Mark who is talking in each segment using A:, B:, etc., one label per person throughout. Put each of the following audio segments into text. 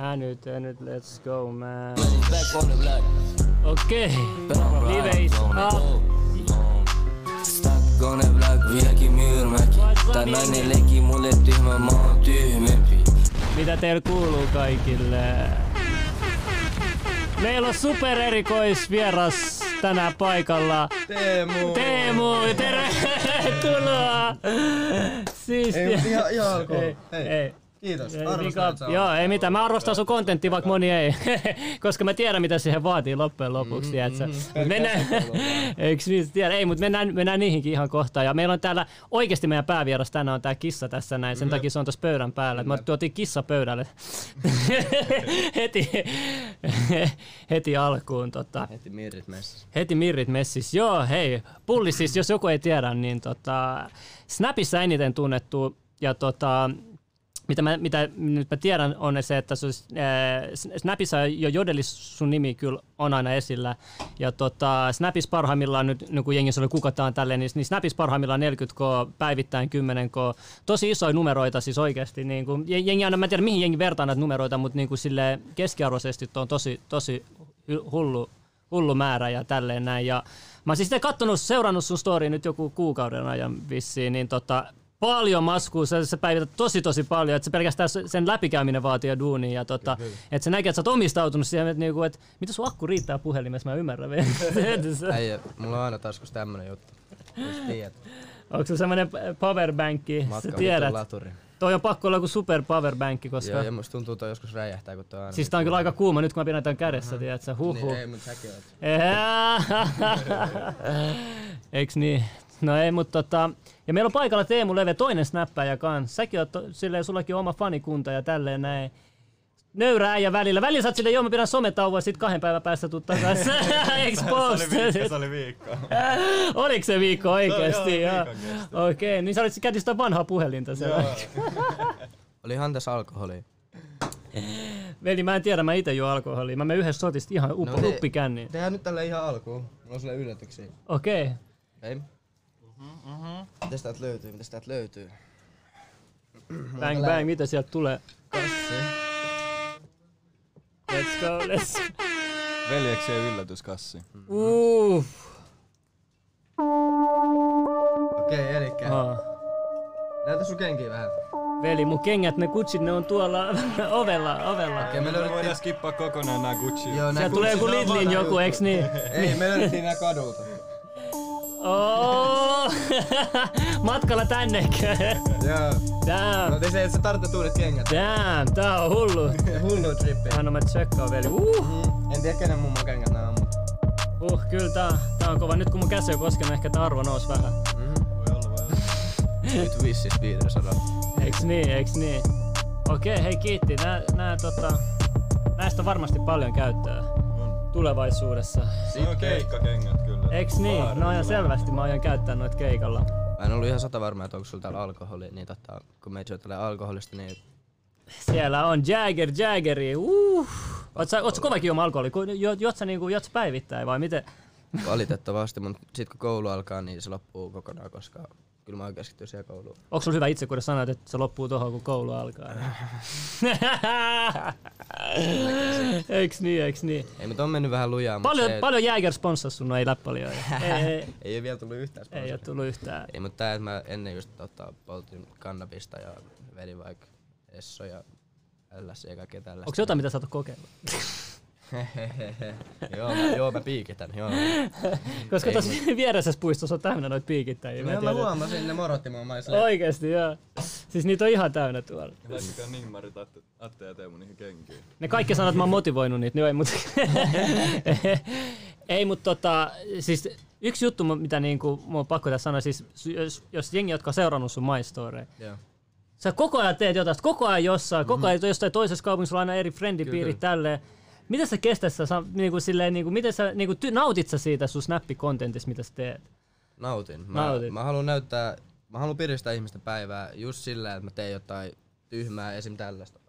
A: Äänyt, äänyt, let's go man.
B: Niin,
C: Back on the block,
A: Okei,
C: but I'm
A: okay.
C: right
A: liveis
C: on
A: up.
C: it. Um, Stuck on the block, vi jäki myyrmäki.
A: What's up,
C: Tää
A: baby?
C: nainen leikki mulle tyhmä, mä oon tyhmempi.
A: Mitä teillä kuuluu kaikille? Meillä on super erikoisvieras tänään paikalla.
D: Teemu!
A: Teemu, tervetuloa!
D: Ei,
A: Siistiä.
D: mutta ihan, ihan alkuun.
A: Ei, ei.
D: Kiitos,
A: Ei
D: arvostan, että
A: vika-
D: saa
A: Joo, ei mitään. Mä arvostan sun kontenttia, vaikka moni ei. Koska mä tiedän, mitä siihen vaatii loppujen lopuksi,
D: Mm-hmm,
A: tiedätkö? Mut mennään... Eiks niistä tiedä? Ei, mutta mennään, mennään niihinkin ihan kohtaan. Ja meillä on täällä, oikeasti meidän päävieras tänään on tää kissa tässä näin.
D: Mm.
A: Sen takia se on tuossa pöydän päällä. Mä tuotiin kissa pöydälle heti, heti alkuun. Tota.
D: Heti miirit messissä.
A: Heti Mirrit messis. Joo, hei. Pulli siis, jos joku ei tiedä, niin tota, Snapissa eniten tunnettu ja tota, mitä, mä, mitä nyt mä tiedän on se, että se, olisi, äh, Snapissa jo Jodelis sun nimi kyllä on aina esillä. Ja tota, Snapissa parhaimmillaan nyt, niin kun jengi sanoi kuka tää on tälleen, niin, niin Snapissa parhaimmillaan 40k, päivittäin 10k. Tosi isoja numeroita siis oikeasti. Niin kun, jengi aina, mä en tiedä mihin jengi vertaa näitä numeroita, mutta niin kun sille keskiarvoisesti tuo on tosi, tosi hy- hullu hullu määrä ja tälleen näin. Ja mä oon siis sitten kattonut, seurannut sun story nyt joku kuukauden ajan vissiin, niin tota, paljon maskua, sä, sä päivität tosi tosi paljon, että se pelkästään se- sen läpikäyminen vaatii jo duunia ja tota, että sä näkee, että sä oot omistautunut siihen, että, niinku, että mitä sun akku riittää puhelimessa, mä ymmärrän vielä.
B: Äijä, mulla on aina taskus tämmönen juttu. Jos tiedät,
A: Onko se semmonen powerbankki, sä
B: matka
A: tiedät.
B: vitun laturi.
A: Toi on pakko olla joku super powerbankki, koska...
B: Joo, ja musta tuntuu toi joskus räjähtää, kun toi on aina.
A: Siis tää on kyllä aika kuuma nyt kun mä pidän tän kädessä, tiedät sä, huhhuh.
B: Niin, ei, mut säkin oot.
A: Ehää. Eiks niin? No ei, mutta tota... Ja meillä on paikalla Teemu Leve, toinen snappäjä kans. Säkin oot to, silleen, sullakin on oma fanikunta ja tälleen näin. Nöyrä äijä välillä. Välillä sä oot silleen, joo mä pidän sometauon, sit kahden päivän päästä tuu takaisin. Eiks post?
D: oli viikko.
A: Oliko se viikko oikeesti?
D: joo,
A: Joo.
D: viikon kesti.
A: Okei, niin sä olit käytit sitä vanhaa puhelinta siellä.
B: Olihan tässä alkoholia.
A: Veli, mä en tiedä, mä ite juon alkoholia. Mä menen yhdessä sotista ihan uppo,
B: te-
A: uppikänniin.
B: No, Tehdään nyt tälle ihan alkuun. Mulla on sulle yllätyksiä.
A: Okei. Okay.
B: Ei? Mhm,
A: Mm-hmm,
B: mhm. Mitäs täältä löytyy? Mitäs täältä löytyy? Mm.
A: Bang bang, mitä sieltä tulee?
B: Kassi.
A: Let's go, let's go.
E: Veljeksien yllätyskassi.
A: Uh.
B: Okei, okay, elikkä.
A: Aa.
B: Näytä sun kenkiä vähän. Okei,
A: Veli, mun kengät, ne kutsit, ne on tuolla ovella, ovella.
B: okay, me
E: Me voidaan
B: löydettiin...
E: skippaa kokonaan nää Gucci.
B: Joo, nää
A: Sieltä tulee joku
B: kutsit-
A: Lidlin joku, eiks niin?
B: Ei, me löydettiin nää kadulta.
A: Oh. Matkalla tänne.
B: Joo.
A: Damn,
B: No te se, että sä tarvitset uudet kengät.
A: damn, tää on hullu.
B: Hullu trippi.
A: Anna mä tsekkaan, veli. Uh,
B: Mm, En tiedä kenen mummo kengät nää on, mut...
A: uh kyllä tää, tää on kova. Nyt kun mun käsi on koskenut, ehkä tää arvo nousi vähän.
B: Nyt vissit 500.
A: Eiks niin, eiks niin? Okei, hei kiitti. Nää, nää, tota, näistä on varmasti paljon käyttöä tulevaisuudessa.
E: Ne on keikkakengät kyllä.
A: Eiks niin? No ihan selvästi mä aion käyttää noita keikalla.
B: Mä en ollut ihan sata varma, että onko sulla täällä alkoholia, niin tota, kun me täällä alkoholista, niin
A: Siellä on Jagger, Jaggeri. Uh. Oot sä, oot sä kovakin juoma alkoholi? Ku- Juot, juot sä, niinku, juot sä päivittäin vai miten?
B: valitettavasti, mutta sit kun koulu alkaa, niin se loppuu kokonaan, koska kyllä mä oon keskittynyt siihen kouluun.
A: Onko sulla hyvä itse, kun sanoit, että se loppuu tohon, kun koulu alkaa? eiks niin, eiks niin?
B: Ei, mutta on mennyt vähän lujaa, mutta
A: Paljon,
B: se,
A: paljon Jagger sponssas sun, no ei läppäliä. Ei, ei,
B: ei ole vielä tullut yhtään
A: ei oo
B: sponsoria.
A: tullut yhtään.
B: Ei, mutta tää, että mä ennen just tota, poltin kannabista ja vedin vaikka Esso ja LS ja kaikkea tällaista.
A: Onko jotain, mitä sä oot kokeillut?
B: joo, mä, joo, mä piikitän, joo.
A: Koska
B: Ei,
A: tuossa vieressäs puistossa on täynnä noita piikittäjiä. mä
B: Joo, mä
A: tiedän.
B: huomasin, ne morotti mua, mä olin silleen,
A: Oikeesti, joo. Siis niitä on ihan täynnä tuolla.
E: Laittakaa nimmarit Atte- Atte ja Teemu niihin kenkiin.
A: Ne kaikki sanat, että mä oon motivoinut niitä, no ei, mutta ei, mut tota, siis yksi juttu, mu- mitä niinku, mun on pakko tässä sanoa, siis s- jos, jos jengi, jotka on seurannut sun My Story,
B: joo.
A: sä koko ajan teet jotain, sä koko ajan jossain, koko
B: Mhm.
A: ajan jossain toisessa kaupungissa sulla on aina eri friendipiirit tälleen. Miten sä kestät sä, sa- niinku, silleen, niinku, miten sä, niinku, ty, nautit sä siitä sun snappikontentista, mitä sä teet?
B: Nautin. Mä,
A: Nautit.
B: mä haluan näyttää, mä haluan piristää ihmisten päivää just sillä, että mä teen jotain tyhmää, esim. tällaista.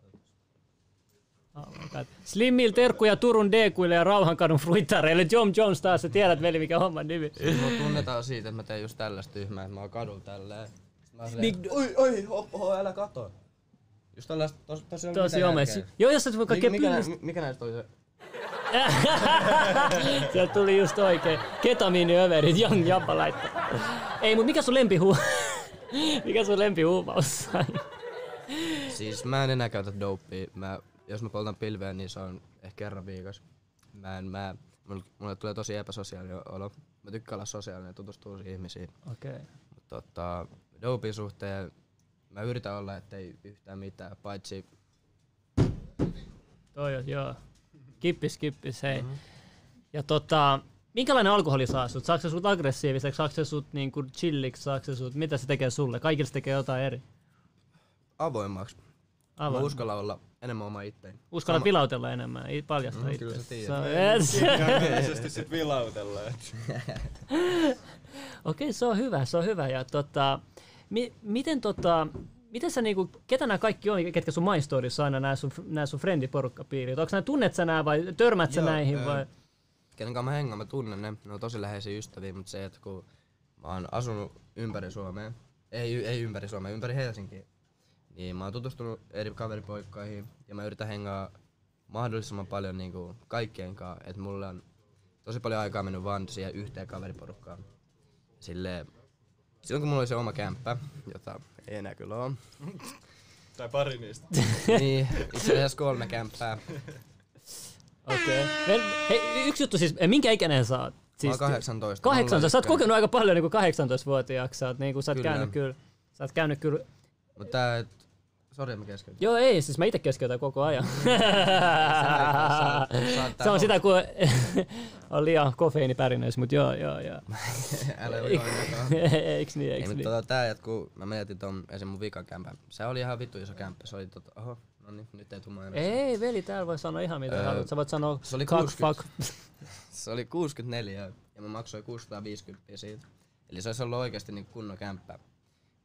A: Slimmil, Terkkuja, Turun Dekuille ja Rauhankadun fruittareille. Jom Jones taas, sä tiedät veli, mikä homman nimi.
B: Mua Siis tunnetaan siitä, että mä teen just tällaista tyhmää, että mä oon kadulla tälleen. Sit Mä oon silleen,
A: Big-
B: oi, oi, hoppo, ho, älä kato. Just tällaista, tos, tosi on
A: Tosi omes. Joo, jos et voi kaikkea
B: mikä, nä-
A: pillistä.
B: mi- mikä näistä oli se?
A: Sieltä tuli just oikein. Ketamiiniöverit, Jan Jabba laittaa. Ei, mutta mikä sun lempihuu... mikä sun lempihuumaus sai?
B: Siis mä en enää käytä dopea. Mä, jos mä poltan pilveä, niin se on ehkä kerran viikossa. Mä en, mä, mulle, mulle tulee tosi epäsosiaalinen olo. Mä tykkään olla sosiaalinen ja tutustua uusiin ihmisiin.
A: Okei. Okay.
B: Mutta tota, dopin suhteen mä yritän olla, ettei yhtään mitään, paitsi
A: Toi on, joo. Kippis, kippis, hei. Mm-hmm. Ja tota, minkälainen alkoholi saa sut? Saako se sut aggressiiviseksi? Saako se sut niinku chilliksi? Saako se sut, mitä se tekee sulle? Kaikille se tekee jotain eri.
B: avoimmaksi. Mä
A: Aivan.
B: uskallan olla enemmän oma itteeni.
A: Uskalla pilautella enemmän, ei paljasta mm,
B: kyllä sä tiedät.
A: niin,
E: Ilmeisesti sit vilautellaan.
A: Okei, se on hyvä, se on hyvä. Ja tota, mi, miten tota, Miten sä niinku, ketä nämä kaikki on, ketkä sun maistorissa aina nämä sun, nää sun friendiporukkapiirit? Onko nämä, tunnet sä nämä vai törmät sä
B: Joo,
A: näihin
B: ö,
A: vai?
B: kenen kanssa mä hengaan, mä tunnen ne. Ne on tosi läheisiä ystäviä, mutta se, että kun mä oon asunut ympäri Suomea, ei, y- ei ympäri Suomea, ympäri Helsinkiä, niin mä oon tutustunut eri kaveripoikkaihin ja mä yritän hengaa mahdollisimman paljon niin kuin kaikkien kanssa, että mulla on tosi paljon aikaa mennyt vaan siihen yhteen kaveriporukkaan. Silleen, silloin kun mulla oli se oma kämppä, jota ei enää kyllä ole,
E: Tai pari niistä.
B: niin itse asiassa kolme kämppää.
A: Okei. Okay. Hei, yksi juttu siis, minkä ikäinen sä oot?
B: Mä
A: Siis,
B: oon 18. Mulla on
A: 18. Sä oot
B: ykkönen.
A: kokenut aika paljon niin 18-vuotiaaksi. Sä oot, niin kuin, sä oot
B: Kyllä.
A: käynyt kyllä. Sä oot käynyt kyllä.
B: Mut tää, et... Sori mä keskeytin.
A: Joo ei, siis mä itse keskeytän koko ajan.
B: Sä- sä- sä oot
A: Se
B: tää
A: on sitä, kun on liian kofeiinipärinöissä, mutta joo, joo, joo.
B: Älä ole ainakaan.
A: Eiks niin,
B: Ei,
A: eiks
B: mutta
A: niin?
B: tota, tää jatkuu. Mä mietin ton esim. mun vikan kämpän. Se oli ihan vittu iso kämppä. Se oli tota, oho, no niin, nyt ei tuu mainita.
A: Ei, veli, täällä voi sanoa ihan mitä
B: Öö,
A: haluat. Sä voit sanoa
B: se oli
A: cock,
B: 60.
A: fuck.
B: Se oli 64 ja mä maksoin 650 siitä. Eli se olisi ollut oikeesti niinku kunnon kämppä.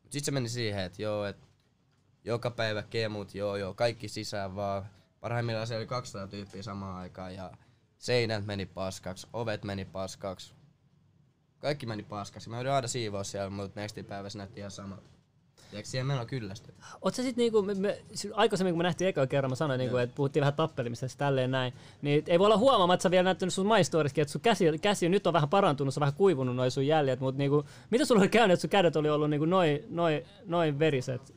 B: Mut sit se meni siihen, että joo, et joka päivä kemut, joo joo, kaikki sisään vaan. Parhaimmillaan se oli 200 tyyppiä samaan aikaan ja seinät meni paskaksi, ovet meni paskaksi. Kaikki meni paskaksi. Mä yritin aina siivoa siellä, mutta next päivässä näytti ihan samalta. Tiedätkö, siihen meno kyllästy.
A: Oot sä sit niinku, me, me, siis aikaisemmin kun me nähtiin ekaa kerran, mä sanoin niinku, että puhuttiin vähän tappelimisesta tälleen näin, niin ei voi olla huomaamatta, että sä vielä näyttänyt sun maistoriskin, että sun käsi, käsi nyt on vähän parantunut, se on vähän kuivunut noi sun jäljet, mutta niinku, mitä sulla oli käynyt, että sun kädet oli ollut niinku noin noi, noi veriset?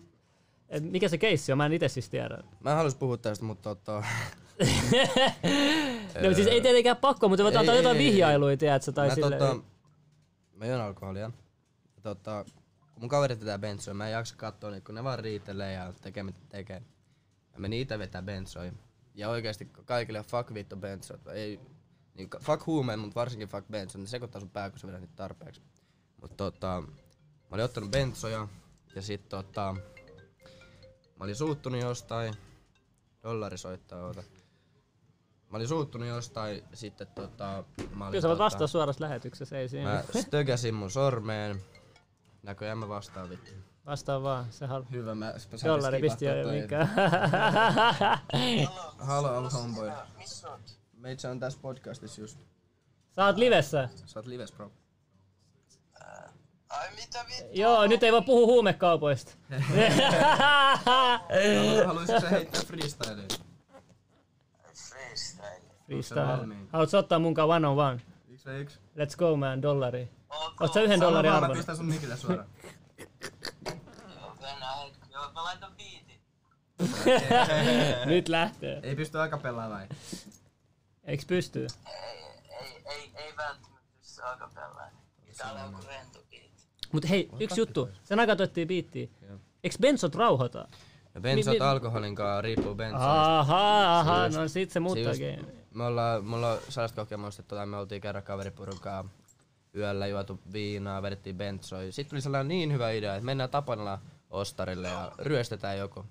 A: Et mikä se keissi on? Mä en itse siis tiedä.
B: Mä en halus puhua tästä, mutta tota,
A: No, siis ei tietenkään pakko, mutta voit
B: ei,
A: antaa
B: ei,
A: jotain
B: ei, ei.
A: vihjailuja, tiedätkö, tai
B: mä,
A: silleen.
B: tota, mä juon alkoholia. Ja Tota, kun mun kaverit vetää bensoja, mä en jaksa katsoa niitä, kun ne vaan riitelee ja tekee mitä tekee. Mä menin itse vetää bensoja. Ja oikeesti kaikille on fuck vittu bensot. Ei, niin ka- fuck huumeet, mutta varsinkin fuck bensot. Ne sekoittaa sun pää, kun sä vedät niitä tarpeeksi. Mut tota, mä olin ottanut bensoja ja sit tota, mä olin suuttunut jostain. Dollari soittaa, oota. Mä olin suuttunut jostain, sitten tota... Mä olin,
A: Kyllä sä voit
B: tota-
A: vastaa suorassa lähetyksessä, ei siinä.
B: Mä stökäsin mun sormeen. Näköjään mä vastaan vittu.
A: Vastaa vaan, se haluaa.
B: Hyvä, mä saan
A: Dollari pisti jo mikä.
B: Halo, homeboy. Meitsi on tässä podcastissa just.
A: Sä oot livessä.
B: Sä oot lives, bro.
C: Ai mitä vittu?
A: Joo, nyt ei voi puhua huumekaupoista.
B: Haluaisitko sä heittää freestyleja?
C: Freestyle.
A: Freestyle.
B: valmiin?
A: Haluatko ottaa munkaan one on one?
B: Yksi vai yksi?
A: Let's go man, dollari.
C: Ok,
A: Oot sä yhden dollarin
B: Mä
A: arvoinen?
B: pistän sun mikille suoraan.
C: mennään hetki. Joo, mä laitan biitin.
A: Nyt lähtee.
B: Ei pysty aika vai?
A: Eiks pystyy?
C: Ei, ei, ei, ei välttämättä pysty akapellaan. Täällä on joku rento biitti.
A: Mut hei, yksi juttu. Sen aikaa tuettiin biittiä. Eiks bensot rauhoita?
B: No
A: Mi-
B: bensot
A: mi-
B: alkoholin kanssa riippuu bensoista.
A: Aha, aha,
B: just-
A: no sit se
B: Se
A: muuttaa
B: just-
A: game.
B: Siis Me ollaan, mulla on sellaista kokemusta, että tota, me oltiin kerran kaveriporukaa yöllä juotu viinaa, vedettiin bentsoja. Sitten tuli sellainen niin hyvä idea, että mennään Tapanilla ostarille ja ryöstetään joku.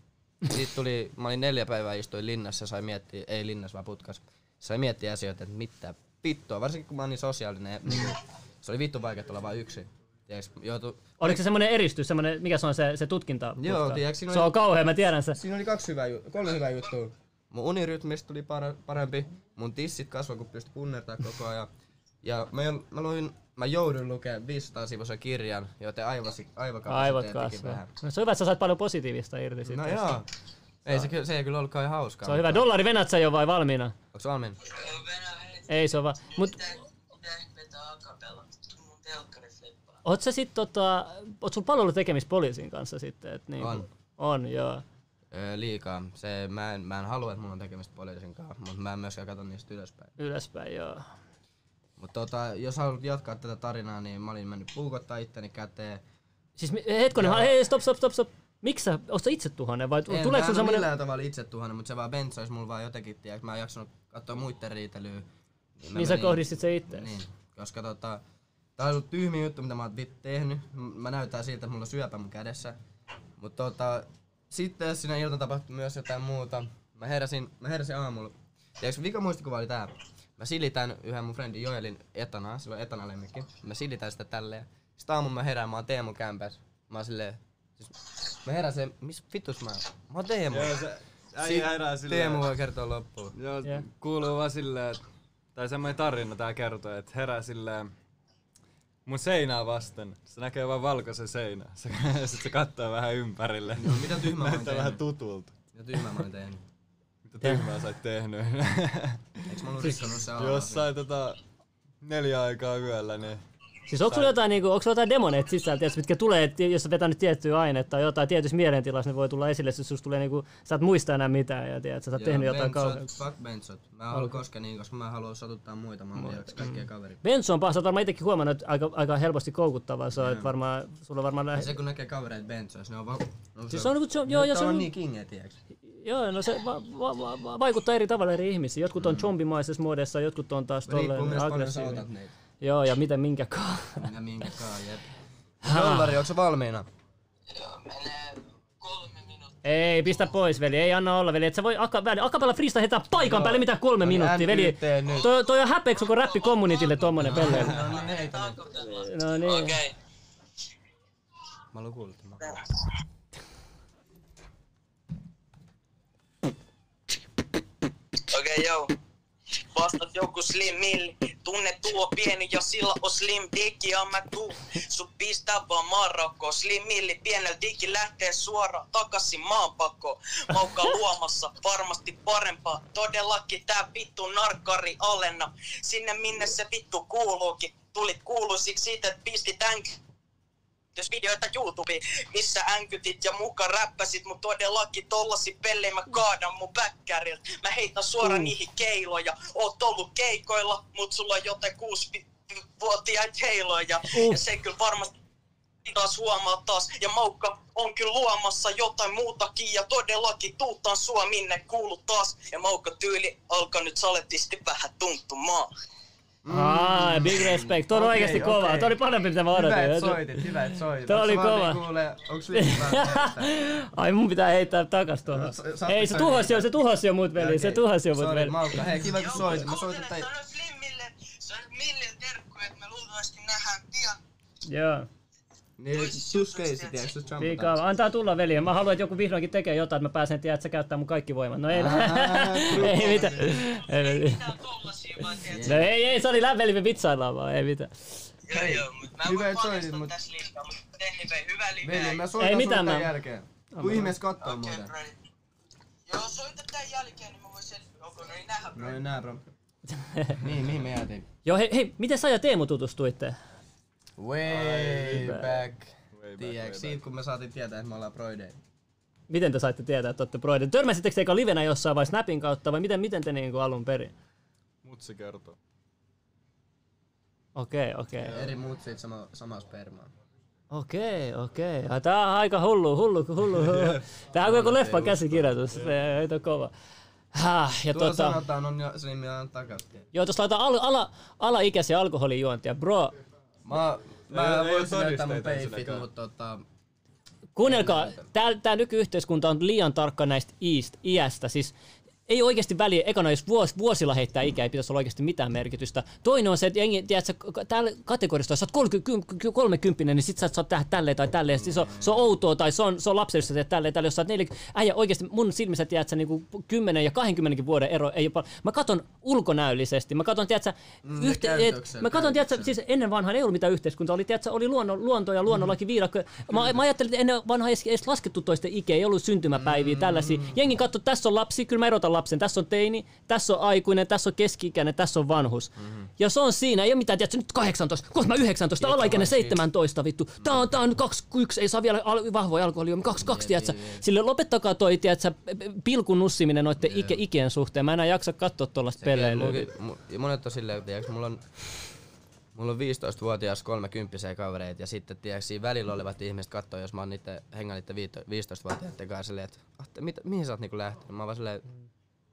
B: Sitten tuli, mä olin neljä päivää istuin linnassa ja sai miettiä, ei linnassa vaan putkas, sai miettiä asioita, että mitä vittua, varsinkin kun mä olin niin sosiaalinen, niin se oli vittu vaikea olla vain yksin. Tiedätkö, joutu,
A: Oliko se semmonen eristys, semmonen, mikä se on se, se tutkinta?
B: Joo, tiedätkö, siinä
A: Se
B: oli-
A: on kauhea, mä tiedän sen.
B: Siinä oli kaksi hyvää, ju- kolme hyvää juttua. Mun unirytmistä tuli par- parempi, mun tissit kasvoi, kun pystyi punnertaa koko ajan. Ja mä, jo- mä, luin, mä joudun lukemaan 500 sivuisen kirjan, joten aivosi, aivokapasiteettikin
A: Aivot kasvaa.
B: vähän.
A: No, se on hyvä, että sä saat paljon positiivista irti siitä.
B: No joo, Ei se, ky- se ei kyllä ollutkaan ihan hauskaa.
A: Se on hyvä. Dollari venät sä jo vai valmiina?
B: Onks valmiin?
C: Joo, Venä heti.
A: Ei se on vaan. Mut
C: Mitä ihmettä akapella? Mun telkkari flippaa.
A: oot sä sit tota, oot sun paljon ollut tekemistä poliisin kanssa sitten? Et niinku,
B: On.
A: On, joo.
B: Öö, liikaa. Se, mä, en, mä en halua, että mulla on tekemistä poliisin kanssa, mutta mä en myöskään katso niistä ylöspäin.
A: Ylöspäin, joo.
B: Mutta tota, jos haluat jatkaa tätä tarinaa, niin mä olin mennyt puukottaa itteni käteen.
A: Siis mi- hetkonen, ha- hei, stop, stop, stop, stop. Miksi sä, oot sä itse tuhannen vai
B: En,
A: en, tuleeko
B: mä en
A: sun
B: ole
A: semmonen...
B: millään tavalla itse tuhannen, mutta se vaan bentsois mulla vaan jotenkin, tiiäks, mä en jaksanut katsoa muiden riitelyä. mä
A: Niin sä
B: menin-
A: kohdistit se itse.
B: Niin, koska tota, tää on ollut tyhmi juttu, mitä mä oon vit- tehnyt. M- Mä näytän siltä, että mulla on syöpä mun kädessä. Mut tota, sitten sinä iltana tapahtui myös jotain muuta. Mä heräsin, mä heräsin aamulla. Tiedätkö, vika muistikuva oli tää. Mä silitän yhden mun frendin Joelin etanaa, sillä on etana lemmikki. Mä silitän sitä tälleen. Sitten aamulla mä herään, mä oon Teemu kämpäs. Mä oon silleen, siis mä heräsin, missä vitus mä oon? Mä oon Teemu.
E: Joo, se
B: Sit
E: äijä herää silleen.
B: Teemu voi kertoa loppuun.
E: Joo,
A: Joo.
E: kuuluu vaan silleen, että- tai semmoinen tarina tää kertoo, että herää silleen mun seinää vasten. Se näkee vaan valkoisen seinän. Se, sit se kattoo vähän ympärille.
B: No, mitä tyhmää mä oon
E: Näyttää vähän
B: tehnyt?
E: tutulta.
B: Mitä tyhmää mä oon tehnyt?
E: Mitä tyhmää sä oot tehnyt?
B: Eiks mä ollut rikkonut se aamu?
E: Jossain tota neljä aikaa yöllä, niin
A: Siis onko sulla jotain, niinku, onko sulla jotain demoneita sisällä, tiedätkö, mitkä tulee, et jos sä vetää nyt tiettyä ainetta tai jotain tietyssä mielentilassa, ne voi tulla esille, jos susta tulee niinku, sä et muista enää mitään ja tiedät, sä oot
B: Joo,
A: tehnyt jotain
B: bentsot,
A: kauheaa.
B: Fuck bentsot. Mä en halua koska niin, koska mä haluan satuttaa muita. Mä oon tiedäks
A: Mm.
B: kaikkia kaverit.
A: Bensu on paha, sä oot varmaan itsekin huomannut, että aika, aika helposti koukuttavaa se on, että varmaan, sulla on varmaan lähe...
B: Ja se kun näkee kavereita bentsoissa, ne on vaan... No,
A: Siis se on niinku- se on- joo, joo, se
B: Tää
A: on-
B: niin kingeä, tiiäks.
A: Joo, no se va- va- va- va- vaikuttaa eri tavalla eri ihmisiin. Jotkut on zombimaisessa muodossa, jotkut on taas
B: Mm. Riippuu
A: tolleen
B: myös paljon sä otat
A: aggressiivinen.
B: niitä.
A: Joo, ja miten minkäkaan.
B: Ja minkäkaan, jep. Dollari, onko se valmiina?
C: Joo, menee kolme minuuttia.
A: Ei, pistä pois, veli. Ei anna olla, veli. Et sä voi aka, veli, akapella freestyle heittää paikan päälle mitä kolme
B: No niin,
A: minuuttia, veli.
B: NYT nyt.
A: Toi, toi on häpeäksi koko räppi kommunitille tommonen pelle.
B: No niin, heitä nyt.
C: Akapella.
A: No niin.
C: Okei. Okay.
B: Mä haluan kuulla tämän.
C: Okei, okay, joo. Vastat joku slim milli. Tunne tuo pieni ja sillä on slim digi ja mä tuu. Sun pistää vaan marrakko. Slim milli pienellä digi lähtee suoraan takaisin maanpakko. Maukka luomassa varmasti parempaa. Todellakin tää vittu narkkari alenna. Sinne minne se vittu kuuluukin. Tulit kuuluisiksi siitä, että pistit änk jos videoita YouTubeen, missä änkytit ja muka räppäsit, mut todellakin tollasi pellejä mä kaadan mun päkkäriltä. Mä heitän suoraan mm. niihin keiloja, oot ollut keikoilla, mut sulla on jotain kuusi vuotiaita heiloja.
A: Uh.
C: Uh. Ja se kyllä varmasti taas huomaa taas. Ja Maukka on kyllä luomassa jotain muutakin ja todellakin tuuttaan sua minne kuulu taas. Ja Maukka tyyli alkaa nyt saletisti vähän tuntumaan.
A: Aa, big respect. Toi on
B: Okei,
A: oikeesti kova.
B: okei.
A: Toi oli parempi mitä mä odotin.
B: Hyvä, et soitit, hyvä, et soitit.
A: Tää
B: Onks
A: oli
B: se valmiin
A: kova.
B: Kuulee, onks viimeinen?
A: Ai mun pitää heittää takas tuohon.
B: No, sa- saat
A: Ei, se
B: sen
A: tuhos jo, se tuhos jo mut veli. Se tuhos jo mut
B: Sori,
A: veli.
B: Maukka. Hei, kiva kun soitit. Mä soitin tai...
C: tai... Sano Slimmille, se on Mille terkkuja, että me luultavasti nähdään pian.
A: Joo.
B: Niin, tuskeisi, tiiäks, jos jumpataan.
A: Liikaa. Antaa tulla veli. Mä haluan, että joku vihdoinkin tekee jotain, että mä pääsen tiedä, että sä käyttää mun kaikki voimat. No ei. ei mitään. Ei mitään.
C: Tää on tollasia vaan, tiedät.
A: No ei, ei, se oli läveli, me vitsaillaan vaan, ei mitään.
C: Joo, joo, mut mä
B: Hyvä,
C: voin
B: että soitit,
C: paljastaa
B: mut-
C: tässä liikaa, mut anyway, hyvä live.
B: Veli, mä
A: Ei
B: soitan sulle
A: mitään,
B: tämän
A: mä-
B: jälkeen. Tuu ihmeessä kattoo
C: Okei,
B: muuten.
C: okay, ready. Joo, soita tän jälkeen, niin mä voin selviä. Okei, no ei nähdä, bro.
B: No niin nää bro. niin, mihin me jäätiin?
A: Joo, hei, hei, miten sä ja Teemu tutustuitte?
B: Way back.
E: Way back, way
B: Tiedäks,
E: back.
B: siitä kun me saatiin tietää, että me ollaan broideja.
A: Miten te saitte tietää, että olette broiden? Törmäsittekö te eka livenä jossain vai Snapin kautta vai miten, miten te niinku alun perin?
E: mutsi kertoo.
A: Okei, okei.
B: Eri muut siitä sama, sama spermaa.
A: Okei, okei. Ah, Tää on aika hullu, hullu, hullu. hullu. Tää on joku leffa käsikirjoitus. Se ei ole kova. Häh, ja
B: Tuo
A: tota...
B: sanotaan on jo, se nimi on takasti.
A: Joo, tuossa laitetaan al, ala, alaikäisiä alkoholijuontia. Bro,
B: Mä,
E: Ei-
B: mä
E: ei
B: voisin
E: oo
B: näyttää mun
E: todisteita
B: peifit,
E: ensinnäkään.
B: mutta tota,
A: Kuunnelkaa, tämä nykyyhteiskunta on liian tarkka näistä iist, iästä. Siis ei oikeasti väliä. Ekana, jos vuos, vuosilla heittää ikää, ei pitäisi olla oikeasti mitään merkitystä. Toinen on se, että jengi, tiedätkö, k- täällä kategorista, jos sä oot 30, 30 niin sit sä et saa tehdä tälleen tai tälleen. Siis se, on, se on outoa tai se on, se on lapsellista tehdä tälleen, tälleen. Jos sä oot 40, äijä oikeasti mun silmissä, tiedätkö, niin kuin 10 ja 20 vuoden ero ei jopa. Mä katon ulkonäöllisesti. Mä katon, tiedätkö,
B: Mm,
A: mm, yhte, et,
B: käytöksellä,
A: mä katon, tiedätkö,
B: käytöksellä.
A: siis ennen vanhaan ei ollut mitään yhteiskuntaa, oli, tiedätkö, oli luonno, luonto ja luonnollakin viidakko. Mä, mä ajattelin, että ennen vanhaa ei edes laskettu toista ikää, ei ollut syntymäpäiviä, tällaisia. Jengi katsoi, tässä on lapsi, kyllä mä erotan lapsen, tässä on teini, tässä on aikuinen, tässä on keski-ikäinen, tässä on vanhus. Ja se on siinä, ei ole mitään, tiedätkö, nyt 18, kohta mä 19, alaikäinen 17 vittu. Tää on, tää on 21, ei saa vielä al- vahvoja alkoholia, 22, tiedätkö. Sille lopettakaa toi, tiedätkö, pilkun nussiminen noiden ikä, ikien suhteen. Mä enää jaksa katsoa tuollaista peleilyä.
B: Muki- mu- ja monet on silleen, tiiäks, mulla on, mulla on 15-vuotias 30 kavereita ja sitten tiiäks, siinä välillä olevat ihmiset katsoo, jos mä oon niitä, hengaan niiden viito- 15-vuotiaiden kanssa silleen, että "Ah, te- mit, mihin sä oot niinku lähtenyt? Mä oon vaan silleen,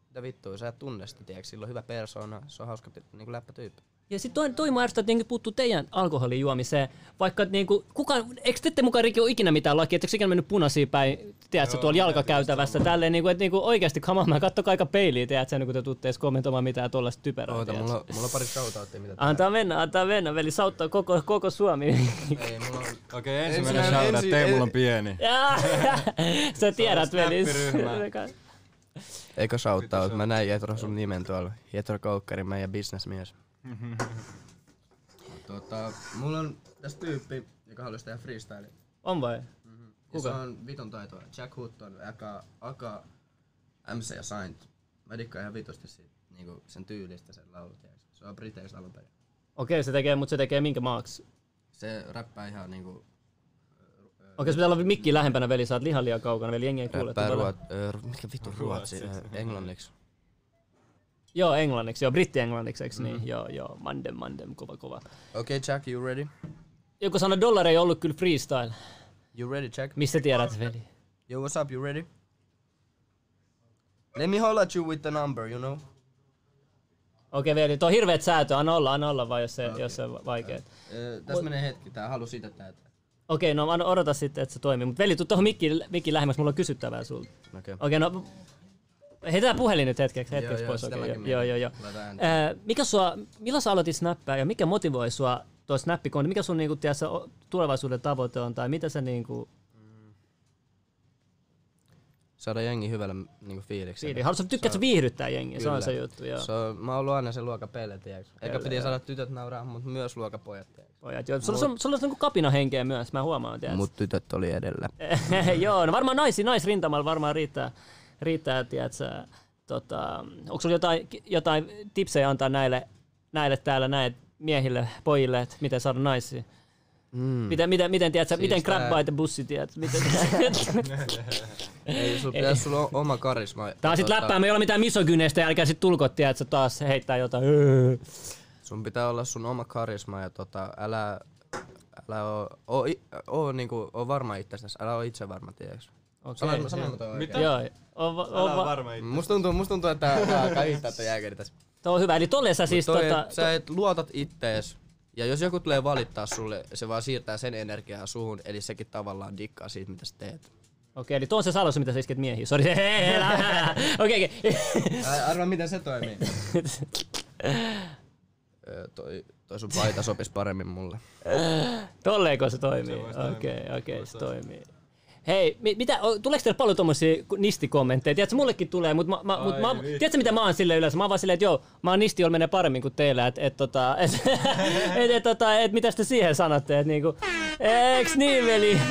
B: mitä vittua, sä et tunne sitä, tiiäks, sillä on hyvä persoona, se on hauska ti- niinku läppätyyppi.
A: Ja sitten toi, toi mä ärsytän, että jengi puuttuu teidän alkoholin juomiseen, vaikka niinku, kukaan, eikö te ette mukaan rikki ole ikinä mitään lakia, etteikö ikinä mennyt punaisiin päin, tiedätkö, tuolla jalkakäytävässä, tälleen, niinku, että niinku, oikeasti come on, mä kattokaa aika peiliin, tiedätkö, ennen kuin te tuutte edes kommentoimaan mitään tuollaista typerää,
B: Oota,
A: tiedätkö.
B: mulla, on- mulla on pari shoutouttia, mitä
A: Antaa mennä, antaa mennä, veli, sauttaa koko, koko Suomi.
B: Ei, mulla on
E: Okei, ensimmäinen
B: Ensimmäinen-
E: shoutout.
B: ensi-
E: Teemulla on
B: en-
E: pieni.
A: Jaa, Sä tiedät, veli.
E: snappiryhmä.
B: Eikö shoutout? Mä näin Jetro sun nimen tuolla. Jetro Koukkari, meidän bisnesmies. tota, mulla on tässä tyyppi, joka haluaisi tehdä freestyle.
A: On vai?
B: Kuka? Se on vitun taitoa. Jack Hutton, Aka, Aka, MC ja Saint. Mä dikkaan ihan vitusti siitä, niinku sen tyylistä sen laulut. tiiäks. Se on Briteistä alun perin.
A: Okei, se tekee, mutta se tekee minkä maaksi?
B: Se räppää ihan niinku...
A: Okei, se pitää olla mikki lähempänä, veli, sä oot lihan liian kaukana, veli, jengi ei kuule. tota-
B: Räppää
A: Tuolla-
B: ruot... Ö, ru- mikä vittu ruotsi? Ö, Englanniksi.
A: Joo, englanniksi, joo, britti-englanniksi, eikö
B: Mm-hmm.
A: niin? Joo, joo, mandem, mandem, kova, kova.
B: Okei, okay, Jack, you ready?
A: Joku sanoi, dollari ei ollut kyllä freestyle.
B: You ready, Jack?
A: Mistä tiedät, veli?
B: Yo, what's up? You ready? Let me holler at you with the number, you know?
A: Okei, veli, tuo on hirveet säätö, anna olla, anna olla vaan, jos se, jos se on vaikea.
B: Ö, tässä menee hetki, tää halu siitä täältä.
A: Okei, no anna- odota sitten, että se toimii. Mutta veli, tuu tuohon mikkiin, mikkiin lähemmäs, mulla on kysyttävää sulta.
B: Okei.
A: Okei, no heitään puhelin nyt hetkeksi, hetkeksi
B: joo,
A: pois.
B: sitä
A: Okei,
B: mäkin
A: joo,
B: mietin.
A: joo, joo.
B: Laitetaan ääntä.
A: Ää, mikä sua, milloin sä aloitit snappaa ja mikä motivoi sua tuo snappikoon? Mikä sun niinku, tiedät, sä, o- tulevaisuuden tavoite on tai mitä sä niinku...
B: Saada jengi hyvällä niinku fiiliksellä.
A: Fiili? Haluatko, tykkäät sä viihdyttää jengiä? Se on se juttu, joo.
B: Se on, mä oon ollut aina se luokapeille, tiiäks. Eikä piti saada tytöt nauraa, mut myös luokapojat, tiiäks.
A: Pojat, joo. Sulla, sulla, sulla on niinku kapinahenkeä myös, mä huomaan, tiedät.
B: Mut tytöt oli edellä.
A: joo, no varmaan naisi, naisrintamalla varmaan riittää, riittää tiedätkö, tota, onko sulla jotain, jotain tipsejä antaa näille, näille täällä näin miehille, pojille, että miten saada naisia? Mm. Miten, miten, miten, tiedätkö, siis miten
B: tää-
A: grabbaita bussi, tiedät? Miten...
B: Ei, sulla pitäis sulla on oma karisma. tota,
A: Tää on sit läppää, me ei ole mitään misogyneistä, älkää sit tulko, tiedätkö, taas heittää jotain. "Öö."
B: Sun pitää olla sun oma karisma ja tota, älä... Älä oo, oo, i- oo, niinku, oo varma itsestäsi, älä oo itse varma, tiiäks.
A: Okei.
B: Sanoin, sanoin, toi oikein.
A: Joo, on, va-
E: Älä
A: on,
E: ole
A: va-
E: varma itse.
B: Musta tuntuu, musta tuntuu että tää on kaikista tätä jääkäri tässä.
A: Tuo on hyvä, eli tolle sä siis
B: Siis toi,
A: tota...
B: tota, sä et luotat ittees. Ja jos joku tulee valittaa sulle, se vaan siirtää sen energiaa suhun, eli sekin tavallaan dikkaa siitä, mitä sä teet.
A: Okei, eli tuo on se salus, mitä sä isket miehiin. Sori, hei, hei, hei, älä- Okei, okei.
B: Arva, miten se toimii. toi, toi sun paita sopis paremmin mulle.
A: Tolleenko se toimii? Okei, okei, se toimii. Hei, mi- mitä, o- tuleeko teillä paljon tommosia ku- nistikommentteja? Tiedätkö, mullekin tulee, mutta mä, mä, mut
E: Ai
A: mä,
E: vittu.
A: tiedätkö mitä mä oon sille yleensä? Mä oon vaan silleen, että joo, mä oon nisti, jolla menee paremmin kuin teillä, että et, tota, et, et, et, tota, et, mitä te siihen sanotte, että niinku, eiks niin veli?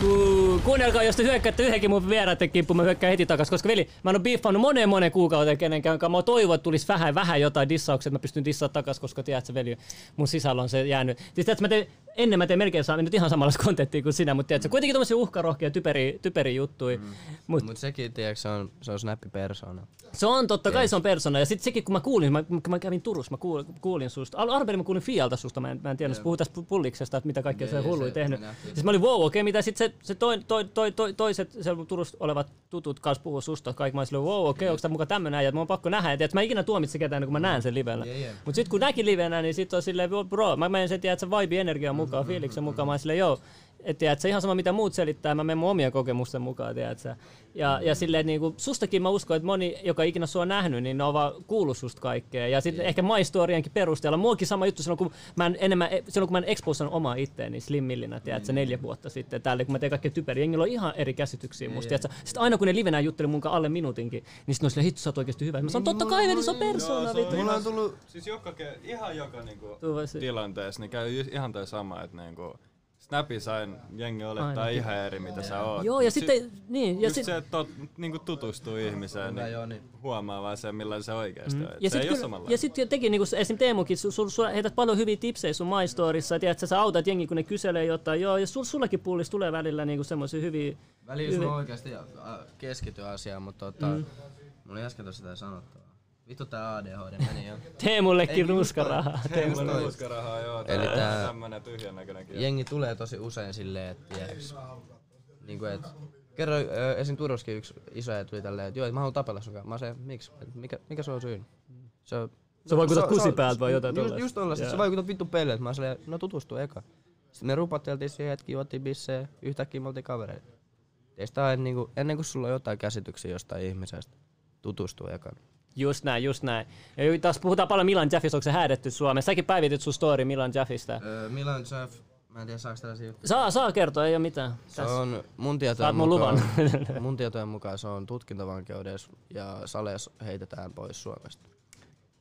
A: Ku- Kuunnelkaa, jos te hyökkäätte yhdenkin mun vieraiden kimppuun, mä hyökkään heti takas, koska veli, mä en oo biiffannut moneen moneen kuukauteen kenenkään kanssa. Mä toivon, että tulisi vähän, vähän jotain dissauksia, että mä pystyn dissaa takas, koska tiedät sä veli, mun sisällä on se jäänyt. Siis tiedät, sä, mä teen, ennen mä tein melkein saa nyt ihan samalla kontenttia kuin sinä, mutta tiedät, sä, kuitenkin tommosia uhkarohkia, typeri, typeri juttuja. Mut
B: Mut sekin, tiiäks, se on, se on snappi persona.
A: se on totta kai, se on persona. Ja sitten sekin, kun mä kuulin, mä, kun mä kävin Turussa, mä kuulin, kuulin susta. Al- Alberin mä kuulin Fialta susta, mä en, mä en tiedä, yeah. puhutaan pulliksesta, että mitä kaikkea se
B: Joo, joo,
A: hullu
B: se-
A: tehnyt.
B: me nähtiin.
A: Siis mä olin, wow, okei, okay, mitä sitten se, se toi, toi, toi, toi, toiset siellä Turussa olevat tutut kanssa puhuu susta. Kaikki mä olin silleen, wow, okei, okay, onko tää muka tämmönen äijä, että mä oon pakko nähdä. Ja tiedät, mä en ikinä tuomitse ketään, ennen kun mä näen sen livenä.
B: Mm. Jee, jee.
A: Mut sit
B: Mm,
A: kun näki livenä, niin sit on silleen, bro, mä menen sen, tiedät, se vibe energia mukaan, fiiliksen mukaan. Mä oon silleen, joo, et, tiedät, sä, ihan sama mitä muut selittää, mä menen mun omien kokemusten mukaan, tiedät, sä. Ja,
E: Mm.
A: ja silleen, niin kuin, sustakin mä uskon, että moni, joka ikinä sua on nähnyt, niin ne on vaan kuullut susta kaikkea. Ja sitten ehkä maistuorienkin perusteella. Muokin sama juttu silloin, kun mä en, enemmän, e, silloin, kun mä en exposannut omaa itteeni Slim Millinä, tiedät,
E: Mm.
A: sä, neljä vuotta sitten tälle, kun mä tein kaikkea typeriä. Jengillä on ihan eri käsityksiä musta, tiedät, sä. Sitten aina kun ne livenä jutteli mun kanssa alle minuutinkin, niin sitten ne oli silleen, hitto, sä oot oikeesti hyvä. Mä sanoin, totta kai, veli, se on
E: Niin,
A: persoona, vittu.
B: Mulla on tullut
E: Siis joka, ke- ihan joka niinku
A: Tuu vaan se-
E: tilanteessa, niin käy ju- ihan toi sama, että niinku Snapissa aina jengi olettaa
A: Ainakin.
E: ihan eri, mitä sä oot.
A: Joo, ja
E: Mut
A: sitten, niin,
E: Ja
A: ja
E: just
A: sit,
E: se, että tot, niinku tutustuu ihmiseen,
B: Hyvä,
E: niin,
B: joo, niin.
E: huomaa vaan sen, millainen se oikeasti on. Et
A: Mm. Ja
E: se
A: sit,
E: ei ole
A: kyllä,
E: samalla.
A: ja sit jotenkin, niin kuin esim. Teemukin, su, su, su, heität paljon hyviä tipsejä sun maistorissa, tiedät, sä, sä autat jengi, kun ne kyselee jotain, joo, ja sul, sullakin pullissa tulee välillä niin semmoisia hyviä,
B: Välillä sulla oikeesti ä, keskity asiaan, mutta tota, mm. mulla oli äsken tossa tää sanottavaa. Vittu tää ADHD meni jo.
A: Teemullekin
B: Ei, just
A: ruskarahaa.
E: Ei mulla
B: toi.
E: luskarahaa, joo.
B: Eli
E: Eli tää...
B: tää-
E: Tämmönen tyhjän näköinenkin.
B: Jengi tulee tosi usein silleen, että tiedäks, niinku et, kerran ö, esim. Turuskin yksi isoja tuli tälleen, että joo, et mä haluan tapella sun kanssa. Mä se, miksi? Et Mikä, mikä se on syyn? Se on
A: Sä vaikutat
B: se on- se on-
A: kusipäältä vai jotain
B: Just,
A: tollaista.
B: just tollaista,
A: Joo.
B: sä vaikutat vittu pelleet. Mä oon silleen, no tutustu eka. Sitten me rupatteltiin siihen hetki, juottiin bissejä, yhtäkkiä me oltiin kavereita. Teistä aina niinku, ennen kuin sulla on jotain käsityksiä jostain ihmisestä, tutustuu eka.
A: Just näin, just näin. Ja ju- taas puhutaan paljon Milan Jaffista, onko se häädetty Suomessa? Säkin päivitit sun story Milan Jaffista.
B: Milan Jeff, mä en tiedä saaks tällaisia
A: Saa, saa kertoa, ei ole mitään.
B: Se on mun
A: Saat
B: tietojen,
A: mun
B: mukaan, mun tietojen mukaan se on tutkintavankeudessa ja sales heitetään pois Suomesta.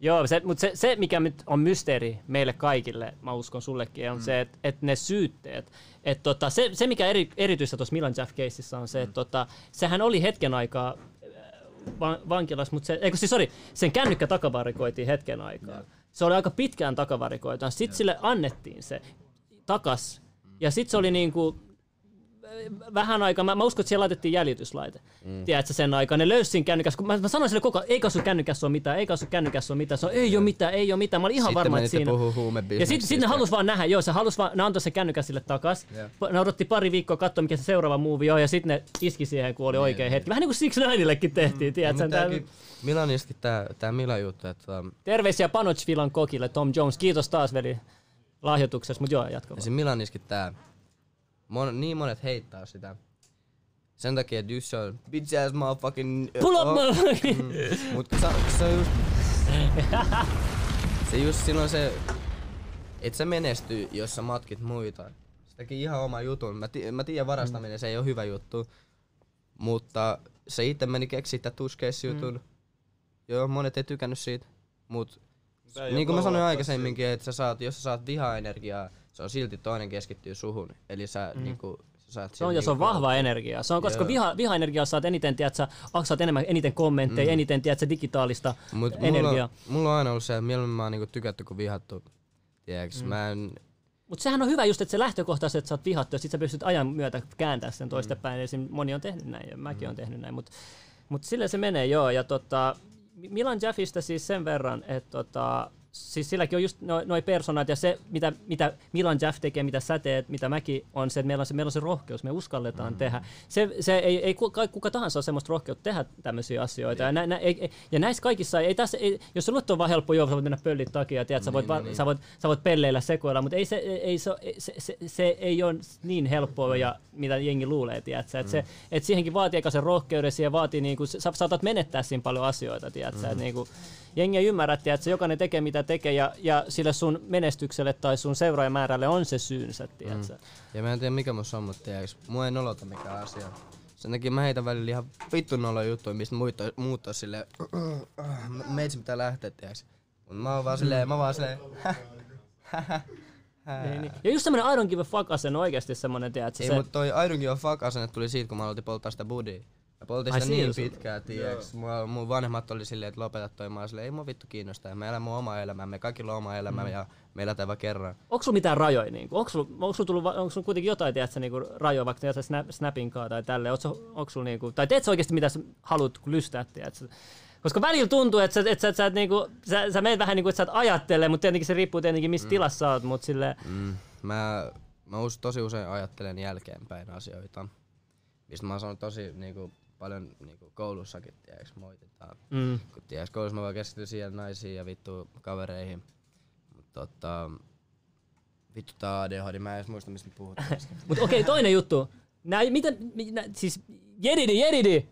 A: Joo, se, mutta se, se, mikä nyt on mysteeri meille kaikille, mä uskon sullekin, on mm. se, että et ne syytteet. Et tota, se, se, mikä eri, erityistä tuossa Milan Jaff-keississä on se, että tota, sehän oli hetken aikaa van, vankilassa, mutta se, eikö siis, sorry, sen kännykkä takavarikoitiin hetken aikaa. Se oli aika pitkään takavarikoitu. Sitten sille annettiin se takas. Ja sitten se oli niinku, vähän aikaa, mä, mä uskon, että siellä laitettiin jäljityslaite. Mm. Tiedätkö sen aikaa, ne löysi siinä kännykässä, kun mä, mä sanoin sille koko ajan, eikä sun kännykässä ole mitään, eikä sun kännykässä ole mitään, se on, ei ole mitään, ei ole mitään, mä olin ihan
B: Sitten
A: varma, että
B: menitte
A: siinä.
B: puhuu huumebisneksistä.
A: ja sitten sit ne halus vaan nähdä, joo, se halus vaan, ne antoi sen kännykän sille takas,
B: Joo.
A: yeah. ne odotti pari viikkoa katsoa, mikä se seuraava muuvi on, ja sitten ne iski siihen, kun oli niin, oikea hetki. Vähän niin kuin Six Nineillekin tehtiin, mm. tiedätkö
B: No, Mut
A: tää-
B: tääkin Milanistakin tää, tää Milan juttu, että tota,
A: Terveisiä Panochvilan kokille, Tom Jones, kiitos taas veli lahjoituksessa, mutta joo, jatka vaan.
B: esim. Milaniskin tää, mon, niin monet heittää sitä. Sen takia, että just se on bitch ass motherfucking...
A: Pull up,
B: Oh.
A: motherfucker.
B: Mut kun se, se on just... se just silloin se... Et sä menesty, jos sä matkit muita. Se teki ihan oma jutun. Mä, ti- mä tiedän varastaminen, se ei ole hyvä juttu. Mutta se itse meni keksiä tämän tuskeisjutun.
E: Mm.
B: Joo, monet ei tykännyt siitä. Mut
E: Tää ei oo
B: niin kuin mä sanoin
E: blow up
B: aikaisemminkin, että sä saat, jos sä saat vihaenergiaa, se on silti toinen keskittyy suhun. Eli sä mm. niinku, sä saat niinku-
A: Se on, ja se on vahva energia. Se on, koska
B: Joo.
A: viha, viha-energiaa saat eniten, tiedät sä, ak- saat enemmän, eniten kommentteja, mm. eniten, tiedät sä, digitaalista
B: Mut mulla,
A: energiaa.
B: on- mulla on aina ollut se, että mieluummin mä oon niinku tykätty kuin vihattu. Tiedäks, mm. mä en,
A: Mutta sehän on hyvä just, että se lähtökohta on se, että sä oot vihattu, ja sit sä pystyt ajan myötä kääntämään sen toista mm. päin. Esim. moni on tehnyt näin, ja mäkin mm. on tehnyt näin, mutta mut sillä se menee, joo. Ja tota, Milan Jaffista siis sen verran, että tota, siis silläkin on just noi, noi personat, ja se, mitä, mitä Milan Jaff tekee, mitä sä teet, mitä mäkin, on se, että meillä on se, meillä on se rohkeus, me uskalletaan mm. tehdä. Se, se ei, ei kuka, kuka tahansa ole semmoista rohkeutta tehdä tämmöisiä asioita. Ja, nä, nä, ei, ei- ja näissä kaikissa, ei, ei tässä, ei, jos se luotto on vaan helppo, joo, sä voit mennä pöllit takia, tiedät, sä voit, niin, niin. Sä voit, sä voit pelleillä sekoilla, mutta ei se, ei, se, se, se, se ei ole niin helppoa, ja mitä jengi luulee, tiedätkö? Et se, et siihenkin vaatii aika sen rohkeuden, siihen vaatii, niinku, sä sä saatat menettää siinä paljon asioita, tiedätkö? Mm. Et niinku, jengi ei ymmärrä, tiedätkö? Jokainen tekee mitä tekee, ja, ja sille sun menestykselle tai sun seuraajamäärälle on se syynsä, tiedätkö?
B: ja mä en tiedä mikä mun on, mutta tiedäks, mua ei nolota mikään asia. Sen takia mä heitän välillä ihan vittu nolo juttuja, mistä muut on, muut on silleen, "Me- meitsi pitää lähteä, tiedäks. Mut mä oon vaan
A: Mm.
B: silleen, mä vaan silleen,
A: Niin, niin. Ja just semmoinen Iron Give a Fuck asenne on oikeasti semmoinen, tiedätkö?
B: Ei,
A: se-
B: mutta toi aidonkin on fuck asenne tuli siitä, kun mä aloitin polttaa sitä budia. Mä poltin
A: Ai
B: sitä
A: siinä
B: niin
A: sulla-
B: pitkään, tiiäks. Mua, mun vanhemmat oli silleen, että lopeta toi. Mä olin silleen, ei mua vittu kiinnostaa. Mä elän mun omaa elämää. Me kaikilla on oma elämä
A: Mm.
B: ja me elätään vaan kerran.
A: Onko sulla mitään rajoja? Niin onko, sulla, onko, sulla tullut, va- onko sulla kuitenkin jotain tiedätkö, niin kuin, rajoja, vaikka tiedätkö, snap, snapin kaa tai tälleen? Onko, onko sulla, niin kuin, tai teet sä oikeasti mitä sä haluat kun lystää? Tiedätkö? Koska välillä tuntuu, että sä, että sä, että sä, et niinku, sä, sä menet vähän niin kuin, että sä et ajattele, mutta tietenkin se riippuu tietenkin, missä mm. tilassa sä oot, mutta silleen,
B: Mm. Mä, mä us, tosi usein ajattelen jälkeenpäin asioita. Mistä mä oon saanut tosi niinku, paljon niinku, koulussakin, tiiäks, moititaan.
A: mm.
B: Kun tiiäks, koulussa mä vaan keskityn siihen naisiin ja vittu kavereihin. Mut tota, Vittu tää ADHD, mä en edes muista mistä me puhuttiin äsken.
A: Mutta okei, toinen juttu. Nää, miten, mi- nää, siis Jedidi, Jedidi!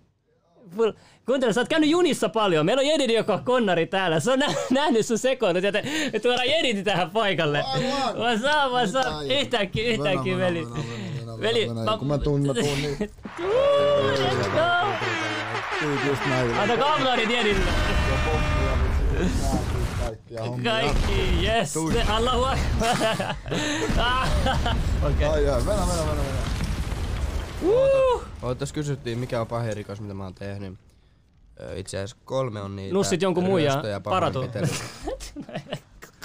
A: Pul- Kuuntele, sä oot käynyt junissa paljon. Meillä on Jedidi, joka on konnari täällä. Se on nä- nähnyt sun sekoilut, joten me tuodaan Jedidi tähän paikalle.
F: Aivan.
A: Vaan saa, vaan
F: Mitä
A: saa.
F: aivan?
A: Yhtäkkiä, yhtäkkiä,
F: Venä,
A: veli.
F: venä, venä, venä, venä,
A: Veli,
F: venä.
A: mä-
F: Kun mä tuun, mä tuun niin.
A: Uu, let's go!
F: Tuu just näin.
A: Anna kaplaanit Jedidille.
F: Ja pomppia, vitsi, nää, vitsi, kaikkia hommia.
A: Kaikki, yes.
F: Tuli.
A: Allahu akbar. Ah, Okei.
F: Ai jaa, venä, venä, venä, venä.
A: Uu.
B: Oh, tässä kysyttiin, mikä on pahin rikos, mitä mä oon tehnyt. Ö, Itse asiassa kolme on niitä.
A: Nussit jonkun muijaa,
B: ryöstö ja
A: paratu.
B: pahoinpitely.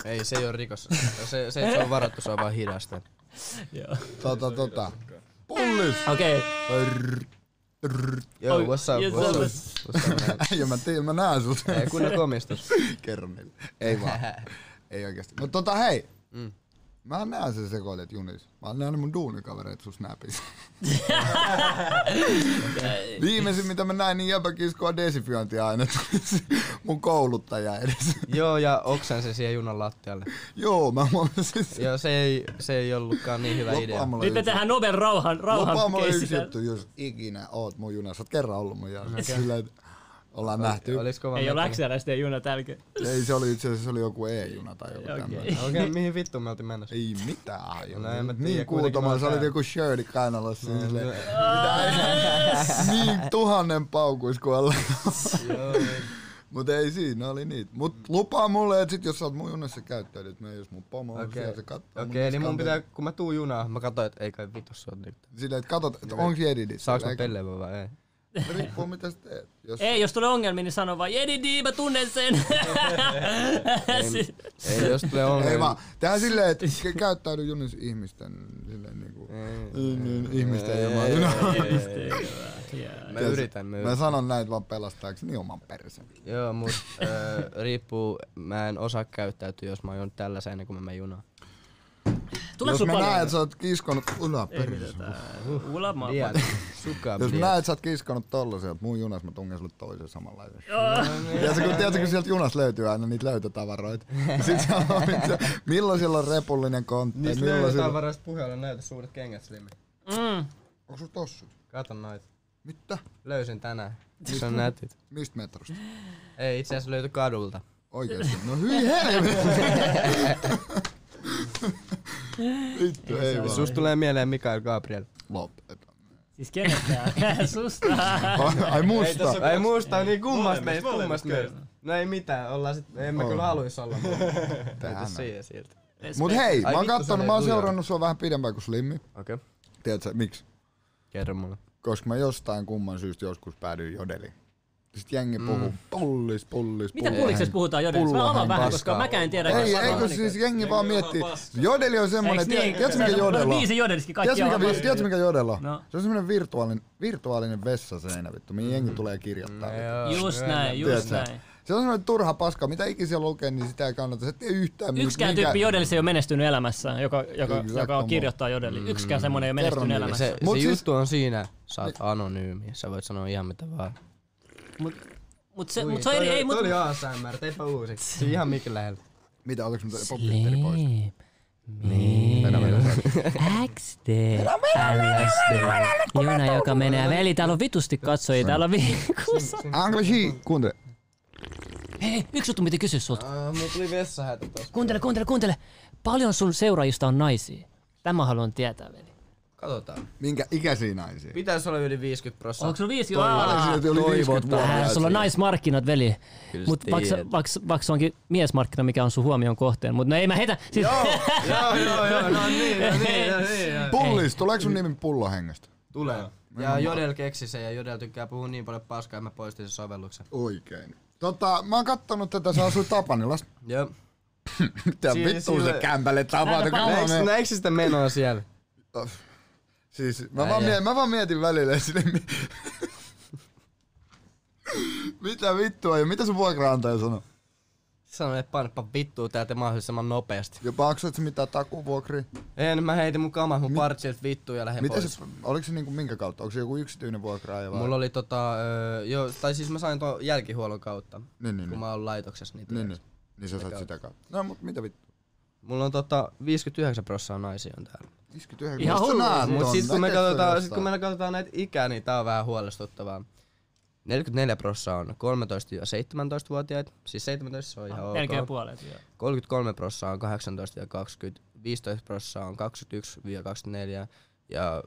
B: Ei, se ei oo rikos. Se, se, että se on varattu, se on vaan hidasta.
F: Tota, tota. Pullis!
A: Okei.
B: Joo,
A: Oi,
B: what's up?
A: yes,
B: what's up?
A: what's-
B: What's up, man?
F: Äijä, mä tiedän, mä näen sut.
B: Ei, kunnon komistus.
F: Kerro niille. Ei vaan. Ei oikeesti. Mut tota hei.
B: Mm.
F: Mä näen sen sekoilet junis. Mä oon nähnyt mun duunikavereet sun snapissa. Viimeisin mitä mä näin, niin jäbä kiskoa desifiointiainetta mun kouluttaja edes.
B: Joo, ja oksan se siihen junan lattialle.
F: Joo, mä huomasin sen.
B: Joo, se ei, se ei ollutkaan niin hyvä idea.
F: mulla
A: Nyt me
F: yksi-
A: tehdään Nobel rauhan, rauhan
F: Lupaa mulle
A: keissi
F: yksi
A: täällä.
F: juttu, jos ikinä oot mun junassa. Oot kerran ollut mun junassa. Sillä, et ollaan nähty.
B: Olis kova
A: Ei ole
B: mekko.
A: XLSD juna tälkeen.
F: Ei se oli itse asiassa, se oli joku E-juna tai joku
A: Okei.
F: tämmöinen.
B: Okei, okay, mihin vittu me oltiin mennessä?
F: Ei mitään.
B: No en mä tiedä,
F: joku- niin
B: kuitenkin Mm. mä
F: kuultama, sä
B: oon
F: olit
B: täällä.
F: joku shirti kainalossa. No,
B: Joo,
F: silleen, mitä niin tuhannen paukuis kuin alla.
B: No,
F: Mut ei siinä, oli niitä. Mut lupaa mulle, että sit jos sä oot mun junassa käyttäydyt, me jos mun pomo on
B: Okei,
F: siellä, se kattoo mun
B: Okei, eli mun
F: niskaan.
B: pitää, kun mä tuun junaan, mä katsoin, että ei kai vittu se on nyt.
F: Silleen, että katot, että onks jedidit.
B: Saaks mä
F: Eikä-
B: pelleä vai ei?
F: Riippuu mitä sä teet. Jos
A: Ei, jos tulee ongelmia, niin sano vaan, Jedidi, mä tunnen sen. Siis- Si-
B: Ei, jos tulee niin-
F: Ei
B: ongelma.
F: vaan, tehdään silleen, että ke- käyttäydy junis ihmisten, silleen niinku, niin, ihmisten ilman junaa.
B: Mä yritän, mä
F: Mä
B: yritän.
F: sanon näitä vaan pelastaakseni oman persen.
B: Joo, mut ö, riippuu, mä en osaa käyttäytyä, jos mä oon tällaisen ennen kuin mä menen junaan.
A: Tuleeko
F: Jos
A: sun
F: mä näen,
A: paljon? Äh, uh,
F: että Niin. sä oot kiskonut yläperisen.
A: Ulamaa
B: Liian,
A: paljon.
B: sukaa
F: Jos mä
B: liian.
F: näen, että sä oot kiskonut tollasen, että mun junas mä tungen sulle toisen samanlaisen.
B: No niin.
F: Tiedätkö, kun, tiedätkö, kun sieltä junas löytyy aina niitä löytötavaroita. Sitten se on, se, milloin siellä on repullinen kontti,
B: Niistä
F: milloin
B: löydetään
F: siellä...
B: varasti puheella näitä suuret kengät slimmi.
A: Mm.
F: Onko sun tossut?
B: Kato noita.
F: Mitä?
B: Löysin tänään. Se on nätit.
F: Mistä metrosta?
B: Ei, itse asiassa löytyi kadulta.
F: Oikeesti? No hyi helvetti! Vittu, ei vaan.
B: Sus Siis tulee mieleen Mikael Gabriel.
F: Lopetan.
A: Siis kenestä? Susta.
F: Ai musta.
E: tässä
B: Ei muista, niin kummasta
E: Molemmista,
B: meistä, kummasta
E: molemmista
B: meistä. No ei mitään, ollaan sit, emme
F: On.
B: kyllä haluis olla.
F: Tehdään
B: Tähän siihen silti.
F: Mut hei, mä
B: Ai
F: oon
B: vittu,
F: kattonut,
B: se
F: mä oon
B: oli lujaa.
F: seurannut sua vähän pidempään kuin Slimmi.
B: Okei.
F: Tiedätkö miksi?
B: Kerro mulle.
F: Koska mä jostain kumman syystä joskus päädyin jodeliin. Sitten jengi
B: Mm.
F: puhuu pullis, pullis,
A: Mitä
F: pullis.
A: puoliksessa puhutaan jodelista? Mä avaan
F: Pullahan
A: vähän, koska
B: paskaa.
A: mäkään en tiedä.
F: Ei,
A: koska mä
F: ei kun
A: oon-
F: siis jengi vaan miettii.
E: paskaa.
F: Jodeli on semmonen,
A: Eiks
F: tiedä-
A: niin?
F: tiedätkö mikä jodel on?
A: Niin se jodelski, kaikki
F: Tiedätkö
A: on.
F: mikä, tiedätkö, mikä jodel on?
A: No.
F: Se on semmonen virtuaalinen, virtuaalinen vessaseinä vittu, mihin jengi tulee kirjoittaa.
B: Mm,
F: vittu.
A: Just näin, just
F: Tiedätkö?
A: näin.
F: Se on semmoinen turha paska, mitä ikinä siellä lukee, niin sitä ei kannata. Se ei tiedä yhtään
A: Yksikään tyyppi jodelissa ei ole menestynyt elämässä, joka, joka,
F: Exact
A: joka
F: samoin.
A: kirjoittaa jodeli. Yksikään semmoinen ei ole
F: Kerro
A: menestynyt
F: niille.
A: elämässä.
B: Mm. Se,
F: Mut
B: se
F: siis-
B: juttu on siinä, sä oot anonyymi, sä voit sanoa ihan mitä vaan.
A: Mut, mut se, mut se on eri, ei, mut...
B: ASMR, teipä uusiksi. Se ihan mikä lähellä.
F: Mitä, otaks mitä popfilteri pois?
A: Niin. XD. Jona, joka menee. Veli, täällä on vitusti katsojia. Täällä on vi...
F: Anglisi, kuuntele.
A: Hei, yksi juttu mitä kysyä sulta.
B: Mulla tuli vessahätä tossa.
A: Kuuntele, kuuntele, kuuntele. Paljon sun seuraajista on naisia? Tämä haluan tietää, veli.
B: Katsotaan.
F: Minkä ikäisiä naisia?
B: Pitäis olla yli 50
A: Onko
B: prosenttia.
A: sulla viisi?
F: Ai,
A: Aa,
F: siitä oli 50
A: Äh,
F: vuotta.
A: sulla on naismarkkinat, veli.
B: Kyllä
A: Mut
B: sä
A: vaikka,
B: tiedät.
A: vaikka, vaikka se onkin miesmarkkina, mikä on sun huomion kohteen. Mut no ei mä heitä. Siis,
B: Joo, joo, joo, no niin, no niin, no niin. joo.
F: Pullis, tuleeko sun nimi pullohengestä?
B: Tulee. Ja Jodel keksi sen ja Jodel tykkää puhua niin paljon paskaa, että mä poistin sen sovelluksen.
F: Oikein. Tota, mä oon kattonut tätä, sä asuit Tapanilassa.
B: Joo.
F: Mitä
A: Siis
B: Siinä-
F: vittu se
B: siinä-
F: kämpäle tapahtuu? kun mä menen-
B: Näikö sitä menoa siellä?
F: Siis mä vaan,
B: Äijä.
F: mietin, mä vaan mietin välillä sinne. mi- mitä vittua ja mitä sun vuokraantaja sanoi?
B: Sanoin, että painapa vittua täältä mahdollisimman nopeasti.
F: Ja maksoit sä mitään takuvuokria?
B: En, mä heitin mun kamat mun partsilt vittuun ja lähdin
F: Mitä
B: pois.
F: se, oliko se niinku minkä kautta? Onko se joku yksityinen vuokraaja vai?
B: Mulla oli tota, öö, joo, tai siis mä sain tuon jälkihuollon kautta,
F: Niin, niin,
B: kun
F: niin.
B: mä oon laitoksessa niitä.
F: Niin, niin. Niin sä sait sitä kautta. No mut mitä vittu?
B: Mulla on tota 59 prossaa naisia on täällä.
F: 59.
A: Ihan
F: mistä sä
A: hullu.
F: näet
B: Mut
F: ton?
B: sit kun, me
F: Näkeekö sä
B: katsotaan, sit
F: jostain?
B: kun me katsotaan näitä ikää, niin tää on vähän huolestuttavaa. 44 prossaa on 13-17-vuotiaita, siis 17 se on ihan ok.
A: Ah, Melkein puolet, joo.
B: 33 prossaa on 18-20, 15 prossaa on 21-24 ja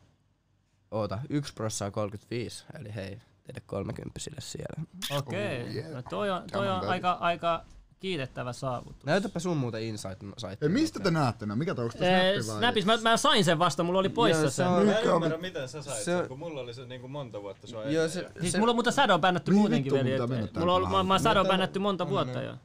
B: oota, 1 prossaa on 35, eli hei, teille kolmekymppisille siellä.
A: Okei,
F: Oh,
A: okay.
F: yeah.
A: no toi on, toi
F: Tämä on
A: on aika, aika kiitettävä saavutus.
B: Näytäpä sun muuten insight sait.
F: Ei, mistä te näette nää? Mikä tää onko
A: Eh,
F: tässä
A: Snapis, mä, mä sain sen vasta, mulla oli poissa
B: Joo,
A: se.
B: se
A: Sen.
B: on-
E: Mä en
F: Mikä on-
E: ymmärrä, miten sä sait
B: se-
E: sen, kun mulla oli se niinku monta vuotta sua
B: Joo,
E: ennen.
B: se,
A: Siis
B: se,
A: mulla on muuten sado bännätty
F: Mihin
A: muutenkin
F: vittuun
A: vielä.
F: tää
A: et-
F: mennään tää
A: Mulla on, mä, mä oon
F: maahan?
A: sado
F: Mitä-
A: bännätty monta vuotta jo.
F: En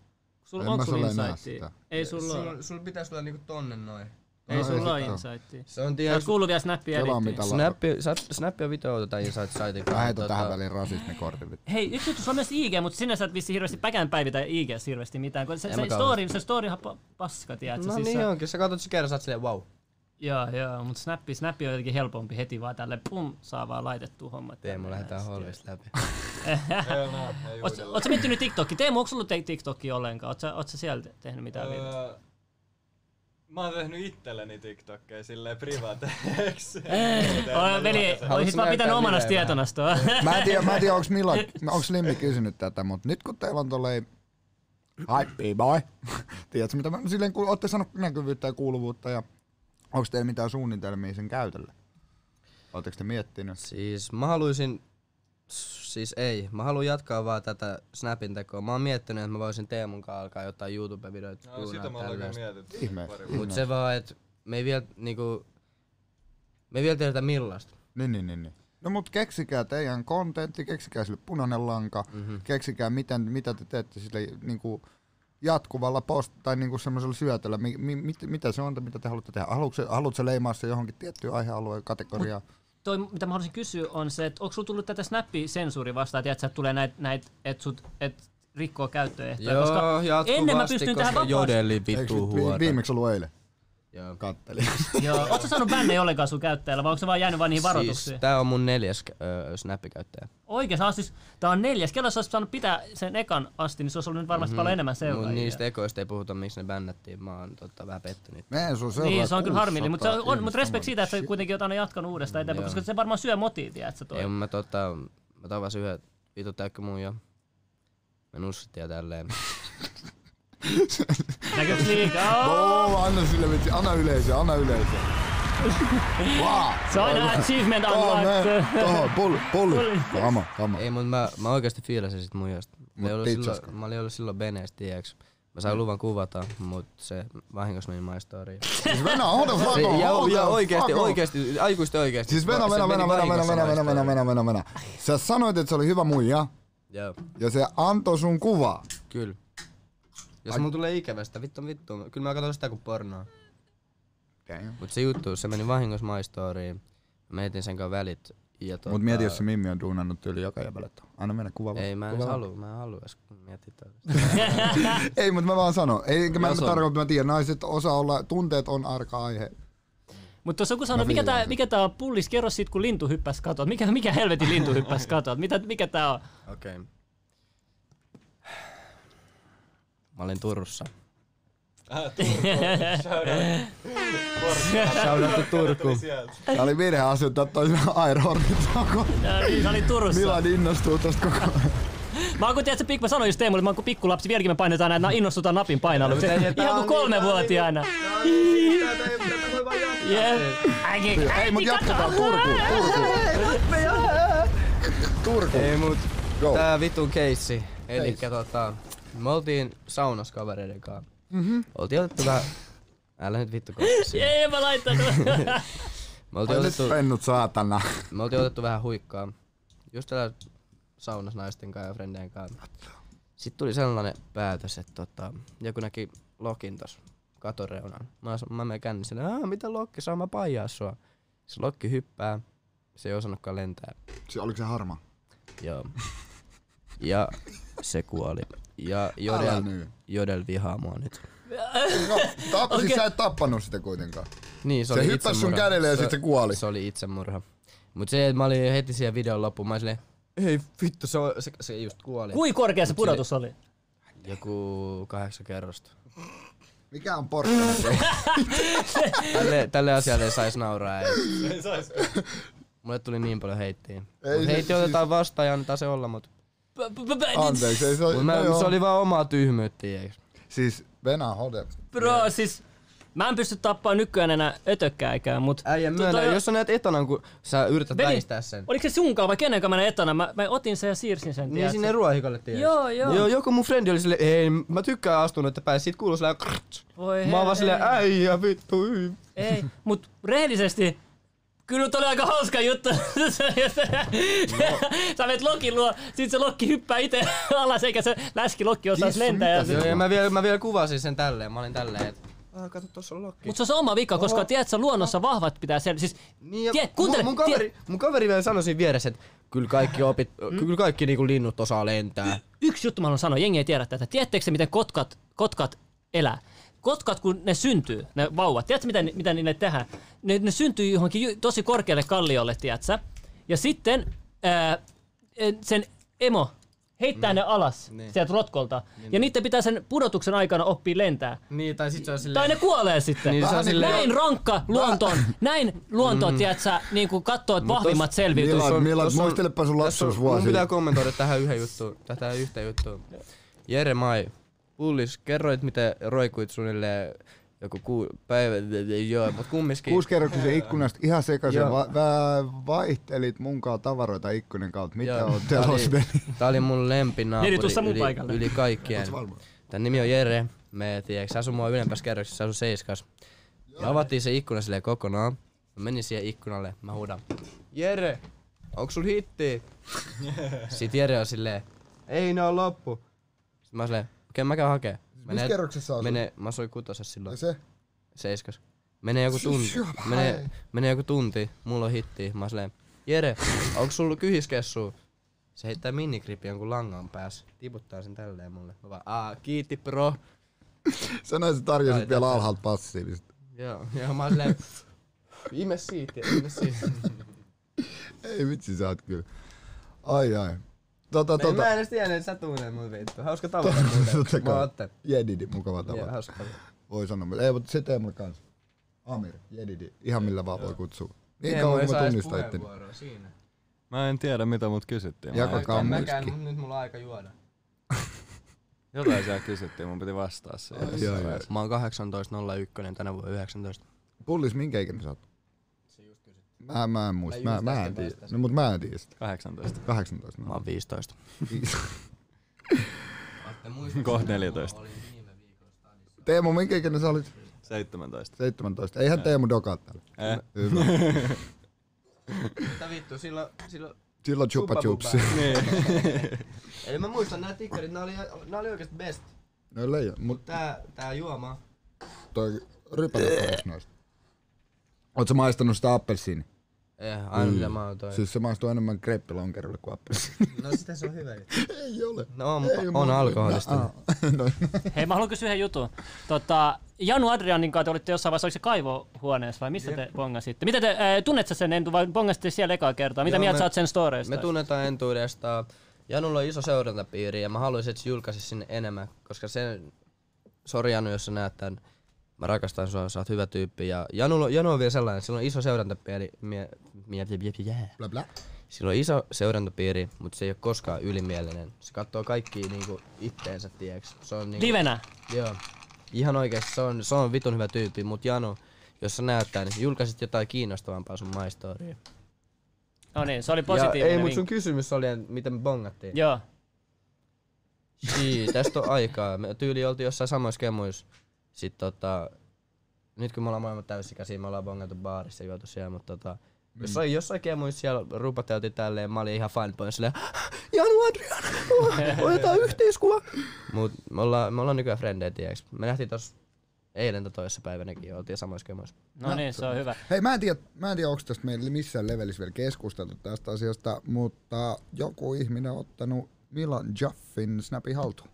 A: Sulla on
F: mä
A: sulla
F: sulle enää
A: insightia?
F: sitä.
A: Ei sulla oo.
B: sulla pitäisi olla niinku tonne noin.
A: Ei
F: No, ei
A: sulla oo
F: sitä.
A: insightia.
B: Se on
A: Sä
B: tiedä,
A: oot kuullut vielä snappia
F: Kelaa
A: editiin.
F: mitä la-
B: Snappi, sat- snappia video tätä insight saitin. kun
F: Lähetä
B: tota-
F: tähän väliin rasismikortit.
A: Hei, yksi juttu, se on myös IG, mutta sinä sä et vissi hirveästi päkään päivitä IG hirveästi mitään, kun se,
B: En
A: se,
B: mä
A: story, se story on pa- paska, tiedätkö?
B: No
A: siis
B: niin
A: se,
B: onkin, sä katsot se kerran, sä oot silleen wow.
A: Joo, joo, mutta snappi, snappi on jotenkin helpompi heti vaan tälle pum, saa vaan laitettua hommat.
B: Teemu, lähdetään hollista läpi.
E: Ei oo nää, ei
A: Oot,
E: uudella.
A: oot sä miettinyt TikTokia? Teemu, onko sulla te- TikTokia ollenkaan? Oot sä, oot sä siellä te- tehnyt mitään öö. vielä?
E: Öö, Mä oon tehnyt itselleni TikTokkeja silleen privateeksi.
A: Olen veli, olisit vaan
B: näyttää
A: pitänyt omana
B: videoja
A: tietona tuo.
F: Mä en tiedä, mä en tiedä onks, Milla, onks Limmi kysynyt tätä, mutta nyt kun teillä on tollei Hype boy. Tiedätkö mitä mä silleen, kun ootte saanut näkyvyyttä ja kuuluvuutta ja onks teillä mitään suunnitelmia sen käytölle? Oletteko te miettinyt?
B: Siis mä haluaisin, siis ei, mä haluan jatkaa vaan tätä Snapin tekoa. Mä oon miettinyt, että mä voisin Teemun kanssa alkaa jotain YouTube-videoita.
E: No sitä mä oon oikein mietitty.
F: Ihme.
B: Mut se vaan, että me ei vielä niinku, me ei vielä tiedetä millaista.
F: Niin, niin, niin, niin. No mut keksikää teidän kontentti, keksikää sille punainen lanka,
B: Mhm.
F: mm-hmm. keksikää miten, mitä te teette sille niinku, jatkuvalla post- tai niinku semmoisella syötöllä, mi, mi, mit, mitä se on, mitä te haluatte tehdä. Haluatko, haluatko leimaa se johonkin tiettyyn aihealueen kategoriaan?
A: Toi, mitä mä haluaisin kysyä, on se, että onko sulla tullut tätä snappi-sensuuri vastaan, että sä tulee näitä, näit, että sut, et rikkoo käyttöehtoja, koska ennen mä pystyin tähän vapaasti.
B: jodeli
F: Eikö nyt vi, viimeksi ollut eilen?
B: Joo.
F: Katteli.
A: Joo, oot sä saanut bännejä ollenkaan sun käyttäjällä, vai onko se vaan jäänyt vaan niihin varoituksiin?
B: Siis, tää on mun neljäs öö, snappikäyttäjä.
A: Oikein, sä oot siis, tää on neljäs. Kello sä olisit saanut pitää sen ekan asti, niin se olisi ollut nyt
F: Mhm.
A: varmasti mm-hmm. paljon enemmän
B: Mut
A: seuraajia.
B: niistä ekoista ei puhuta, miksi ne bännättiin. Mä oon tota, vähän pettynyt.
F: Meidän sun seuraa
A: Niin, se on kyllä
F: 600
A: harmillinen, mutta, se on, mutta
F: ihmistä.
A: respekt siitä, että sä kuitenkin oot aina jatkanut uudestaan eteenpäin, koska se varmaan syö motiivia, että sä toi.
B: Ei, mä tota, mä tavasin yhden vitu täykkö mun ja me nussittiin ja tälleen.
A: Näkyykö liikaa?
F: Oo, anna sille vitsi, anna yleisö, anna yleisö. Wow.
A: Se on aina achievement
F: Tohon, me-
A: unlocked.
F: tohon, pulli, pulli. Kama, kama.
B: Ei, mut mä, mä oikeesti fiilasin sit muijasta. Mä,
F: Mut Mm.
B: ei ollut
F: pitsasko?
B: silloin, mä olin ollut silloin Beneessä, tiiäks. Mä sain luvan kuvata, mut se vahingossa meni my story.
F: Siis Venä, hold the fuck
B: Se,
F: on,
B: ja,
F: hold
B: ja
F: the
B: oikeesti,
F: fuck on.
B: oikeesti, aikuisesti oikeesti.
F: Siis Venä,
B: No, Se
F: Venä,
B: meni
F: Venä, Venä, Venä,
B: vahingossa
F: Venä,
B: my
F: Venä,
B: story.
F: Venä, Venä, Venä, Venä. Sä sanoit, että se oli hyvä muija,
B: Joo,
F: ja se antoi sun kuvaa.
B: kyllä. Jos mulla tulee ikävästä, vittu vittu. Kyllä mä katson sitä kuin pornoa. Mut se juttu, se meni vahingossa my storyin. Mä mietin sen kanssa välit. Ja tota,
F: Mut mieti, jos se Mimmi on duunannut yli joka jäbälettä. Anna mennä kuva vaan.
B: Ei, mä en
F: Kuva
B: edes
F: vaan.
B: halua, mä en halua edes kun mietin tätä.
F: Ei, mutta mä vaan sanon. Ei, enkä mä en
B: Jos on.
F: tarkoita, mä tiedän, naiset osaa olla, tunteet on arka aihe.
A: Mutta tuossa joku sanoi, mikä
F: viilaan
A: tää,
F: sen.
A: mikä tää on pullis, kerro sit kun lintu hyppäs katot. Mikä, mikä helvetin lintu hyppäs katot? Mitä, mikä tää on?
B: Okei. Okay. Mä olin Turussa. Shoutout Turku.
F: Tää oli virhe asettaa toisen Air Hornet takoon.
A: Tää- Se oli Turussa.
F: Milan innostuu tosta koko ajan.
A: Mä oon kun tiedät, pik, mä sanoin just Teemulle, mä oon kun pikkulapsi, vieläkin me painetaan näitä, nää innostutaan napin painalla. Se- Ihan kuin
F: niin-
A: kolmevuotiaana. Jep. Äki,
F: Ei, mut
A: äiti,
F: jatketaan
A: kato.
F: Turku, Turku. Turku.
B: Ei mut,
F: Go.
B: tää vitun keissi. Elikkä tota, me oltiin saunassa kavereiden kanssa. Mm-hmm. Oltiin otettu vähän... Älä nyt vittu kohdassa.
A: Ei, mä laitan.
B: Me oltiin,
F: Ai nyt
B: otettu,
F: pennut saatana.
B: me oltiin otettu vähän huikkaa. Just täällä saunassa naisten kanssa ja frendien kanssa. Sitten tuli sellainen päätös, että tota, joku näki lokin tos katoreunaan. Mä, sa- mä menen kännissä, että mitä lokki, saa mä paijaa sua. Se lokki hyppää, se ei osannutkaan lentää.
F: Se- Oliko se harma?
B: Joo. Ja se kuoli. Ja
F: Älä
B: Jodel,
F: nyt.
B: Jodel vihaa mua nyt.
F: No, tappa, siis sä et tappanut sitä kuitenkaan.
B: Niin, se,
F: Se
B: oli
F: hyppäsi sun
B: itsemurha.
F: kädelle ja sit se kuoli.
B: Se oli itsemurha. Mut se, että mä olin heti siellä videon loppuun, mä olin silleen, ei vittu, se, on- se, se just kuoli.
A: Kui korkea se pudotus oli?
B: Joku kahdeksan kerrosta.
F: Mikä on porkkana?
B: Tälle, tälle asialle ei saisi nauraa. Ei.
E: Ei sais.
B: Mulle tuli niin paljon heittiä.
F: Ei
B: Mut
F: se- siis-
B: heitti otetaan vastaan ja annetaan se olla, mut,
F: Anteeksi, ei se ole.
B: mut mä,
F: no
B: se
F: joo.
B: oli vaan omaa tyhmyyttä, tiiäks.
F: Siis Vena Hode.
A: Bro, siis mä en pysty tappaa nykyään enää ötökkääkään, mut...
B: Äijä myönnä,
A: Tota-
B: jos sä näet etanan, kun sä yrität
A: Veli,
B: väistää sen.
A: Oliko se sunkaan vai kenenkaan mä näin etana? Mä, mä otin sen ja siirsin sen,
B: Niin
A: tiedätkö?
B: sinne ruohikolle, tiiäks.
A: Joo, joo.
B: Joo, joku mun frendi oli silleen, ei, mä tykkään astunut, että pääsit. Sit kuuluu silleen krrts.
A: Voi
B: Mä oon vaan silleen,
A: herra, ei.
B: äijä vittu, y-
A: Ei, mut rehellisesti Kyllä nyt oli aika hauska juttu.
B: No.
A: Sä menet lokin luo, sit se lokki hyppää itse alas, eikä se läski lokki osaa
F: Jissu,
A: lentää. Ja
F: mitä
A: se...
B: Joo, ja mä vielä, mä vielä kuvasin sen tälleen, mä olin tälleen, että Ah, kato, tossa on lokki.
A: Mut se on se oma vika, koska tiedät sä luonnossa vahvat pitää sel... Siis,
B: Niin ja
A: Tie-
B: mu-
A: kuuntele,
B: mun,
A: tie-
B: kaveri, mun kaveri vielä sanoi siinä vieressä, että kyllä kaikki, opit, kyllä kaikki niinku linnut osaa lentää.
A: yksi juttu mä haluan sanoa, jengi ei tiedä tätä. Tiedättekö se, miten kotkat, kotkat elää? Kotkat, kun ne syntyy, ne vauvat, tiedätkö mitä, ni- mitä niille tehdään? Ne, ne syntyy johonkin ju- tosi korkealle kalliolle, tiedätkö? Ja sitten ää, en- sen emo heittää mm. ne alas niin.
B: Niin.
A: sieltä rotkolta. Niin. Ja niiden pitää sen pudotuksen aikana oppia lentää.
B: Niin, tai sit se on
A: Tai ne kuolee sitten.
B: Niin, se on silleen-
A: näin rankka luontoon, näin luontoon, mm. tiedätkö, niin kuin katsoo, että vahvimmat selviytyy.
F: Milloin-
B: on-
F: milloin-
B: tossa on-
F: muistelepa sun
B: tässä on-
F: lapsuusvuosia.
B: Mun pitää kommentoida tähän yhden juttuun, tätä yhtä juttuun. Jere Mai, Pullis, kerroit miten roikuit suunnilleen joku ku, päivä, joo, mut kumminkin.
F: Kuusikerroksisen ikkunasta ihan sekaisin.
B: Joo.
F: Va- vä- vaihtelit munkaan tavaroita ikkunan kautta. Mitä
B: Joo,
F: on
B: tää
F: telos
B: oli- Tää oli mun lempinaapuri
A: Jere, tuu sä Niin, mun paikalle.
B: yli, yli kaikkien. Tän nimi on Jere. Me tiiäks, asuu mua ylempässä kerroksessa, se asuu seiskas. Ja avattiin se ikkuna silleen kokonaan. Mä menin siihen ikkunalle, mä huudan. Jere, onks sul hitti? Sit Jere on silleen, ei ne on loppu. Sit mä oon silleen, okei okay, mä käyn hakee.
F: Siis Missä kerroksessa asut?
B: Mene, mä asuin kutosessa
F: Ja
B: silloin,
F: Se?
B: seiskas. Menee joku tunti,
F: Joo,
B: menee, menee joku tunti, mulla on hitti. Mä oon silleen, Jere, onks sulla kyhiskessu? Se heittää minikripi jonkun langan päässä. Tiputtaa sen tälleen mulle. Mä vaan, aa, kiitti bro.
F: Sanoin, että tarjosit
B: Ai, tota-
F: vielä
B: tätä.
F: alhaalta passiivista.
B: Joo, joo, mä oon silleen, ime siitä, ime siitä.
F: Ei vitsi, sä oot kyllä. Ai ai. Tota,
B: Tota.
F: tota.
B: Mä en edes tiennyt, että sä tunnet mun vittu. Hauska tavata muuten.
F: Totta
B: Mä
F: kai.
B: oon ottanut.
F: Jedidi, mukava
B: Joo,
F: tavata.
B: hauska tavata.
F: Voi sanoa, mutta ei, mutta se Teemulla kanssa. Amir, Jedidi, ihan millä vaan voi kutsua. Niin
B: Teemu
F: kauan
B: ei
F: kun mä
B: saa edes
F: tunnistan itteni.
B: puheenvuoroa siinä.
E: Mä en tiedä mitä mut kysyttiin. Mä
F: Jako-
E: en-
F: Alkaa
B: En mäkään,
F: muisti.
B: mut nyt mulla on aika juoda.
E: Jotain siellä kysyttiin, mun piti vastaa siihen.
F: Joo, joo.
B: Mä oon 18.01, tänä vuonna 19.
F: Pullis, minkä ikäinen sä oot? Mä, mä en muista,
B: Mä
F: mä,
B: just
F: mä en
B: äsken
F: tiedä.
B: vastasin.
F: No, mut mä en tiedä sitä.
E: 18.
F: 18.
B: Mä
F: No.
B: oon 15.
E: Kohta 14.
F: Teemu, minkä ikäinen sä olit?
E: 17.
F: 17. Eihän Teemu dokaa täällä.
E: Eh.
F: Hyvä.
B: Mitä vittu, silloin, silloin...
F: Silloin chupa chupsi.
E: Niin.
B: Eli mä muistan nää tikkarit, nää oli, nää oli oikeesti best.
F: No leija, mut
B: Tää, tää juoma.
F: toi rypäle pois noista. Oot sä maistanut sitä appelsiini?
B: Eh, aina mitä mä oon toi.
F: Siis se maistuu enemmän kreppilonkerolle kuin appelsiini.
B: No sitä se on hyvä juttu.
F: Ei ole.
B: No on,
F: Ei
B: on
F: muuta.
B: alkoholista.
F: Ah, no,
A: Hei, mä haluan kysyä yhden jutun. Tota, Janu Adrianin kanssa te olitte jossain vaiheessa, oliko se kaivohuoneessa vai missä te bongasitte? Mitä te, äh, tunnet sä sen Entu vai bongasitte siellä ekaa kertaa? Mitä
B: Joo,
A: mieltä
B: me-
A: sä oot sen storeista?
B: Me tunnetaan entuudestaan. Janulla on iso seurantapiiri ja mä haluaisin, että se julkaisi sinne enemmän, koska sen... Sori Janu, jos sä näet tän. Mä rakastan sua, sä oot hyvä tyyppi. Ja Janu, Janu on vielä sellainen, sillä on iso seurantapiiri. Mie, mie, mie, mie, mie,
F: bla bla.
B: Sillä on iso seurantapiiri, mutta se ei ole koskaan ylimielinen. Se katsoo kaikki niinku itteensä, tieks. Se on niinku,
A: Livenä.
B: Joo. Ihan oikeesti, se on, se on vitun hyvä tyyppi, mut Janu, jos sä näyttää, niin julkaisit jotain kiinnostavampaa sun maistoriin.
A: No niin, se oli
B: Ja ei,
A: positiivinen
B: mut
A: vinkki.
B: sun kysymys oli, että miten me bongattiin.
A: Joo.
B: Jii, Niin, tästä on aikaa. Me tyyli oltiin jossain samoissa kemuissa. Sit tota, nyt kun me ollaan molemmat täysikäisiä, me ollaan bongattu baarissa ja juotu siellä, mut tota, mm. jossain, jossain kemuissa siellä rupateltiin tälleen, mä olin ihan fanpoin silleen, Janu Adrian, o- otetaan yhteiskuva. Mut me ollaan, me ollaan nykyään frendejä, tiiäks. Me nähtiin tos eilen tai toisessa päivänäkin, oltiin samoissa kemuissa.
A: No niin, se on hyvä.
F: Hei, mä en tiedä, mä en tiedä onko tästä meillä missään levelissä vielä keskusteltu tästä asiasta, mutta joku ihminen on ottanut Milan Jaffin snapin haltuun.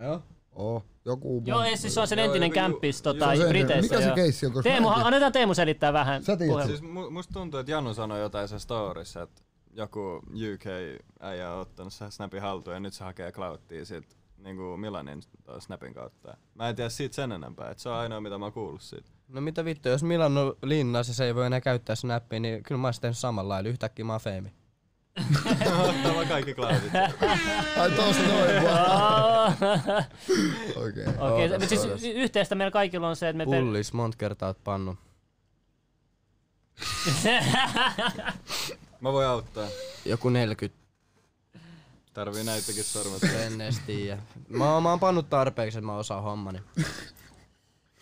B: Joo.
F: Oh, joku
A: Joo, ei, siis se on sen entinen kämppis tota,
F: Joo, se-
A: Briteissä.
F: mikä se
A: joo.
F: keissi on, koska
A: Teemu,
F: mä en tiedä.
A: annetaan Teemu selittää vähän
F: Sä tiedät
A: puhelua.
E: Siis mu- musta tuntuu, että Janu sanoi jotain sen storissa, että joku UK-äijä on ottanut sen snapin haltuun ja nyt se hakee klauttia siitä niinku Milanin tota, Snapin kautta. Mä en tiedä siitä sen enempää, että se on ainoa mitä mä oon kuullut siitä.
B: No mitä vittu, jos Milan on linnassa ja se ei voi enää käyttää snappia, niin kyllä mä oon sitten samalla lailla. Yhtäkkiä mä oon feemi.
E: Ottaa vaan kaikki klaavit.
F: Ai tos noin vaan.
A: Okei,
F: Okei.
B: Ootas,
A: mutta siis
B: ootas.
A: y- yhteistä meillä kaikilla on se, että me... per-
B: Pullis, monta kertaa oot pannu.
E: Mä voin auttaa.
B: Joku 40
E: Tarvii näitäkin sormet.
B: en edes tiedä. Mä, oon- mä oon pannut tarpeeksi, että mä osaan hommani.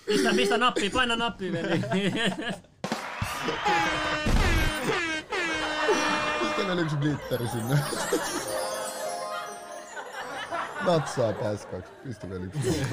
A: Pistä, pistä nappi, paina nappi, veli.
F: Sitten vielä yksi glitteri sinne. Natsaa paskaksi. Pistä vielä yksi.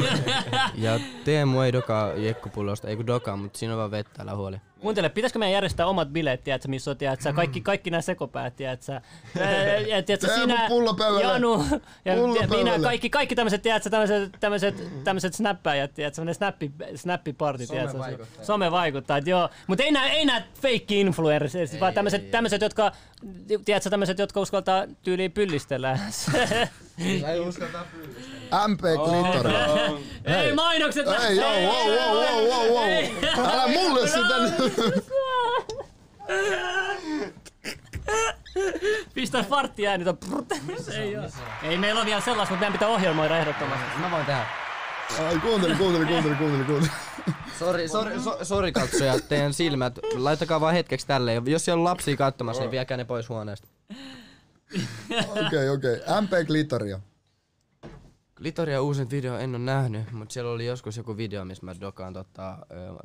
B: Ja Teemu ei dokaa jekkupullosta, ei kun dokaa, mutta siinä on vaan vettä, älä huoli.
A: Kuuntele, pitäisikö meidän järjestää omat bileet, tiedätkö, missä on,
F: Mm.
A: tiedätkö, kaikki, kaikki nämä sekopäät, tiedätkö, Ää, ja tiedätkö,
F: Teemu
A: sinä,
F: pullapöydälle.
A: Janu, ja
F: Pullapöydälle.
A: minä, kaikki, kaikki tämmöiset, tiedätkö, tämmöiset, tämmöiset, tämmöiset snappäjät, tiedätkö, semmoinen snappi, snappiparti, tiedätkö,
B: Somevaikuttajat.
A: somevaikuttajat, joo, mutta ei nää, ei nää fake influencers, vaan tämmöiset, tämmöiset, jotka, tiedätkö, tämmöiset, jotka uskaltaa tyyliin pyllistellä.
B: Ei uskalta
F: MP Glitteri.
A: ei mainokset!
F: Ei, joo, wow, wow, wow, wow, wow.
A: ei.
F: Älä mulle sitä nyt.
A: Pistä farttiääni tuon prrt. Ei, oo. ei meillä ole vielä sellaista, mutta meidän pitää ohjelmoida ehdottomasti.
B: Mä voin tehdä.
F: Ai kuuntele, kuuntele, kuuntele, kuuntele, kuuntele.
B: Sori, sori, so, sori katsojat, teidän silmät. Laittakaa vaan hetkeksi tälleen. Jos siellä on lapsia katsomassa, niin viekää ne pois huoneesta.
F: Okei, okei. MP Glitteria.
B: Litoria uusin video en ole nähnyt, mutta siellä oli joskus joku video, missä mä dokaan tota, ö,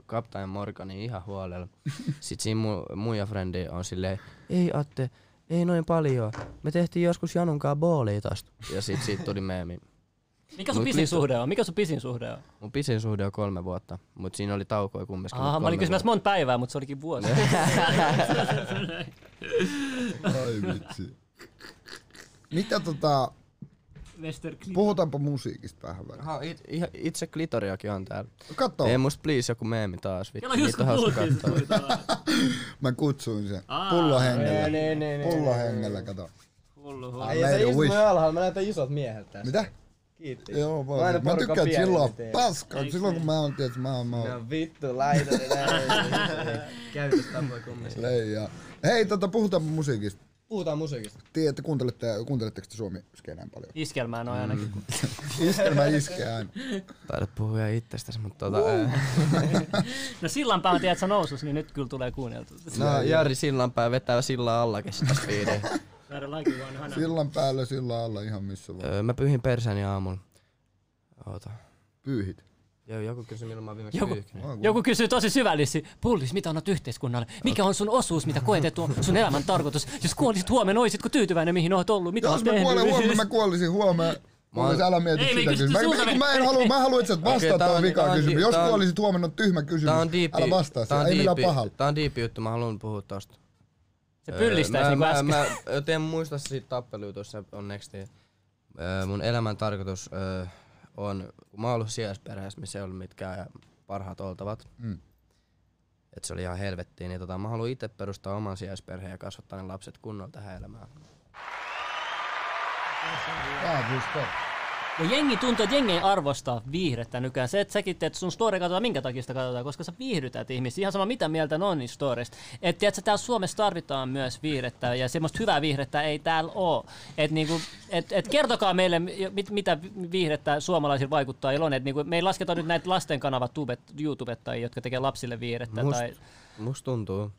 B: Captain Morganin ihan huolella. Sitten siinä mu, muija frendi on silleen, ei Atte, ei noin paljon. Me tehtiin joskus Janunkaan boolia tosta. Ja sit siitä tuli meemi.
A: Mikä sun
B: Mut
A: pisin
B: mistä-
A: suhde on? Mikä sun pisin suhde on?
B: Mun pisin suhde on kolme vuotta, mut siinä oli taukoja kumminkin.
A: Aha,
B: mut
A: mä olin
B: kolme
A: kysymässä monta päivää, mutta se olikin vuosi.
F: Ai vitsi. Mitä tota, puhutaanpa musiikista vähän vähän.
B: vuotta. Aha, it, ihan- itse klitoriakin on täällä.
F: Katso,
B: Ei musta please joku meemi taas. Vittu,
A: Kello just
B: niitä on hauska
A: puhuttiin
B: katsoa.
A: siitä.
F: mä kutsuin sen. Pullo hengellä. Pullo hengellä, kato.
A: Hullu, hullu.
F: I made a wish.
B: alhaalla, mä näytän isot miehet tässä.
F: Mitä?
B: Kiitti.
F: Joo, voi. Mä tykkään chillaa paskaa. Silloin kun mä oon, tiedätkö, mä oon, mä oon
B: vittu, laita ne näin. Käytöstapoja
F: Niin.
B: kummista.
F: leija. Hei, tota, puhutaanpa musiikista.
B: Puhutaan musiikista.
F: Tiedätte, kuuntelette, kuunteletteko te suomi skenään paljon?
A: Iskelmää noin ainakin.
F: Iskelmä iskee aina.
B: Taidat puhua itsestäsi, mutta tota... ää,
A: No sillanpää on tiedätkö nousus, niin nyt kyllä tulee kuunneltua.
B: No Jari Sillanpää vetää sillä allakin sitä speediä.
A: Todellakin vanhana.
F: Sillan päällä, sillan alla, ihan missä vaan.
B: Öö, mä pyyhin persäni aamulla. Oota.
F: Pyyhit.
B: Joo, joku kysyi milloin mä oon viimeksi
A: Joku-
B: pyyhkinyt.
A: Joku kysyy tosi syvällisesti, Pullis, mitä annat yhteiskunnalle? Mikä on sun osuus, mitä koet, että on sun elämän tarkoitus? Jos kuolisit huomenna, oisitko tyytyväinen, mihin oot ollut? Mitä
F: Jos
A: oot
F: mä
A: tehnyt?
F: kuolen huomenna,
B: siis.
F: mä kuolisin huomenna. Mä... Älä mieti
A: Ei,
F: ei,
A: me
F: sitä
A: kysytty
F: kysymystä. Mä,
A: sulta
F: mä,
A: mitään.
F: mä, en halua, mä haluan itse asiassa vastaa
B: Okei, tää
F: okay,
B: on-
F: tuohon
B: tää
F: vikaan
B: on-
F: kysymykseen. Jos
B: tää on-
F: kuolisit huomenna, on tyhmä kysymys.
B: Tää on diipi.
F: Älä vastaa
B: tää
F: sitä,
B: on
F: ei millään
B: diipi-
F: pahalla.
B: Tää on diipi juttu, mä haluan puhua tosta.
A: Se pyllistäisi niin
B: Öö, mä,
A: kuin äsken.
B: Mä, mä, te en muista siitä tappelua tuossa onneksi. Öö, mun elämän tarkoitus öö, on, kun mä oon ollut sijaisperheessä, missä ei ollut mitkään parhaat oltavat.
F: Mm.
B: Et se oli ihan helvettiin. Niin tota, mä haluan itse perustaa oman sijaisperheen ja kasvattaa ne lapset kunnolla tähän elämään.
F: Tää on siis just toi.
A: Ja jengi tuntuu, että jengi ei arvostaa viihdettä nykyään. Se, että säkin teet sun story katsotaan, minkä takia sitä katsotaan, koska sä viihdytät ihmisiä. Ihan sama, mitä mieltä ne on niistä storista. Että tiedätkö, täällä Suomessa tarvitaan myös viihdettä ja semmoista hyvää viihdettä ei täällä oo. Että niinku, et, et kertokaa meille, mit, mitä viihdettä suomalaisilla vaikuttaa on. Että niinku, me ei lasketa nyt näitä lasten kanavat tubet, YouTubet tai jotka tekee lapsille viihdettä.
B: Must-
A: Tai...
B: Musta tuntuu,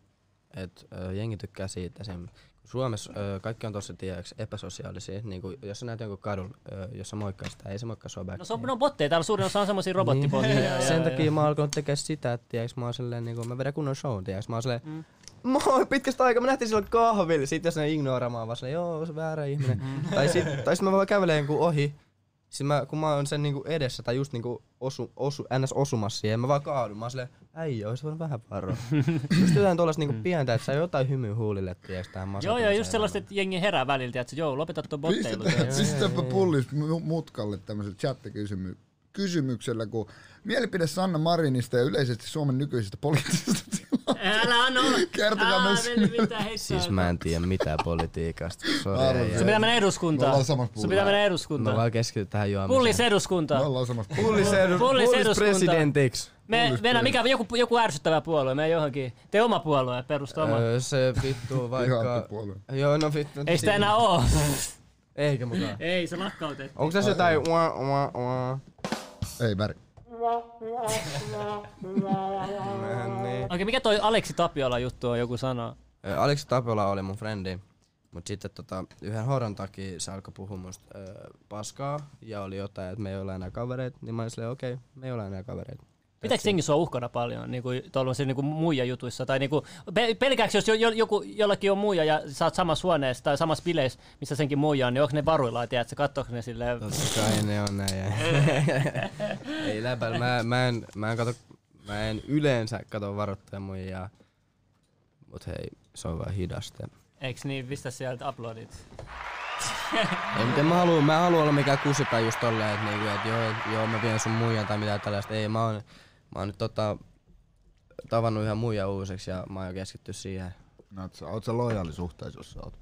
B: että jengi tykkää siitä sen. Suomessa ö, kaikki on tosi tiedäks epäsosiaalisia. Niin kun, jos sä näet jonkun kadun, ö, jos sä moikkaa sitä, ei se moikkaa sua back.
A: No se on, ne on botteja, täällä suurin osa on semmoisia robottibotteja.
B: Niin.
A: ja-
B: Sen
A: ja-
B: takia mä oon alkanut tekee sitä, että tiiäks, mä oon silleen, niinku, mä vedän kunnon shown, tiiäks, mä oon silleen, mm. Moi, pitkästä aikaa, mä nähtiin silloin kahvilla, sit jos ne ignoraamaan, vaan silleen, joo, se väärä ihminen.
A: Mm.
B: tai sit, tai sit mä vaan kävelen jonkun ohi, sit mä, kun mä oon sen niinku edessä tai just niinku osu, osu, ns osumassa siihen, mä vaan kaadun, mä oon silleen, äijä, ois voinut vähän varoa. just jotain tollas niinku pientä, että saa jotain hymyä huulille, tiiäks, tähän
A: Mm. Joo, joo, just
B: masentumiseen
A: sellaista, että jengi herää väliltä, että joo, lopeta tuon botteilu.
F: Pistetään, pistetäänpä pullis mu- mutkalle tämmöisellä chattikysymyksellä, kun mielipide Sanna Marinista ja yleisesti Suomen nykyisestä poliittisesta tilanteesta.
A: Älä anna olla.
F: Kertokaa
A: Älä
F: myös.
A: veli mitään heittoa.
B: Siis mä en tiedä mitään politiikasta.
F: Arvo,
B: Sori.
A: Sun
B: äijä.
A: pitää mennä
F: Me
A: eduskuntaan.
F: ollaan
A: Sun
F: samassa
A: pitää
F: puolueessa.
A: mennä
B: Mä
A: eduskuntaan.
B: vaan keskityn tähän
A: Pullis
B: juomiseen.
A: eduskuntaa.
F: Me ollaan samassa
B: Pullis, edu-
A: Pullis eduskunta.
B: presidentiksi.
A: Me, mennään, mikä, joku, joku ärsyttävä puolue, me johonkin. Te oma puolue, perusta oma.
B: Öö, se vittu
F: Ihan
B: vaikka...
F: puolella.
B: Joo, no vittu.
A: Ei sitä enää oo.
B: Eikä mukaan.
A: Ei, se lakkautettiin.
B: Onko tässä jotain... Ua, ua, ua?
F: Ei väri.
B: Äh, Niin.
A: Okei, mikä toi Aleksi Tapiola juttu on, joku sana?
B: Ö, Aleksi Tapiola oli mun frendi. Mut sitten tota, yhden horon takia se alkoi puhua musta ö, paskaa. Ja oli jotain, että me ei ole enää kavereita. Niin mä olin silleen, okei, me ei ole enää kavereita.
A: Pitääkö jengissä olla uhkana paljon niin kuin, niin kuin muija jutuissa? Tai niin kuin, pe- pelkääks, jos jo, jo, joku, jollakin on muija ja sä oot samassa huoneessa tai samassa bileissä, missä senkin muija on, niin onko ne varuillaan, tiedätkö, katsoiko ne silleen?
B: Totta kai ne on näin. ei läpällä. Mä, mä, en, mä, en kato, mä en yleensä kato varoittaja muijaa. Mut hei, se on vaan hidasta.
A: Eiks niin, pistä sieltä uploadit?
B: Ei, miten mä haluun, mä en halua olla mikään kusi tai just tolleen, että niinku, et joo, et joo, mä vien sun muijan tai mitään tällaista. Ei, mä oon, mä oon nyt tota, tavannut ihan muija uusiksi ja mä oon jo keskitty siihen.
F: No, oot sä, oot sä lojaali suhteessa, jos sä oot?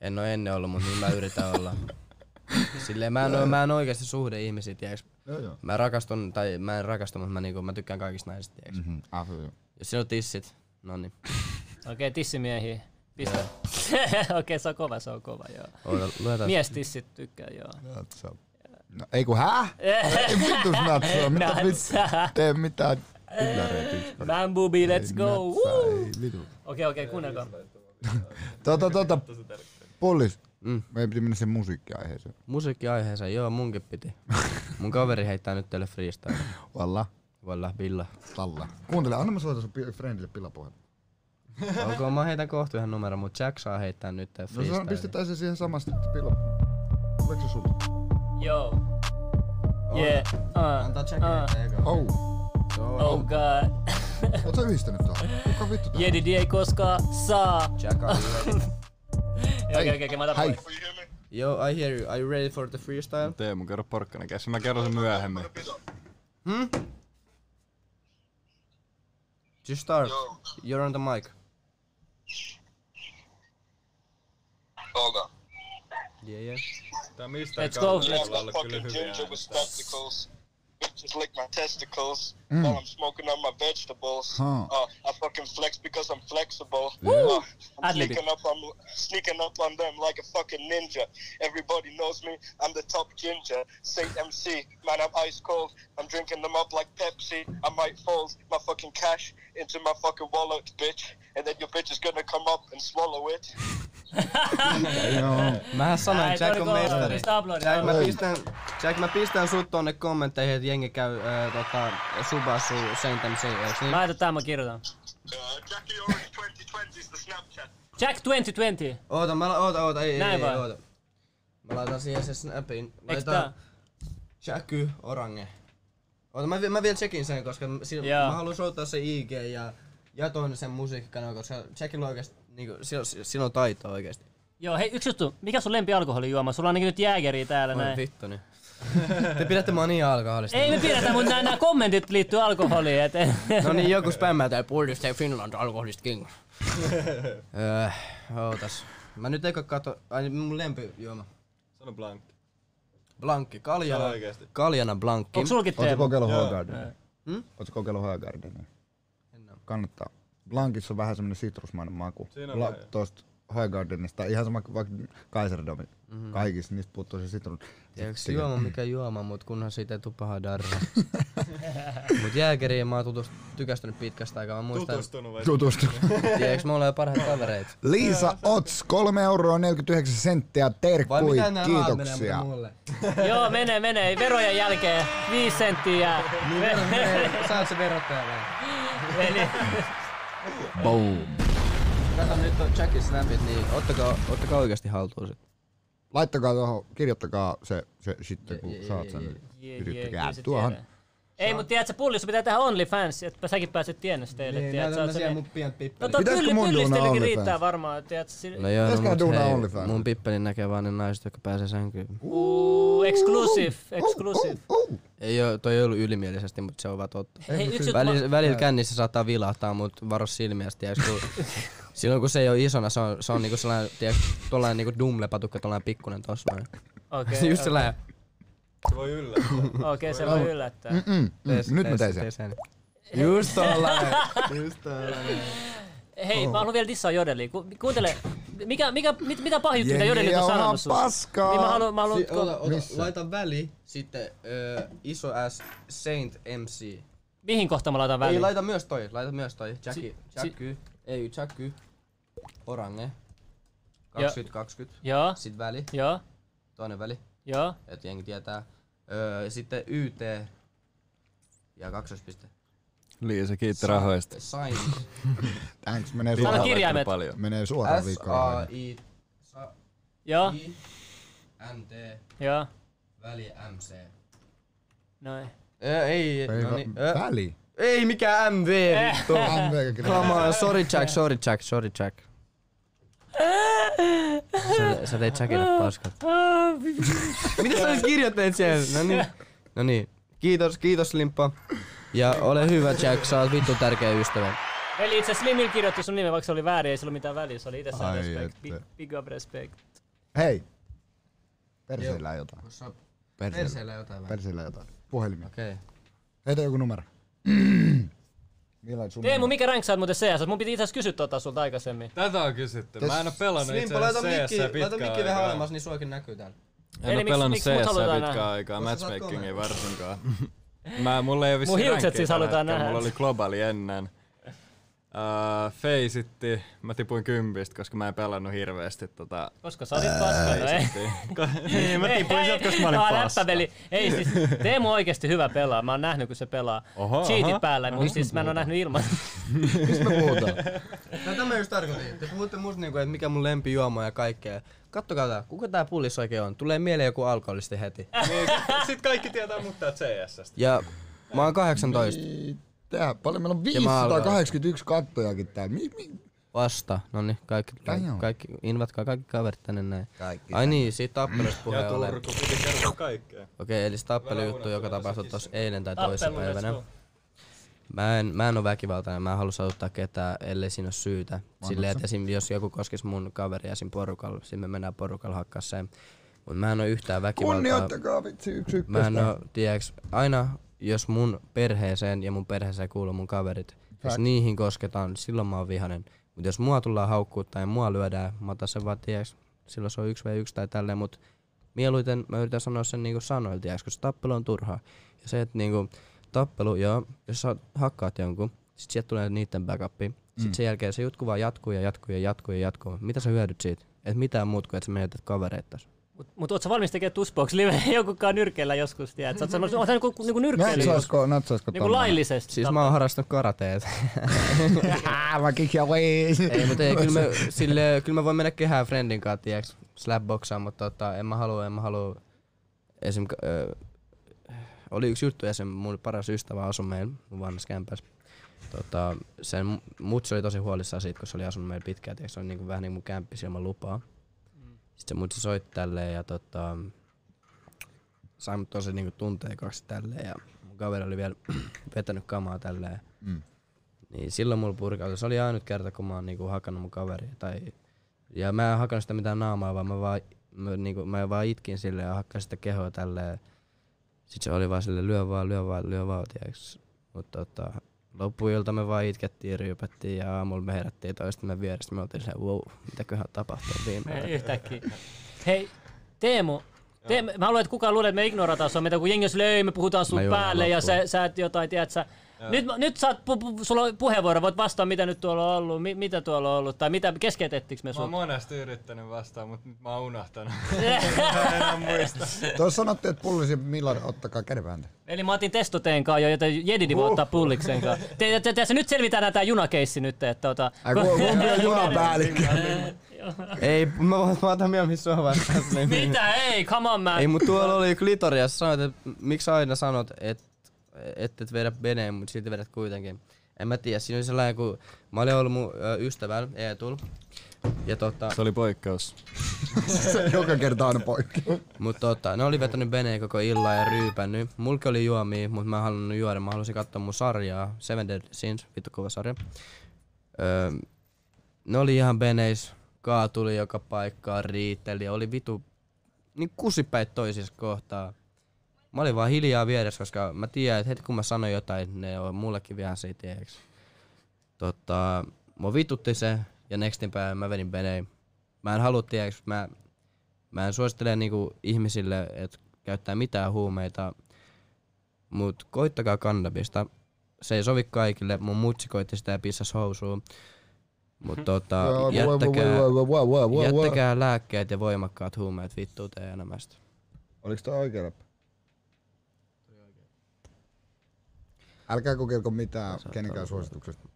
B: En oo ennen ollut, mutta nyt mä yritän olla. Silleen mä en, oo, mä en oikeasti suhde ihmisiä, tiiäks.
F: Joo, joo.
B: Mä rakastun, tai mä en rakastu, mutta mä, niinku, mä tykkään kaikista naisista, tiiäks.
F: Mhm. Ah, joo.
B: Jos sinä on tissit, no niin.
A: Okei, okay, tissimiehiä. Pistä. Okei, okay, se on kova, se on kova, joo.
B: Luetaan.
A: Miestissit tykkää, joo.
F: Nuts up. No, ei kun häh? Ei vitus natsaa. Mitä
A: Nuts
F: vit? Tee mitään ylläreitä yksi.
A: Bambubi, let's go! Woo!
F: Ei vitu.
A: Okei, okei, kuunnelkaa.
F: Tota, tota. Pullis.
B: Mm.
F: Meidän piti mennä sen musiikkiaiheeseen.
B: Musiikkiaiheeseen, joo, munkin piti. Mun kaveri heittää nyt teille freestyle.
F: Valla.
B: Valla, villa.
F: Talla. Kuuntele, anna mä soitan sun pi- friendille pilapuhelun. No,
B: Ok, mä heitän kohta yhden numeron, mut Jack saa heittää nyt tän
F: No se
B: freestyle.
F: on, pistetään se siihen samasta pilo. Tuleeko se sulle?
A: Joo. Yeah. Uh,
B: Antaa Jack heittää eka.
F: Oh.
A: oh god.
F: Oot sä yhdistänyt tää? Kuka vittu tää?
A: Jedidi ei koskaan saa.
B: Jack, are you ready?
A: Okei, okei, okei, mä otan
F: Hei.
A: pois.
B: Yo, I hear you. Are you ready for the freestyle?
E: Teemu, kerro porkkana käsi. Mä kerron sen myöhemmin.
B: Just start. You're on the mic.
C: Oga.
B: Yeah, yeah.
E: Tää mistä
A: Let's go,
E: kautta
A: let's
E: ei ollut kyllä
C: fucking
E: hyviä.
C: ginger with spectacles. Bitches lick my testicles while I'm smoking on my vegetables.
F: Huh.
C: Uh, I fucking flex because I'm flexible. Uh, I'm
A: Ad-lib.
C: sneaking up, on, sneaking up on them like a fucking ninja. Everybody knows me. I'm the top ginger. Say MC, man, I'm ice cold. I'm drinking them up like Pepsi. I might fold my fucking cash into my fucking wallet, bitch. And then your bitch is gonna come up and swallow it.
F: Joo.
B: Mähän sanoin,
A: Ai,
B: että Jack
A: toi
B: on
A: oli kova.
B: mestari.
A: Pistä aplodit.
B: Jack, mä
F: Ei.
B: pistän, Jack, mä pistän sut tonne kommentteihin, että jengi käy äh, tota, Subasu Saint MC, eiks niin?
A: Mä laitan tää, mä kirjoitan.
C: Uh, Jackie Orange 2020 is the Snapchat.
A: Jack 2020.
B: Oota, mä la- oota, oota, ei, ei,
A: Näin
B: ei,
A: vai?
B: oota. Mä laitan siihen se snapin.
A: Eiks
B: Laitan
A: tää?
B: Jackie Orange. Oota, mä, vi- mä vielä checkin sen, koska m- si-
A: Joo.
B: mä haluan soittaa se IG ja, ja ton sen musiikkikanavan, koska Jackilla on oikeesti, niinku, sillä, on- sillä on taitoa oikeesti.
A: Joo, hei, yksi juttu. Mikä sun lempi alkoholijuoma? Sulla on ainakin nyt jäägeriä täällä
B: Voi
A: näin.
B: vittu niin. Te pidätte mua niin alkoholista.
A: Ei me pidetä, mutta nämä kommentit liittyy alkoholiin. Et,
B: No niin, joku spämmää tää Puhdista ja Finland alkoholista king. öö, ootas. Mä nyt eka kato, ai mun lempijuoma.
E: Sano blankki.
B: Blankki, kaljana,
E: Sano oikeesti.
B: kaljana blankki.
A: Onko sulki
F: Oot sä
A: Teemu?
F: kokeillut Hogardenia? Oot sä kokeillut Hogardenia? Kannattaa. Blankissa on vähän semmonen sitrusmainen maku.
E: Siinä on
F: Bla-
E: vähän, joo.
F: Tosta Highgardenista, ihan sama kuin vaikka Kaiserdom. Kaikissa niistä puuttuu se sitrus.
B: Tiedätkö se juoma mikä juoma, mut kunhan siitä ei tuu pahaa darra. mut jääkeriin mä oon tutust, tykästynyt pitkästä aikaa. Mä muistan,
E: Tutustunut vai?
F: Tutustu.
B: tiedätkö, me ollaan jo parhaat kavereit.
F: Liisa Ots, 3 euroa 49 senttiä,
B: Vai
F: terkkui,
B: mitä nää rahat menee
F: kiitoksia.
B: muuten mulle?
A: Joo, menee, menee. Verojen jälkeen viisi senttiä.
B: Niin, Sä oot se verottaja vai?
A: Veli.
F: Boom.
B: Kato nyt on Jackin snapit, niin ottakaa, ottakaa oikeesti haltuun sit.
F: Laittakaa tuohon, kirjoittakaa se, se sitten kun
B: je-
F: saat
B: je-
F: sen.
B: je-
F: niin
A: Jee, jee,
F: Yrittäkää
A: kyllä se
F: tuohon.
A: tiedää. Ei, mutta tiedätkö, pulli, sun pitää tehdä OnlyFans, että säkin pääset tienestäjille.
B: Niin,
A: tiedätkö,
B: näytä
A: sä
B: mä
A: oot
B: siellä
A: semmonen-
B: mun pient
A: No
B: pippelin.
A: tuo
F: Pitäisikö mun
A: pylly,
F: duuna
A: pyllistelykin
F: OnlyFans?
A: riittää varmaan, tiedätkö, sille-
B: No joo, no,
F: Pitäisikö
B: mut
F: duunaa
B: hei,
F: OnlyFans?
B: mun pippelin näkee vaan ne naiset, jotka pääsee sänkyyn. Oh,
A: Uu, exclusive, exclusive.
F: Uh, uh, uh.
B: Ei oo, toi ei ollut ylimielisesti, mutta se on vaan totta.
A: Hei,
F: mut
A: yksi,
B: Välillä, välillä kännissä saattaa vilahtaa, mutta varo silmiästä. Tiiäks, kun, silloin kun se ei ole isona, se on, se on niinku sellainen, tiiäks, tollainen niinku dumlepatukka, tollainen pikkunen tossa noin.
A: Okei,
B: Okay, oh. Just Oh.
A: okei,
B: sellainen.
E: Se voi yllättää.
A: okei, se voi yllättää.
F: Mm, mm,
B: Tees-
F: nyt mä
B: tees-
F: tein sen.
B: tees Just tollainen.
D: Just tällainen.
A: Hei,
B: Oh.
A: mä haluan vielä dissaa Jodelia. Ku, kuuntele, mikä, mikä, mit, mitä pahjuttu, mitä Jodeli on
F: on ihan
A: sanonut sulle?
F: paskaa.
A: Niin mä haluan, mä haluan,
B: Si- ota, ota,
F: Missä?
B: laita väli, sitten ö, iso S, Saint MC.
A: mihin kohtaan mä laitan
B: Väli. Ei,
A: väliin?
B: laita myös toi, laita myös toi. Jackie,
A: Si-
B: Jackie, ei Jackie, Orange. 20, 20.
A: Joo,
B: Sitten väli,
A: joo,
B: toinen väli,
A: joo.
B: että jengi tietää. Öö, sitten YT ja kaksospiste.
E: Liisa, kiitti rahoista.
B: Sain,
F: Thanks, menee
A: Sano
F: suoraan,
A: kirjaimet.
E: Paljon.
F: menee suoraan
B: S, A,
F: viikkoon.
B: I,
A: Joo,
B: I, N, T,
A: joo.
B: väli, M, C.
A: Noin.
B: Öö, ei,
F: Päivä,
B: no niin. Öö,
F: väli.
B: ei mikään MV
A: Äh.
B: vittu.
F: Anteeksi, kyllä.
B: Come on, sorry Jack, sorry Jack, sorry Jack. Sä, sä teit Jackille paskat. Mitä sä nyt kirjoittelet siellä? No niin. No niin. Kiitos, kiitos Limppa. Ja ole hyvä Jack, sä oot vittu tärkeä ystävä.
A: Eli itse asiassa Slimil kirjoitti sun nimen, vaikka se oli väärin, ei sillä ollut mitään väliä. Se oli itsessään
F: Ai
A: respect.
F: että.
A: Big, big up respect.
E: Mm.
F: Hei. Perseillä jotain. Perseillä,
B: jotain
F: perseillä jotain. Puhelimia.
B: Okei.
E: No
B: Okay.
F: Heitä joku numero. Millainen sun
A: Teemu, mikä rank sä oot muuten CS? Mun piti itse asiassa kysyä tota sulta aikaisemmin.
E: Tätä on kysytty. Mä en oo pelannut itse
B: Slimpa, laita
E: asiassa CS
B: mikki, laita
E: pitkään
B: mikki vähän
E: aikaa.
B: alemmas, niin suakin näkyy täällä.
E: En
A: Eli
E: oo
A: miksi-
E: pelannut
A: miksi mut
E: CS
A: halutaan
E: pitkään
A: nähdä?
E: aikaa,
B: Koska sä oot
E: matchmaking ei
B: komea.
E: varsinkaan. Mä, mulla ei oo vissiin
A: Mun hiukset
E: rankia
A: siis
E: tällä
A: halutaan
E: hetkellä,
A: nähdä.
E: Mulla oli globaali ennen. Uh, feisitti, mä tipuin kympistä, koska mä en pelannut hirveästi tota
A: Koska sä olit paskana, No ei.
E: feisittiä. niin, mä tipuin sieltä, koska mä olin
A: Tää on
E: paska.
A: läppäveli. Ei siis, Teemu on oikeesti hyvä pelaa. Mä oon nähnyt, kun se pelaa.
E: Oho, No niin.
A: Cheatit
E: oho.
A: päällä, mutta siis mä en oo nähnyt ilman.
F: Mistä me puhutaan?
B: No tämä just tarkoitin. Te puhutte musta niinku, että mikä mun lempijuoma ja kaikkea. Kattokaa tää, kuka tää pullis oikein on? Tulee mieleen joku alkoholisti heti.
E: Niin, Sit kaikki tietää mut täältä CSstä.
B: Ja mä oon 18.
F: Tää, paljon meillä on
B: Ja mä aloitan.
F: 581 kattojakin täällä. Mi, mi,
B: Vasta. No niin, kaikki,
F: Ai joo.
B: kaikki, invatkaa kaikki kaverit tänne näin. Kaikki. Ai niin, siitä tappelusta
E: Ja
B: puheen ollen.
E: Turku piti kertoa kaikkea.
B: Okei, eli se tappelujuttu, joka tapahtui tuossa eilen tai
A: Tappelu, let's
B: toissapäivänä.
A: go.
B: Mä en, mä en ole väkivaltainen, mä en halua satuttaa ketään, ellei siinä ole syytä. Silleen, että esim, jos joku koskisi mun kaveria siinä porukalla, siinä me mennään porukalla hakkaa sen. Mut mä en oo yhtään väkivaltaa.
F: kunnioittakaa vitsi yksi
B: Mä en
F: ykköstä.
B: oo, tiiäks, aina jos mun perheeseen ja mun perheeseen kuuluu mun kaverit, jos niihin kosketaan, niin silloin mä oon vihanen. Mut jos mua tullaan haukkuu tai mua lyödään, mä otan sen vaan, tiiäks, silloin se on yksi vai yksi tai tälleen, mut mieluiten mä yritän sanoa sen niinku sanoin, tiiäks, kun se tappelu on turhaa. Ja se, että niinku, tappelu, joo, jos sä hakkaat jonkun, sit sieltä tulee niitten backuppi. Sit sen jälkeen se jutku vaan jatkuu ja jatkuu ja jatkuu ja jatkuu. Mitä sä hyödyt siitä? Et mitään muut kuin, että sä menetät kavereita.
A: Mut, mut oot sä valmis tekemään Tusbox live jokukaan nyrkeillä joskus, tiedät? Sä oot semmoinen, oot sä niinku, niinku nyrkkeily joskus.
F: Natsaisko, natsaisko
A: Niinku laillisesti.
B: Siis mä oon harrastanut karateet.
F: Mä kick your way.
B: Ei, mutta ei, kyllä, mä, sille, kyllä mä voin mennä kehään friendin kanssa, tiiäks, slapboxaan, mutta tota, en mä halua, en mä halua. Esim, ka- ö, oli yksi juttu ja sen mun paras ystävä asui meillä mun vanhassa kämpässä. Tota, sen mu- mutsi oli tosi huolissaan siitä, kun se oli asunut meillä pitkään, tiiäks, se oli niinku, vähän niin mun kämppis ilman lupaa. Sitten se mutsi soitti tälleen ja tota, sai mut tosi niinku tunteikaksi tälleen ja mun kaveri oli vielä vetänyt kamaa tälleen. Niin silloin mulla purkautui. Se oli ainut kerta, kun mä oon niinku hakannut mun kaveria. Tai... Ja mä en hakannut sitä mitään naamaa, vaan mä vaan, mä, niinku, mä vaan itkin sille ja hakkasin sitä kehoa tälleen. Sitten se oli vaan sille lyö vaan, lyö vaan, lyö vaan, tiiäks. Mut tota, loppuilta me vaan itkettiin, ryypättiin ja aamulla me herättiin toistemme vierestä. Me oltiin silleen, wow, mitäköhän tapahtuu viime
A: Ei Yhtäkkiä. Hei, Teemu, Teemu, mä haluan, että kukaan luulee, että me ignorataan sua, mitä kun jengi on silleen, "Ei, me puhutaan sun
B: Mä juon
A: päälle ja
B: loppuun.
A: sä, sä et jotain, tiedät sä. Nyt, nyt sä oot, pu, pu, sulla on puheenvuoro, voit vastaa, mitä nyt tuolla on ollut, mi, mitä tuolla on ollut, tai mitä keskeytettikö me
E: Mä oon
A: sun.
E: monesti yrittänyt vastaa, mut nyt mä oon unohtanut. mä en enää muista.
F: Tuossa sanottiin, että pullisi milloin ottakaa kädenpääntä.
A: Eli mä otin testoteen kanssa jo, joten Jedini voi ottaa pulliksen kanssa. Te, te, te, se nyt selvitään tämä junakeissi nyt, että tota,
F: Ai ku- kumpi on junapäällikkö?
B: Ei, mä, voin- mä otan mieluummin sua vastaan. niin Slim.
A: Mitä? Ei, come on man.
B: Ei, mut tuolla oli klitoria. Sä sanoit, että miksi sä aina sanot, että et, et vedä veneen, mut silti vedät kuitenkin. En mä tiedä, siinä oli sellainen, kun mä olin ollut mun ö, ystävällä, Eetul. Ja tota,
E: Se oli poikkeus.
F: Joka kerta aina poikki.
B: Mut tota, ne oli vetänyt veneen koko illan ja ryypännyt. Mulki oli juomia, mut mä en halunnut juoda. Mä halusin katsoa mun sarjaa. Seven Dead Sins, vittu kova sarja. Öö, ne oli ihan beneis. Kaa tuli joka paikkaan, riiteli. Oli vitu niin kusipäit toisiinsa kohtaa. Mä olin vaan hiljaa vieressä, koska mä tiedän, että heti kun mä sanoin jotain, ne on mullekin vähän siitä, tieks. Tota, mä vitutti se, ja nextin päivän mä vedin beneen. Mä en halua, tieks, mä mä en suosittele niinku ihmisille, että käyttää mitään huumeita, mut koittakaa kannabista. Se ei sovi kaikille, mun mutsi koitti sitä ja pissas housuun. Mut tota, jättäkää, jättäkää lääkkeet ja voimakkaat huumeet vittu teidän elämästä.
F: Oliko toi oikea rappi? Älkää kokeilko mitään kenenkään suosituksesta,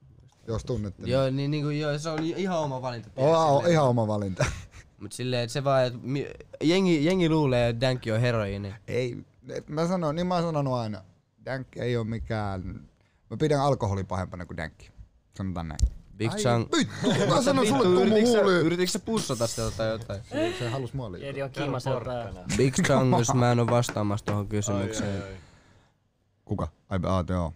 F: jos tunnette.
B: Joo, niin, niin kuin, joo, se on ihan oma valinta.
F: Oh, oh, ihan oma valinta.
B: Mut silleen, että se vaan, että mi- jengi, jengi luulee, että dänki on heroiini.
F: ei, et mä sanon, niin mä oon sanonut aina, dänkki ei ole mikään, mä pidän alkoholia pahempana kuin dänkki. Sanotaan näin.
B: Big Chang.
F: vittu, mä sanon sulle tummu
B: Yritikö sä-
F: huuliin.
B: Yritikö sä pussata sitä tai jotain?
F: Se halus mua
A: Jedi on kiimaselta.
B: Big Chang, jos mä en oo vastaamassa tuohon kysymykseen.
F: Kuka? Ai, ah, joo.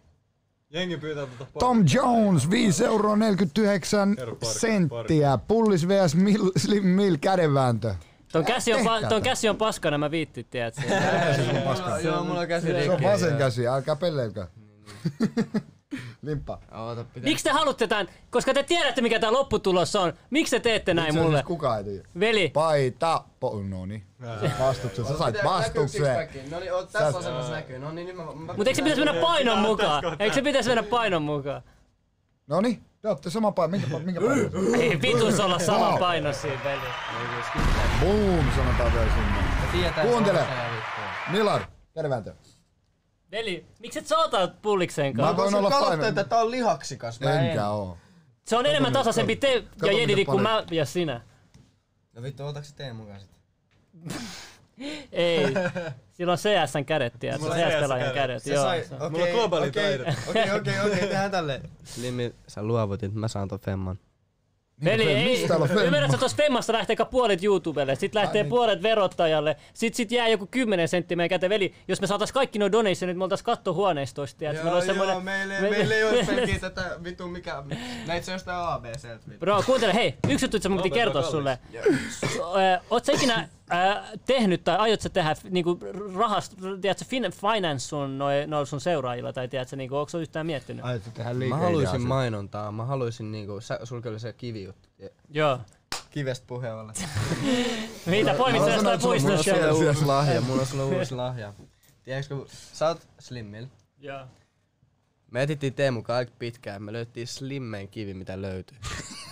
E: Jengi pyytää tota por-
F: Tom Jones, 5 euroa 49
E: Herra porkkana,
F: senttiä. Pullis vs. Mil, Slim Mill kädenvääntö.
A: Ton käsi on, pa-
F: Tehkää
A: ton
F: tää.
A: käsi on paskana, mä viittin, tiedät sen.
B: Joo, Joo, mulla on käsi
F: Se on
B: rikki.
F: vasen käsi, älkää pelleilkö. Limppa.
B: Oota, pitää.
A: Miksi te haluatte tän? Koska te tiedätte, mikä tää lopputulos on. Miksi te teette näin
F: Se on
A: mulle?
F: siis Kukaan ei tiedä.
A: Veli,
F: Paita. Po- no niin. Vastuksen. Sä sait vastukseen.
B: No niin, oot tässä asemassa näkyy. No niin, nyt mä... mä
A: mut eikö se pitäis mennä painon mukaan? Eikö se pitäis mennä painon mukaan?
F: No niin. Te ootte sama paino. Minkä, pa- minkä paino? se on?
A: Ei vitus olla sama paino siinä, veli.
F: Boom, sanotaan vielä sinne.
B: Tietää,
F: Kuuntele.
B: että on se vittu.
F: Millard, tervääntö.
A: Veli, miksi et sä otat pullikseen
F: Mä
A: kanssa?
F: voin
B: Sä
F: olla
B: kalottelet,
F: paino.
B: että tää on lihaksikas. Mä en.
F: Enkä oo. Niin,
A: Se on enemmän
F: miten
A: tasaisempi
F: paljon-
A: te
F: kato,
A: ja
F: miten
A: Jedidi kuin mä
F: paljon-
A: ja sinä.
B: No vittu, otaks se Teemu mukaan sit?
A: Ei. Sillä on CSn kädet, tiedät.
E: Mulla
A: Sillä
E: on
A: on
E: CS
A: CS-pelaajan kädet,
B: Se
A: joo.
B: sai-
A: se on.
B: okei,
E: Mulla on globaali
B: okei,
E: taide.
B: Okei, okei, okei, tehdään tälle. Slimmi, sä luovutit, mä saan ton femman.
A: Veli,
F: Fem-
A: ei.
F: mistä täällä on Femma?
A: Ymmärrätkö, että tuossa Femmasta lähtee ka puolet YouTubelle, sit lähtee
F: niin.
A: puolet verottajalle, sit, sit jää joku 10 senttiä meidän käteen. Veli, jos me saatais kaikki nuo donationit, me oltais kattohuoneistoista, tiedät. Meillä
B: Joo,
A: on
B: joo,
A: semmoinen...
B: meille,
A: me-
B: meille ei
A: me-
B: oo pelkiä tätä vitu mikä... Näit se jostain ABCltä vittu.
A: Bro, kuuntele, hei, yksi juttu, mä piti kertoa sulle. Ö, Oot sä ikinä ö, tehnyt tai aiot sä tehdä niinku rahast, tiedätkö, fin, finance sun, noi, noi sun seuraajilla, tai tiedätkö, niinku, onko sä yhtään miettinyt?
F: Aiotko tehdä
B: Mä
F: liikeidea
B: haluaisin
F: siitä?
B: mainontaa, mä haluaisin niinku, sä, sulke oli se kivi juttu.
A: Joo.
B: Kivestä puheen ollen.
A: Mitä, poimit sä
F: sanoa,
A: jostain
F: että sulla-
B: Mulla on
A: puistosta?
B: sulle uusi lahja, mulla on sulle uusi lahja. Tiedätkö, kun sä oot Slimmil.
A: Joo.
B: Me etittiin Teemu aika pitkään, me löyttiin Slimmen kivi, mitä löytyy.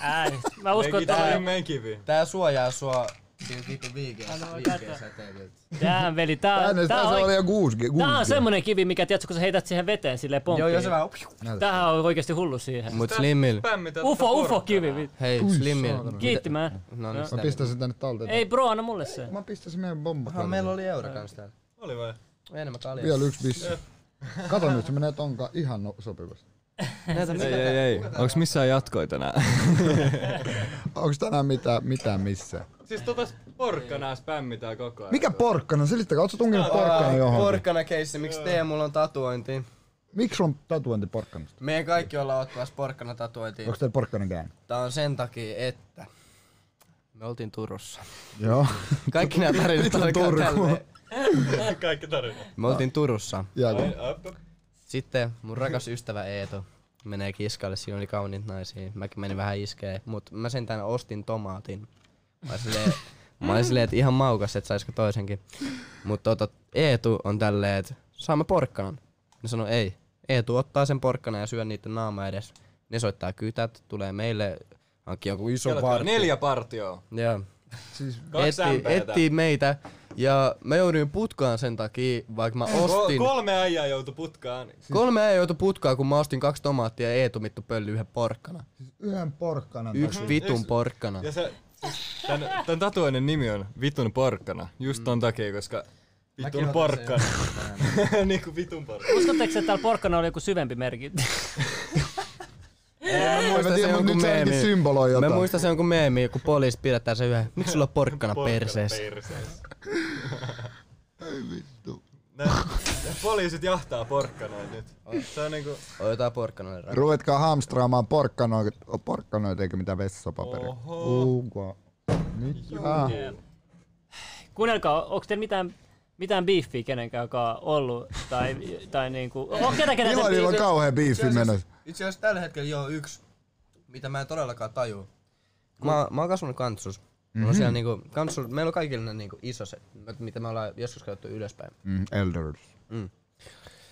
A: Ää, mä uskon,
E: Leikit
A: että
E: oli meidän kivi.
B: Tää suojaa sua siltä vitu viikeä- viikeä säteilyt.
A: Tää veli, tää,
F: Tänne,
A: tää,
F: tässä
A: on,
F: oli jo kuusi. kuusi.
A: tää on semmonen kivi, mikä tiedätkö, kun sä heität siihen veteen silleen
B: Joo,
A: pomppiin.
B: joo, se vähän...
A: Tähän on oikeesti hullu siihen.
B: Mut Slimmil.
E: Spämmitä tätä
A: Ufo, ufo
E: porkkanaa.
A: kivi. vi-
B: Hei, Slimmil.
A: Kiitti mä.
B: No niin,
F: Mä
B: sitä.
F: pistän sen tänne talteen.
A: Ei bro, anna mulle se.
F: Mä pistän sen meidän bomba.
B: Ah, meillä oli euro kans täällä.
E: Oli vai?
B: Enemmän kaljaa.
F: Vielä yksi vissi. Kato nyt, se menee tonkaan ihan no- sopivasti.
E: Ei, ei, ei. Onks missään jatkoi tänään?
F: Onks tänään mitään, mitään missään?
E: Siis tota porkkanaa spämmitään koko ajan.
F: Mikä porkkana? Selittäkää, ootko tunkinut porkkana johonkin?
B: Porkkana keissi, miksi Teemulla on tatuointi?
F: Miksi on tatuointi porkkanasta?
B: Meidän kaikki ollaan ottamassa porkkana tatuointiin.
F: Onko teillä porkkanan käänne?
B: Tää on sen takia, että me oltiin Turussa.
F: Joo.
B: Kaikki nämä tarinat
F: Turku.
B: alkaa tälleen.
E: Kaikki tarina.
B: Me oltiin Turussa.
F: Ja siis
B: Sitten mun rakas ystävä Eetu menee kiskalle, siinä oli kauniit naisia. Mäkin menin vähän iskeen, mutta mä sentään ostin tomaatin. Mä olin silleen, mä olin silleen että ihan maukas, että saisiko toisenkin. Mutta tota, Eetu on tälleen, että saamme porkkanan. Ne sanoo ei. Eetu ottaa sen porkkanan ja syö niitä naama edes. Ne soittaa kytät, tulee meille, hankki joku iso
E: Kelkaa
B: vartti.
E: neljä partioa.
B: Joo.
F: siis
E: Kaksi
B: Etti,
E: ämpäitä.
B: etti meitä. Ja mä jouduin putkaan sen takia, vaikka mä
E: Ko-
B: ostin.
E: kolme äijää joutui putkaan.
B: Siis- Kolme ei joutu putkaa, kun mä ostin kaksi tomaattia ja Eetu mittu pölli yhden porkkana.
F: siis yhden porkkanan.
B: Mhm. Yksi vitun porkkana.
E: Ja se, siis tän, tän tatuoinnin nimi on Vitun porkkana. Just ton takia, koska Vitun porkkana. niinku vitun porkkana.
A: Uskotteko, että täällä porkkana oli joku syvempi merkitys?
B: Mä muistan
F: Mä
B: sen
F: tiedän, mut
B: jonkun
F: nyt se ainakin
B: meemi.
F: symboloi jotain.
B: Mä muistan sen jonkun meemi, kun poliisi pidättää sen yhden. Miksi sulla on porkkana perseessä?
E: Ne, ne poliisit jahtaa porkkanoita nyt. Se on niinku...
B: On jotain porkkanoiden rahaa.
F: Ruvetkaa hamstraamaan porkkanoita, porkkanoita eikä mitään vessapaperia.
E: Oho.
F: Uukua. Mitä?
A: Kuunnelkaa, onko teillä mitään, mitään biiffiä kenenkään joka on ollut? Tai, tai niinku, on ketä ketä
F: Milloin niillä on kauhean biifi menossa?
B: Itse asiassa tällä hetkellä joo yksi, mitä mä en todellakaan tajua. Mä, mä oon kasvanut kantsus. Mm-hmm. On siellä niinku, kantsus, meillä on kaikilla ne niinku isoset, mitä me ollaan joskus katsottu ylöspäin.
F: Mm, elders.
B: Mm.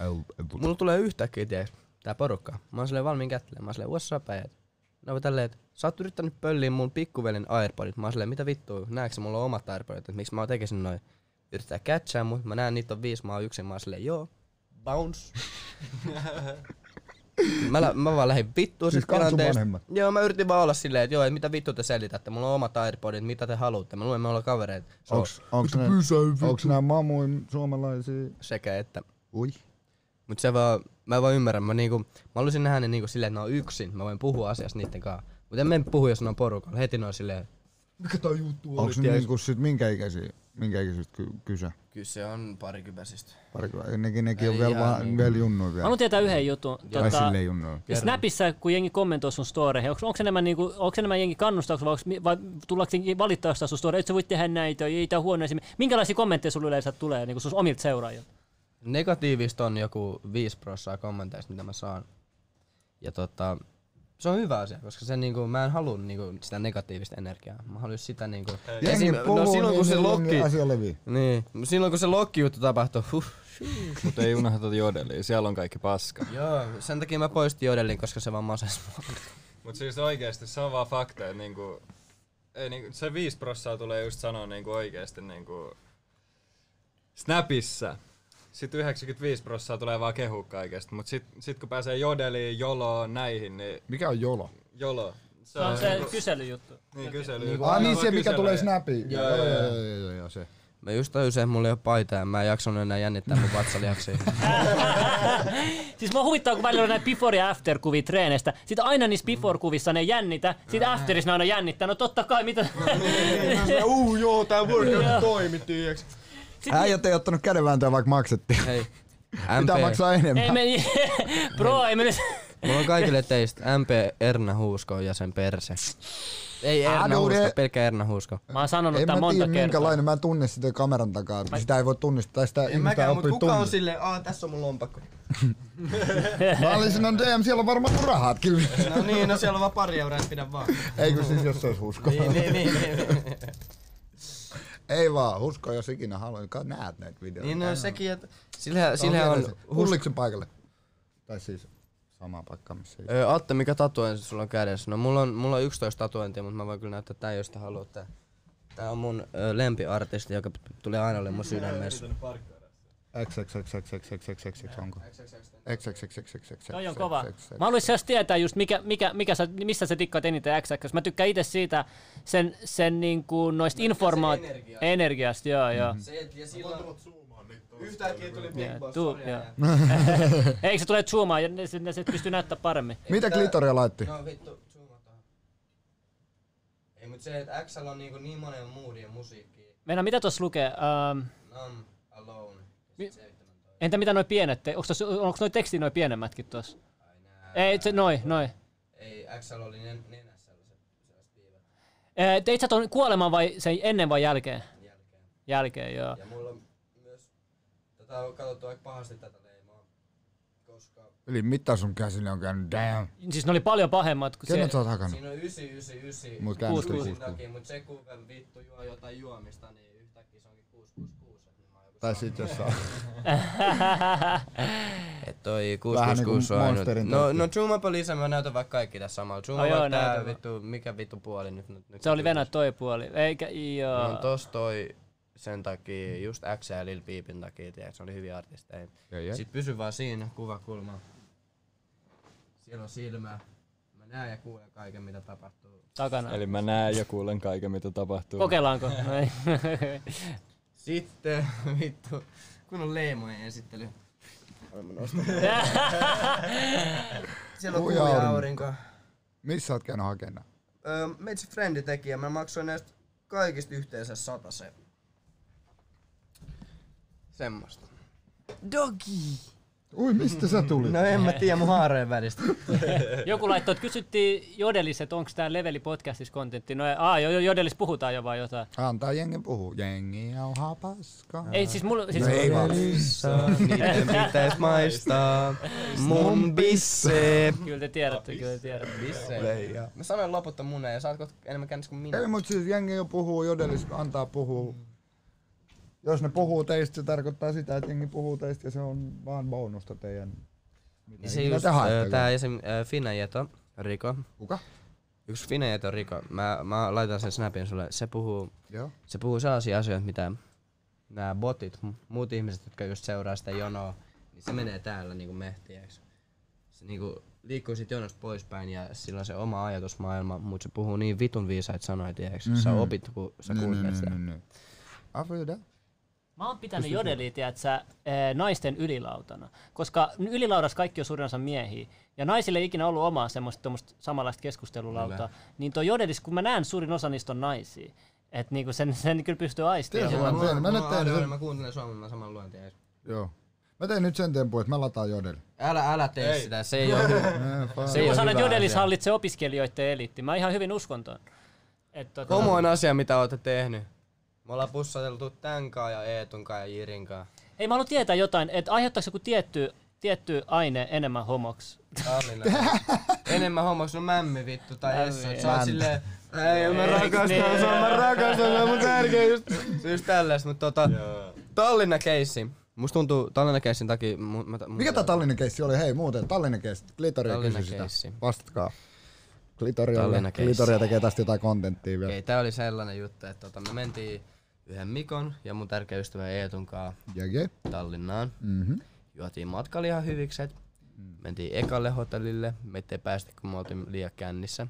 F: Eld-
B: Mulla tulee yhtäkkiä, tiedäks, tää porukka. Mä oon silleen valmiin kättelemään. Mä oon silleen, what's up, äijät? Ne on tälleen, että sä oot yrittänyt pölliä mun pikkuvelin Airpodit. Mä oon silleen, mitä vittua, näetkö sä mulla on omat Airpodit, että miksi mä tekisin noin? Yrittää catchaa mut, mä näen niitä on viisi, mä oon yksin, mä oon silleen, joo, bounce. mä, lä- mä vaan lähdin vittuun
F: Siis
B: siis
F: kansun
B: tilanteesta.
F: vanhemmat.
B: Joo, mä yritin vaan olla silleen, että joo, että mitä vittu te selitätte, mulla on omat Airpodit, mitä te haluatte, mä luen, me ollaan kavereita. So,
F: Onks, onks, ne, onks nää mamuin suomalaisia?
B: sekä että.
F: Ui.
B: Mut se vaan, mä vaan ymmärrän, mä niinku, mä haluaisin nähdä ne niinku silleen, että ne on yksin, mä voin puhua asiasta niitten kanssa. Mut en mä puhu, jos ne on porukalla, heti ne on silleen, mikä tää juttu
F: Onks ne niinku sit minkä ikäisiä? Minkä ikäisistä ky- kyse?
B: Kyllä se on parikypäisistä.
F: Parkoa. Nekin, nekin on
B: Ei
F: vielä,
B: ihan
F: vaan,
B: niinku.
F: vielä junnuja
A: Mä
F: vielä.
A: haluan tietää yhden jutun.
F: Tai
A: Tota,
F: silleen junnuja.
A: Snapissa, kun jengi kommentoi sun storeihin, onko, onko, enemmän, niinku, onko enemmän jengi kannustaako vai, onks mi- vai tullaanko jengi valittaako sun storeja, että sä voit tehdä näitä, ei tää huono esimerkki. Minkälaisia kommentteja sulla yleensä tulee niinku sun omilta seuraajilta?
B: Negatiivista on joku 5 prossaa kommenteista, mitä mä saan. Ja tota, se on hyvä asia, koska se niinku, mä en halua niinku sitä negatiivista energiaa. Mä haluan sitä niinku...
F: Jengi puhuu,
B: no silloin kun
F: niin-
B: se
F: niin-
B: lokki...
F: niin Asia levii.
B: Niin, silloin kun se lokki juttu tapahtui, huh.
E: Mut ei unohdeta jodelia, siellä on kaikki paska.
B: Joo, sen takia mä poistin jodelin, koska se vaan masas mua.
E: Mut siis oikeesti se on vaan fakta, että niinku, ei niinku, se 5 prossaa tulee just sanoa niinku oikeesti niinku Snapissa. Sitten 95 prossaa tulee vaan kehu kaikesta, mut sit, sit kun pääsee jodeliin, joloon, näihin, niin
F: Mikä on jolo?
E: jolo.
A: Se on se kyselyyjuttu.
E: Niin kysely.
F: Ah niin
E: vaan
F: se mikä
E: kyselee.
F: tulee snapiin. Joo joo joo, joo joo joo se.
B: Mä just tajusin, että mulla ei oo paitaa ja mä en jaksanut enää jännittää mun vatsalihaksia.
A: Siis mua huvittaa, kun välillä on näitä before ja after kuvia treenestä. Sitten aina niissä before kuvissa ne jännittää, sitten afterissa ne aina jännittää. No totta kai, mitä...
B: Uu joo, tää workout toimi, tiiäks.
F: Äijät ei ottanut kädenvääntöä vaikka maksettiin.
B: Hei,
F: Pitää
B: MP,
F: maksaa
A: ei
F: enemmän.
A: me... Bro, ei me nyt...
B: mulla on kaikille teistä MP Erna Huusko ja sen perse. Ei Erna
F: Adude.
B: Huusko, pelkkä Erna Huusko.
A: Mä oon sanonut
F: En
A: tän
F: mä
A: monta
F: tiedä
A: kertaa.
F: minkälainen, mä en tunne sitä kameran takaa. Sitä ei voi tunnistaa, tai sitä ihmistä oppii tunne.
B: silleen, aa tässä on mun lompakko.
F: Mä olisin, no damn, siellä on varmaan mun rahat kyllä.
B: No niin, no siellä on vaan pari euroa, et pidä vaan.
F: Ei kun siis jos se olisi usko.
B: niin, niin, niin.
F: Ei vaan, usko jos ikinä haluan. Ka- Näet näitä videoita.
B: Niin no
F: Näin
B: sekin, että sillä,
F: on.
B: sillä on...
F: No, Hulliksen paikalle. Tai siis sama paikka missä ei.
B: Ö, Atte, mikä tatuointi sulla on kädessä? No mulla on, mulla on 11 tatuointia, mutta mä voin kyllä näyttää tän, jos te haluatte. Tää on mun ö, lempiartisti, joka p- tulee aina olemaan mun sydämessä.
F: XXXXXXXX onko? XXXXXXX.
A: Toi on kova. Mä haluaisin jos tietää just, mikä, mikä, mikä sä, missä sä tikkaat eniten XX. Mä tykkään itse siitä sen, sen niin kuin noista informaat...
B: energiasta.
A: Energiasta, joo, joo.
B: Se, ja silloin... Yhtäkkiä tuli
A: Ja, tuu, joo. Eikö se tule zoomaan ja ne, se, ne, se pystyy näyttämään paremmin?
F: Mitä klitoria laitti?
B: No vittu, zoomataan. Ei mut se, että XL on niinku niin monen moodin musiikki.
A: Meina, mitä tuossa lukee? Ähm,
B: Numb, alone.
A: Mi- entä mitä noi pienet? te- Onks, tos- onks noi teksti noi pienemmätkin tuossa? Ei, se, noi, noi.
B: Ei, XL oli nen- nenässä sellaiset sellaiset viivat
A: Eh, Teit sä ton kuoleman vai sen ennen vai jälkeen?
B: jälkeen.
A: Jälkeen, joo.
B: Ja mulla on myös, tätä on katsottu aika pahasti tätä leimaa, koska
F: Yli mitä sun käsille on käynyt? Damn.
A: Siis ne oli paljon pahemmat kuin se.
F: Kenet sä oot hakannut?
B: siinä on 999
F: Mut käännös oli
B: kuusin
F: kuusi.
B: takia, mut se kun vittu juo jotain juomista, niin yhtäkkiä se onkin 666, että mä oon joku
F: Tai sit jos saa.
B: Et toi
F: Vähän niinku
B: 666 on ainut.
F: Monsterin
B: No,
F: tyyppi.
B: no zoomapa lisää, mä näytän vaikka kaikki tässä samalla. Zooma
A: Ai joo,
B: vaikka tää
A: näytä
B: vittu, mikä vittu puoli nyt. nyt, nyt
A: Se oli Venä toi puoli. Eikä,
B: No on
A: joo.
B: tos toi sen takia, just X ja Lil Peepin takia, tiedät, se oli hyviä artisteja. Sit pysy vaan siinä kuvakulma. Siellä on silmä. Mä näen ja kuulen kaiken mitä tapahtuu.
A: Takana.
E: Eli mä näen ja kuulen kaiken mitä tapahtuu.
A: Kokeillaanko? No ei.
B: Sitten vittu, kun on leimojen esittely. Siellä on
F: Kuuja
B: kuuja
F: aurinko.
B: aurinko.
F: Missä oot käynyt hakemaan?
B: Öö, Meitsi Friendi teki ja mä maksoin näistä kaikista yhteensä se. Semmosta. Dogi!
F: Ui, mistä sä tulit?
B: No en mä tiedä mun haareen välistä.
A: Joku laittoi, että kysyttiin Jodelis, että onko tämä leveli podcastissa kontentti. No ei- aa, jo, jo, Jodelis puhutaan jo vai jotain.
F: Antaa jengen puhua. Jengi jauhaa paskaa.
A: Ei siis mulla... Siis,
F: No ei vaan.
B: Niiden pitäis maistaa mun bisse.
A: Kyllä te tiedätte, kyllä te tiedätte.
B: Bisse. Mä sanoin loputta mun ja saat kohta enemmän kännis kuin minä.
F: Ei, mutta siis jengi jo puhuu, jodellis antaa puhua. Jos ne puhuu teistä, se tarkoittaa sitä, että jengi puhuu teistä ja se on vaan bonusta teidän.
B: Niin se
F: Ei
B: just,
F: tätä
B: öö,
F: haettakaan.
B: tää esim. öö, Finajeto, Riko.
F: Kuka?
B: Yksi Finajeto Riko. Mä, mä laitan sen snapin sulle. Se puhuu,
F: Joo.
B: se puhuu sellaisia asioita, mitä nämä botit, m- muut ihmiset, jotka just seuraa sitä jonoa, niin se menee täällä niinku mehtiäksi. Se niinku liikkuu sit jonosta poispäin ja sillä on se oma ajatusmaailma, mutta se puhuu niin vitun viisaita sanoja, tiedäks. Mm-hmm. Sä opit, kun sä kuuntelet sitä.
F: Mhm. niin. After that.
A: Mä oon pitänyt jodeliä, tiedätkö, eh, naisten ylilautana, koska ylilaudassa kaikki on suurin osa miehiä, ja naisille ei ikinä ollut omaa semmoista tommoista samanlaista keskustelulautaa, niin tuo jodelis, kun mä näen suurin osa niistä on naisia, että niinku sen, sen kyllä pystyy
F: Tiedän.
A: aistimaan.
F: niin. Mä- mä- mä- mä-
B: mä,
F: mä-
B: mä kuuntelen suomen, mä saman luen, tiedäks.
F: Joo. Mä teen nyt sen tempun, että mä lataan jodel.
B: Älä, älä tee ei. sitä, se ei oo hyvä. Se ei
A: Mä
B: oo
A: sanon, että
B: hyvä
A: jodelis
B: asia.
A: hallitsee opiskelijoiden eliitti. Mä ihan hyvin uskon ton. Et tota,
B: Komoin asia, mitä olette tehnyt. Me ollaan pussateltu tän kaa ja Eetun kaa ja Jirin kaa.
A: Ei mä haluan tietää jotain, että aiheuttaako joku tietty, tietty aine enemmän homoksi?
B: Aamilla. Enemmän hommas, no mämmi vittu tai Essu. et Sä oot
F: Mämmi.
B: silleen, ei mä
A: Eiks niin?
B: rakastan sua, mä rakastan sua, mut tärkeä just. Just tälläs, mut tota, Tallinna keissi. Musta tuntuu Tallinna keissin takia, mu- mä, ta-
F: Mikä tää tallinen keissi oli? Hei muuten, tallinen keissi. Klitoria
B: Tallinen
F: kysy sitä.
B: keissi.
F: Vastatkaa. Klitoria,
B: Tallinen keissi.
F: Klitoria tekee tästä jotain kontenttia vielä.
B: Ei, tää oli sellainen juttu, että tota, me mentiin yhden Mikon ja mun tärkeä ystävä Eetun kaa
F: Ja je.
B: Tallinnaan.
F: Mhm.
B: juotiin matkalla ihan hyvikset.
F: Mm.
B: Mentiin ekalle hotellille, meitä ei päästy, kun me oltiin liian kännissä.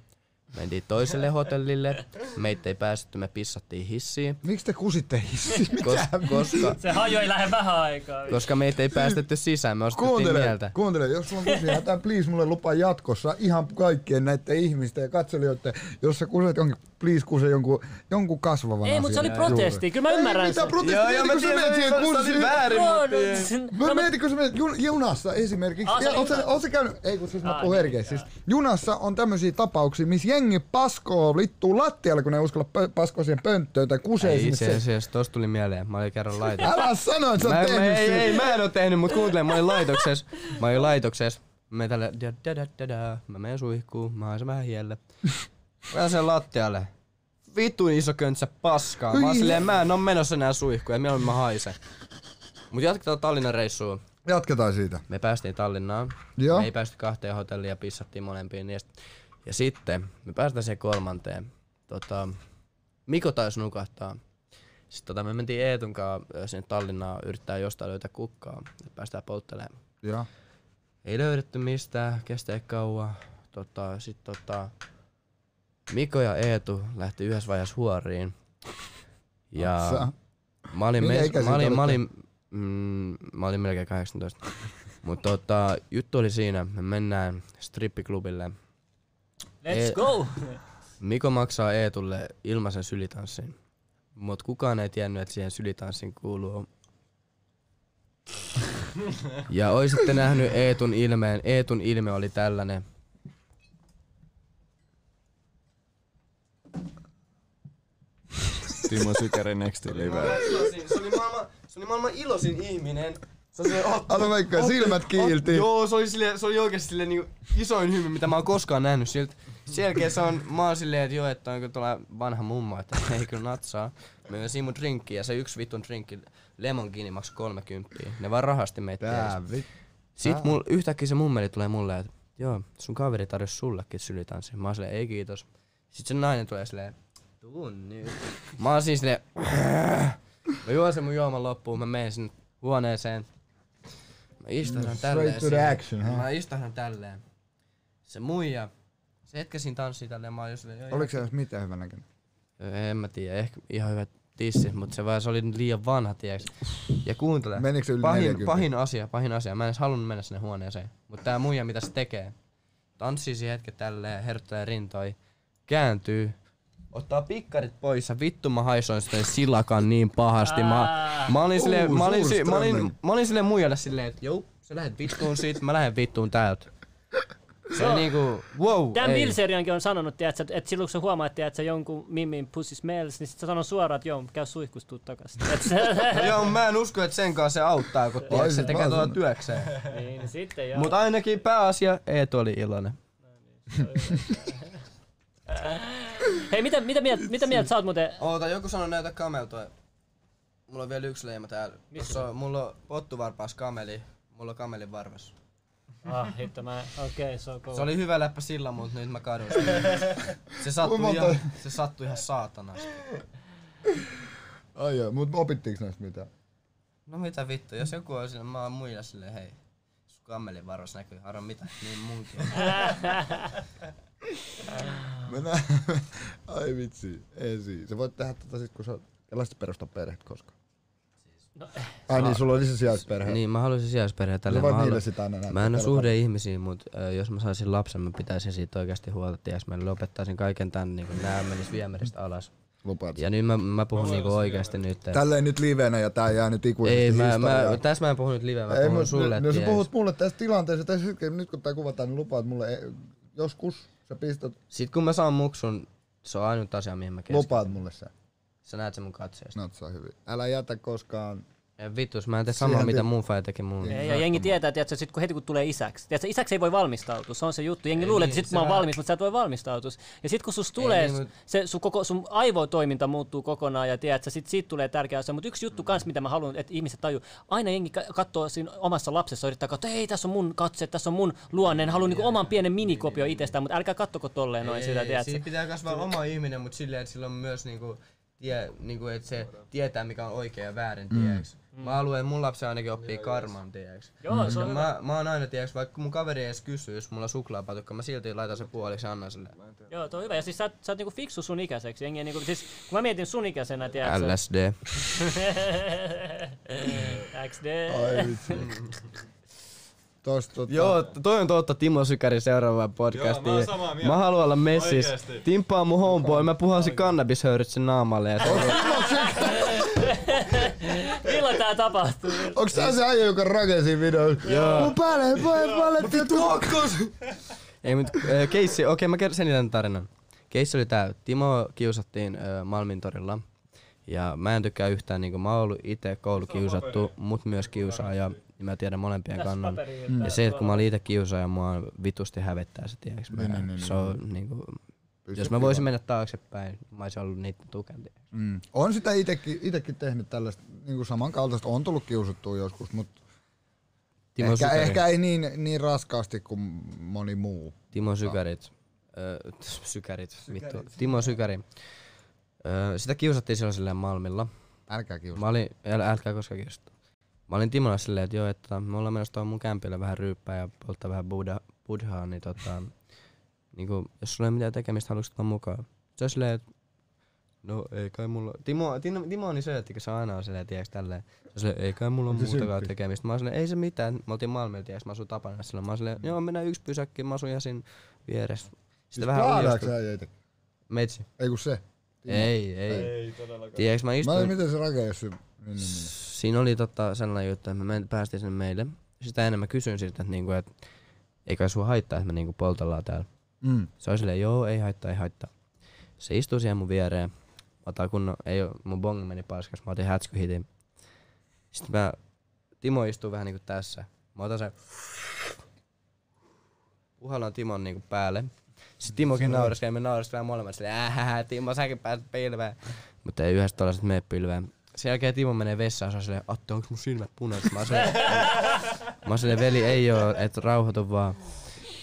B: Mentiin toiselle hotellille, meitä ei päästy, me pissattiin hissiin.
F: Miksi te kusitte hissi?
B: Kos- koska,
A: Se haju ei lähde vähän aikaa.
B: koska meitä ei päästetty sisään, me ostettiin
F: Kuuntele,
B: mieltä.
F: kuuntele, jos sulla on kusia, please mulle lupaa jatkossa ihan kaikkien näiden ihmisten ja katselijoiden, jos sä kuset jonkin, please kuse jonkun, jonkun kasvavan
A: Ei,
F: asian.
A: mutta se oli
F: juuri.
A: protesti. Kyllä mä
F: Ei
A: ymmärrän sen.
F: mitään
B: Joo,
F: protestia,
B: joo,
F: mieti,
B: mä
F: Niin kun sä
B: tiedän,
F: menet siihen
B: se oli
F: kurssiin.
B: väärin.
A: Joo,
B: mutta ei.
A: no, sen-
F: Mä
A: no, mä-
F: mietin, kun sä menet jun- junassa esimerkiksi.
A: Aa, se
F: Ja
A: oli
F: oot sä,
A: junassa.
F: oot sä käynyt, ei kun siis mä
A: Aa,
F: puhun
A: niin,
F: herkeä.
A: joo.
F: Siis junassa on tämmöisiä tapauksia, missä jengi paskoo littuu lattialle, kun ne ei uskalla pö- paskoa siihen pönttöön tai kusee
B: Ei
F: sinne.
B: itse
F: se-
B: asiassa, tosta tuli mieleen, mä olin kerran laitoksessa.
F: Älä sano, että sä
B: Mä,
F: oot
B: mä,
F: tehnyt
B: ei,
F: sen.
B: ei, mä en oo tehnyt, mut kuuntele, mä olin laitoksessa. Mä olin laitoksessa. Mä tällä, da, da, da, da, da. mä menen suihkuun, mä haen sen vähän hielle. Mä haen sen lattialle. Vitun iso köntsä paskaa. Mä oon
F: Hyi.
B: silleen, mä en oo menossa enää suihkuun ja mieluummin mä haisen. Mut jatketaan Tallinnan reissuun.
F: Jatketaan siitä.
B: Me päästiin Tallinnaan.
F: Joo.
B: Me ei päästy kahteen hotelliin ja pissattiin molempiin niistä. Ja sitten me päästään siihen kolmanteen. Tota, Miko taisi nukahtaa. Sitten tota, me mentiin Eetun kanssa ö, sinne Tallinnaan yrittää jostain löytää kukkaa, että päästään polttelemaan.
F: Joo.
B: Ei löydetty mistään, kestää kauan. Tota, sit tota, Miko ja Eetu lähti yhdessä vaiheessa huoriin. Ja
F: Sä-
B: mä olin,
F: Minkä
B: mes-
F: ikäisiä
B: mä
F: te
B: olin, mä
F: olette?
B: olin, mm, mä olin melkein 18. Mutta tota, juttu oli siinä, me mennään strippiklubille.
A: Let's go!
B: Miko maksaa Eetulle ilmaisen sylitanssin. Mut kukaan ei tiennyt, että siihen sylitanssin kuuluu. Ja oisitte nähnyt Eetun ilmeen. Eetun ilme oli tällainen.
E: Timo Sykäri Next Live.
B: Se oli maailman, se oli maailman iloisin ihminen. Se oli silleen, "Oh,
F: Älä veikkaa, silmät kiilti.
B: Joo, se oli, sille, se oli oikeesti sille niinku isoin hymy, mitä mä oon koskaan nähnyt siltä. Selkeä se on, mä oon silleen, että joo, että onko tuolla vanha mummo, että ei kyllä natsaa. Mä myin siinä mun drinkkiin ja se yksi vitun drinkki, lemon kiinni maksoi 30. Ne vaan rahasti meitä.
F: Tää
B: tees.
F: vittu.
B: Sit mul, yhtäkkiä se mummeli tulee mulle, että joo, sun kaveri tarjosi sullekin sylitanssin. Mä oon silleen, ei kiitos. Sit se nainen tulee silleen, tuun nyt. Mä oon siis silleen, mä juon sen mun juoman loppuun, mä menen sinne huoneeseen. Mä istahdan tälleen.
F: Mm, Straight to the
B: siinä.
F: action, huh?
B: Mä istahdan tälleen. Se muija, se hetkesin tanssii tälleen, mä oon just silleen, joo, joo.
F: Oliko se edes mitään hyvän näköinen?
B: En mä tiedä, ehkä ihan hyvä tissi, mutta se vaan se oli liian vanha, tiedäks. Ja kuuntele,
F: Menikö se yli
B: pahin,
F: 40?
B: pahin asia, pahin asia. Mä en edes halunnut mennä sinne huoneeseen. Mutta tää muija, mitä se tekee, tanssii siihen hetken tälleen, herttelee rintoja, kääntyy, ottaa pikkarit pois ja vittu mä haisoin sitten silakan niin pahasti. Mä, mä olin silleen, mä olin, si, mä olin, mä olin silleen muijalle silleen, että jou, sä lähet vittuun siitä, mä lähden vittuun täältä. Se on niinku, wow,
A: Dan
B: ei.
A: Bilzeriankin on sanonut, tiedätkö, että, että silloin kun sä huomaat, tiedätkö, jonkun mimin pussy smells, niin sit sä sanon suoraan, että joo, käy suihkus, tuu takaisin. Et se-
B: No joo, mä en usko, että sen kanssa se auttaa, kun tiedät, se
F: siis
B: tekee
F: mä
B: tuota
F: sanon.
B: työkseen.
A: niin, niin sitten joo.
B: Mutta ainakin pääasia, Eetu oli iloinen.
A: Hei, mitä, mitä, mieltä, mitä mieltä sä oot muuten?
B: Oota, joku sanoi näytä kamel toi. Mulla on vielä yksi leima täällä. Tuossa on, mulla on pottuvarpaas kameli. Mulla on kamelin varvas.
A: Ah, hitto, mä, okei, okay, se on kova.
B: Se oli hyvä läppä sillä, mutta nyt mä kadun sen. Se sattui,
F: monta-
B: ihan, se sattui ihan saatanasti.
F: Ai joo, mutta opittiinko näistä mitään?
B: No mitä vittu, jos joku on sillä, mä oon muilla sille, hei. Sun kamelin varvas näkyy, haro mitä, niin munkin. on.
F: Mennään. Ai vitsi, ei siis. Sä voit tehdä tätä sit, kun sä oot- älä sit perusta perheet koskaan. Ai niin, sulla on lisäsijaisperhe. Niin,
B: Niin, mä haluaisin sijaisperheä
F: Sä
B: tällä.
F: voit niille sitä aina näyttää
B: Mä en ole
F: perheet.
B: suhde ihmisiin, mutta jos mä saisin lapsen, mä pitäisin siitä oikeasti huolta. Ties, mä lopettaisin kaiken tän, niin kun nää menis viemäristä alas.
F: Lupaat.
B: Ja nyt mä, mä puhun niinku oikeasti nyt. että-
F: Tälleen nyt livenä ja tää jää nyt ikuisesti
B: Ei, mä, mä,
F: historiaan.
B: tässä mä en puhu nyt liveä, mä
F: Ei,
B: puhun
F: mut
B: sulle.
F: nyt-
B: että
F: Jos sä
B: tiedäks,
F: puhut mulle tässä tilanteessa, tässä hetkellä, nyt kun tää kuvataan, niin lupaat mulle eh, joskus, sä pistät,
B: Sit kun mä saan muksun, se on ainut asia, mihin mä keskityn.
F: lupaat mulle sen.
B: Sä näet sen mun katseesta.
F: No, saa hyvin. Älä jätä koskaan.
B: Ei Vitus, mä en tee samaa,
F: Siihen
B: mitä
F: te- Niin.
B: mun fai teki mun.
A: Ei, ja jengi tietää, että sit, kun heti kun tulee isäksi. Tiedätkö, isäksi ei voi valmistautua, se on se juttu. Jengi luulee, että sit kun mä oon valmis, mutta sä et voi valmistautua. Ja sit kun sus tulee,
B: niin, mut-
A: se, sun, koko, sun aivotoiminta muuttuu kokonaan ja tiedätkö, sit siitä tulee tärkeä asia. Mutta yksi juttu kans, mitä mä haluan, että ihmiset tajuu, aina jengi ka- katsoo siinä omassa lapsessa, yrittää katsoa, ei tässä on mun katse, tässä on mun luonne, haluan niinku oman pienen minikopio itsestään, mutta älkää kattoko tolleen noin sitä, tiedätkö.
B: Siitä pitää kasvaa oma ihminen, mutta silleen, että sillä on myös niinku, tie, niinku, että se tietää, mikä on oikea ja väärin, tiedäks. Mä haluan, että mun lapsi ainakin oppii karman, tiedäks.
A: Mm. Joo, se
B: Ja
A: on hyvä.
B: Mm, Mä, mä oon aina, tiedäks, vaikka mun kaveri ei edes kysyis, mulla on suklaapatukka, mä silti laitan sen puoliksi ja annan sille.
A: Joo, toi on hyvä. Ja siis sä, oot- sä oot niinku fiksu sun ikäiseksi. Jengi ei niinku, siis kun mä mietin sun ikäisenä, tiedätkö.
B: LSD.
A: XD.
F: Ai vitsi. Tos, tota,
B: Joo, t- toi on totta Timo Sykäri seuraavaan podcastiin.
E: Joo, mä oon samaa mieltä.
B: mä haluan olla messis.
E: Oikeesti.
B: Timppaa mun homeboy, mä puhalsin kannabishöyryt sen naamalle ja se
A: Milloin tää tapahtuu?
F: Onks tää se äijä, joka rakensi videon? Joo. Mun päälle, voi paletti, tuokkas!
B: Ei, mut, äh, keissi, okei mä kerron sen tämän tarinan. Keissi oli tää, Timo kiusattiin äh, Malmintorilla. Ja mä en tykkää yhtään, niinku mä oon ollut itse koulukiusattu, mut myös kiusaaja. Ja mä tiedän molempien kannan.
F: Mm.
B: Ja se, että kun mä olin itse kiusaaja, mua vitusti hävettää se, tiedäks mä.
F: Niin, niin, niin,
B: Se on niinku... Jos mä voisin mennä taaksepäin, mä olisin ollut niitten tukenti.
F: Mm. On sitä itekin, itekin tehnyt tällaista niin kuin samankaltaista, on tullut kiusattua joskus, mutta
B: Timo
F: ehkä,
B: Sykäri.
F: ehkä, ei niin, niin raskaasti kuin moni muu.
B: Timo Sykärit. Ö, t- sykärit, vittu. Timo Sykäri. Ö, sitä kiusattiin silloin silleen Malmilla.
F: Älkää kiusata.
B: Mä olin, äl, älkää koskaan kiusattu. Mä olin Timolla silleen, että joo, että me ollaan menossa tuohon mun kämpille vähän ryyppää ja polttaa vähän buddha, buddhaa, niin tota, niinku, jos sulla ei ole mitään tekemistä, haluatko tulla mukaan? Se on silleen, että No ei kai mulla... Timo, Timo, Timo on niin se, että se on aina on silleen, tiiäks, tälleen. Se on silleen, ei kai mulla ole muutakaan tekemistä. Mä oon silleen, ei se mitään. Mä oltiin Malmilla, tiiäks, mä asun tapana silloin. Mä oon silleen, joo, mennään yksi pysäkki, mä asun Jasin vieressä. Sitten
F: Siis
B: vähän
F: plaadaaks
B: ujostui.
F: äijä ite?
B: Meitsi.
F: Ei kun se.
B: Ei, ei. ei tiiäks, mä
F: Mä en
B: istuin
F: miten se rakensi se. Niin, niin, niin.
B: siinä oli tota sellainen juttu, että me men- päästiin sinne meille. Sitä enemmän kysyin siltä, että, niinku, että eikä sua haittaa, että me niinku poltellaan täällä.
F: Mm.
B: Se oli silleen, joo, ei haittaa, ei haittaa. Se istui siihen mun viereen. Mä otan kunnon, ei, oo- mun bong meni paskas, mä otin hätskyhitin. Sitten mä, Timo istuu vähän niinku tässä. Mä otan sen, puhallan Timon niinku päälle. Sitten Timokin naureskeli, me naureskelemme molemmat silleen, ähähä, Timo, säkin pääset pilveen. Mutta ei yhdessä tollaset mene pilveen. Sen jälkeen Timo menee vessaan, se on silleen, Atte, onks mun silmät punaiset? Mä oon silleen, mä oon silleen, veli, ei oo, et rauhoitu vaan.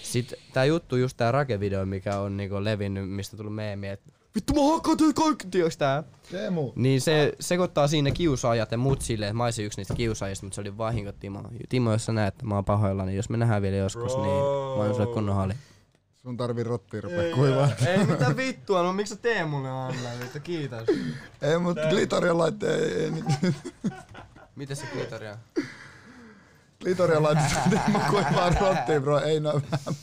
B: Sitten tää juttu, just tää rakevideo, mikä on niinku levinnyt, mistä tullut meemi, että vittu mä hakkaan teitä kaikki, tiiäks tää?
F: Teemu.
B: Niin se sekoittaa siinä kiusaajat ja muut silleen, että mä olisin yksi niistä kiusaajista, mutta se oli vahinko Timo. Timo, jos sä näet, että mä oon pahoilla, niin jos me nähdään vielä joskus, niin mä oon sulle kunnon hali.
F: Sun tarvii rottia rupea kuivaa.
E: Ei mitä vittua, no miksi sä tee mulle Anna, vittu, kiitos.
F: Ei mut glitoria laitteen ei, ei niin. nyt.
B: Miten se kiitoria?
F: Glitoria laitteen Teemu kuivaa rottia bro. Ei no vähän.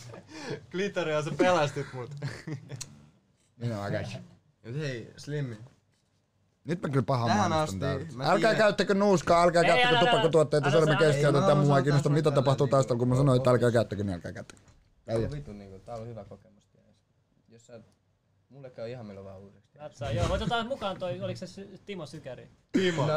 E: Glitteria sä pelastit mut.
F: Minä mä käsin.
B: Mut hei, Slimmi.
F: Nyt mä kyllä pahan
B: Tähän
F: mainostan
B: asti,
F: täältä.
B: mä
F: Älkää
B: tiedän.
F: käyttäkö nuuskaa, älkää
A: Ei,
F: käyttäkö
A: älä, älä,
F: tupakkatuotteita,
A: älä,
F: se
A: älä,
F: me
A: älä.
F: keskeytä,
B: Ei, mä
F: tämä mua
B: osaan
F: ei kiinnosta,
B: taas
F: mitä
B: ottaa
F: tapahtuu
B: niinku-
F: taustalla, kun mä sanoin, että älkää käyttäkö, niin älkää käyttäkö.
B: Tää on vitu niinku, tää on hyvä kokemus tiedäks. Jos sä, mulle käy ihan milloin vaan uusiksi. tiedäks.
A: Napsaa, joo, otetaan mukaan toi, oliko se Sy- Timo Sykäri?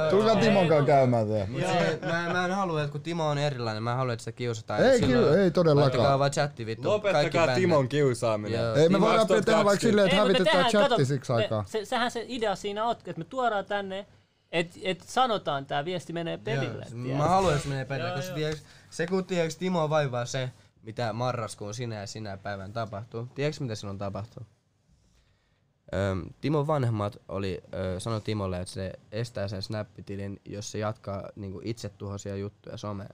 F: Tulkaa
A: Ei,
F: Timon kanssa
A: no.
F: käymään tää.
B: Mut se, mä, mä en halua, että kun Timo on erilainen, mä en halua, että sitä kiusataan.
F: Ei
B: Et silloin-
F: kyllä, ei
B: Laittakaa
F: todellakaan.
B: vaan chatti vittu.
E: Lopettakaa
B: bändit.
E: Timon kiusaaminen.
B: Joo.
F: Ei me
E: Timo
F: voidaan
E: 2022.
F: tehdä vaikka silleen, että
A: Ei, mutta
F: hävitetään
A: tehdään- kato,
F: chatti siksi
A: me-
F: aikaa.
A: Se, sehän se idea siinä on, että me tuodaan tänne, että et sanotaan, että tämä viesti menee perille.
B: Joo,
A: tiedät.
B: Mä haluan, jos menee perille,
A: Joo,
B: koska
A: joo.
B: tiiäks, se kun tiiäks, Timo vaivaa se, mitä marraskuun sinä ja sinä päivän tapahtuu. Tiedätkö mitä silloin tapahtuu? Öm, Timon vanhemmat oli, ö, sanoi Timolle, että se estää sen snappitilin, jos se jatkaa niinku itsetuhoisia juttuja someen.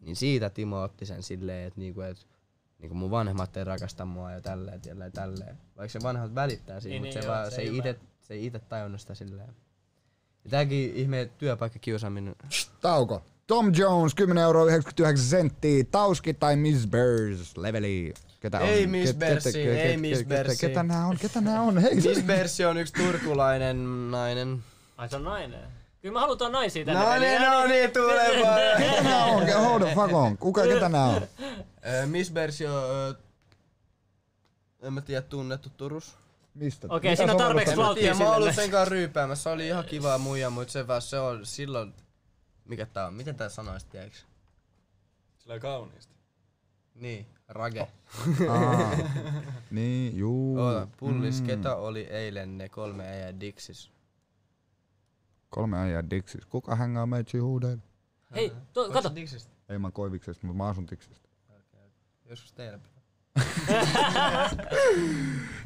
B: Niin siitä Timo otti sen silleen, että niinku, et, niinku mun vanhemmat ei rakasta mua ja tälleen, tälleen, tälleen. Vaikka se vanhemmat välittää siitä,
A: Niin,
B: niin, mutta
A: niin,
B: se,
A: joo,
B: vaan,
A: se
B: se,
A: ei
B: ei
A: ymmärrä.
B: ite, se ei ite tajunnut sitä silleen. Ja tääkin ihme työpaikkakiusaaminen.
F: Tauko. Tom Jones, 10 euroa 99 senttiä. Tauski tai Miss Bears leveli. Ketä on?
B: Ei Miss
F: Ket-
B: Bearsia,
F: ketä-
B: ei
F: ket-
B: Miss
F: ketä-
B: Bearsia.
F: Ketä nää on? Ketä nää on? Hei, se-
B: Miss Berssi on yksi turkulainen nainen.
A: Ai se on nainen. Kyllä mä halutaan naisia tänne.
B: No
A: peliin.
B: niin, no niin, tule vaan.
F: ketä nää on? Hold the fuck on. Kuka, ketä nää on?
B: Ö, Miss Berssi on... ö, En mä tiedä, tunnettu Turus.
F: Mistä?
A: Okei,
F: Mitä
A: siinä on
F: sovellusta-
A: tarpeeksi
B: En mä
A: flauttia
B: tiedä, mä oon ollut
A: sille.
B: sen kanssa ryypäämässä. Se oli ihan kivaa muija, mut se vaan se on silloin... Mikä tää on? Miten tää sanois, tiiäks?
E: Sillä on kauniisti.
B: Niin, rage.
F: Aa. Niin, juu.
B: Oota, pullis,
F: Mm.
B: ketä oli eilen ne kolme äijää Dixis?
F: Kolme ajan Dixis. Kuka hängaa meitsi huudeen?
A: Hei, to, kato.
B: Dixistä?
F: Ei mä koiviksesta, mutta mä asun Dixistä.
B: Joskus teillä.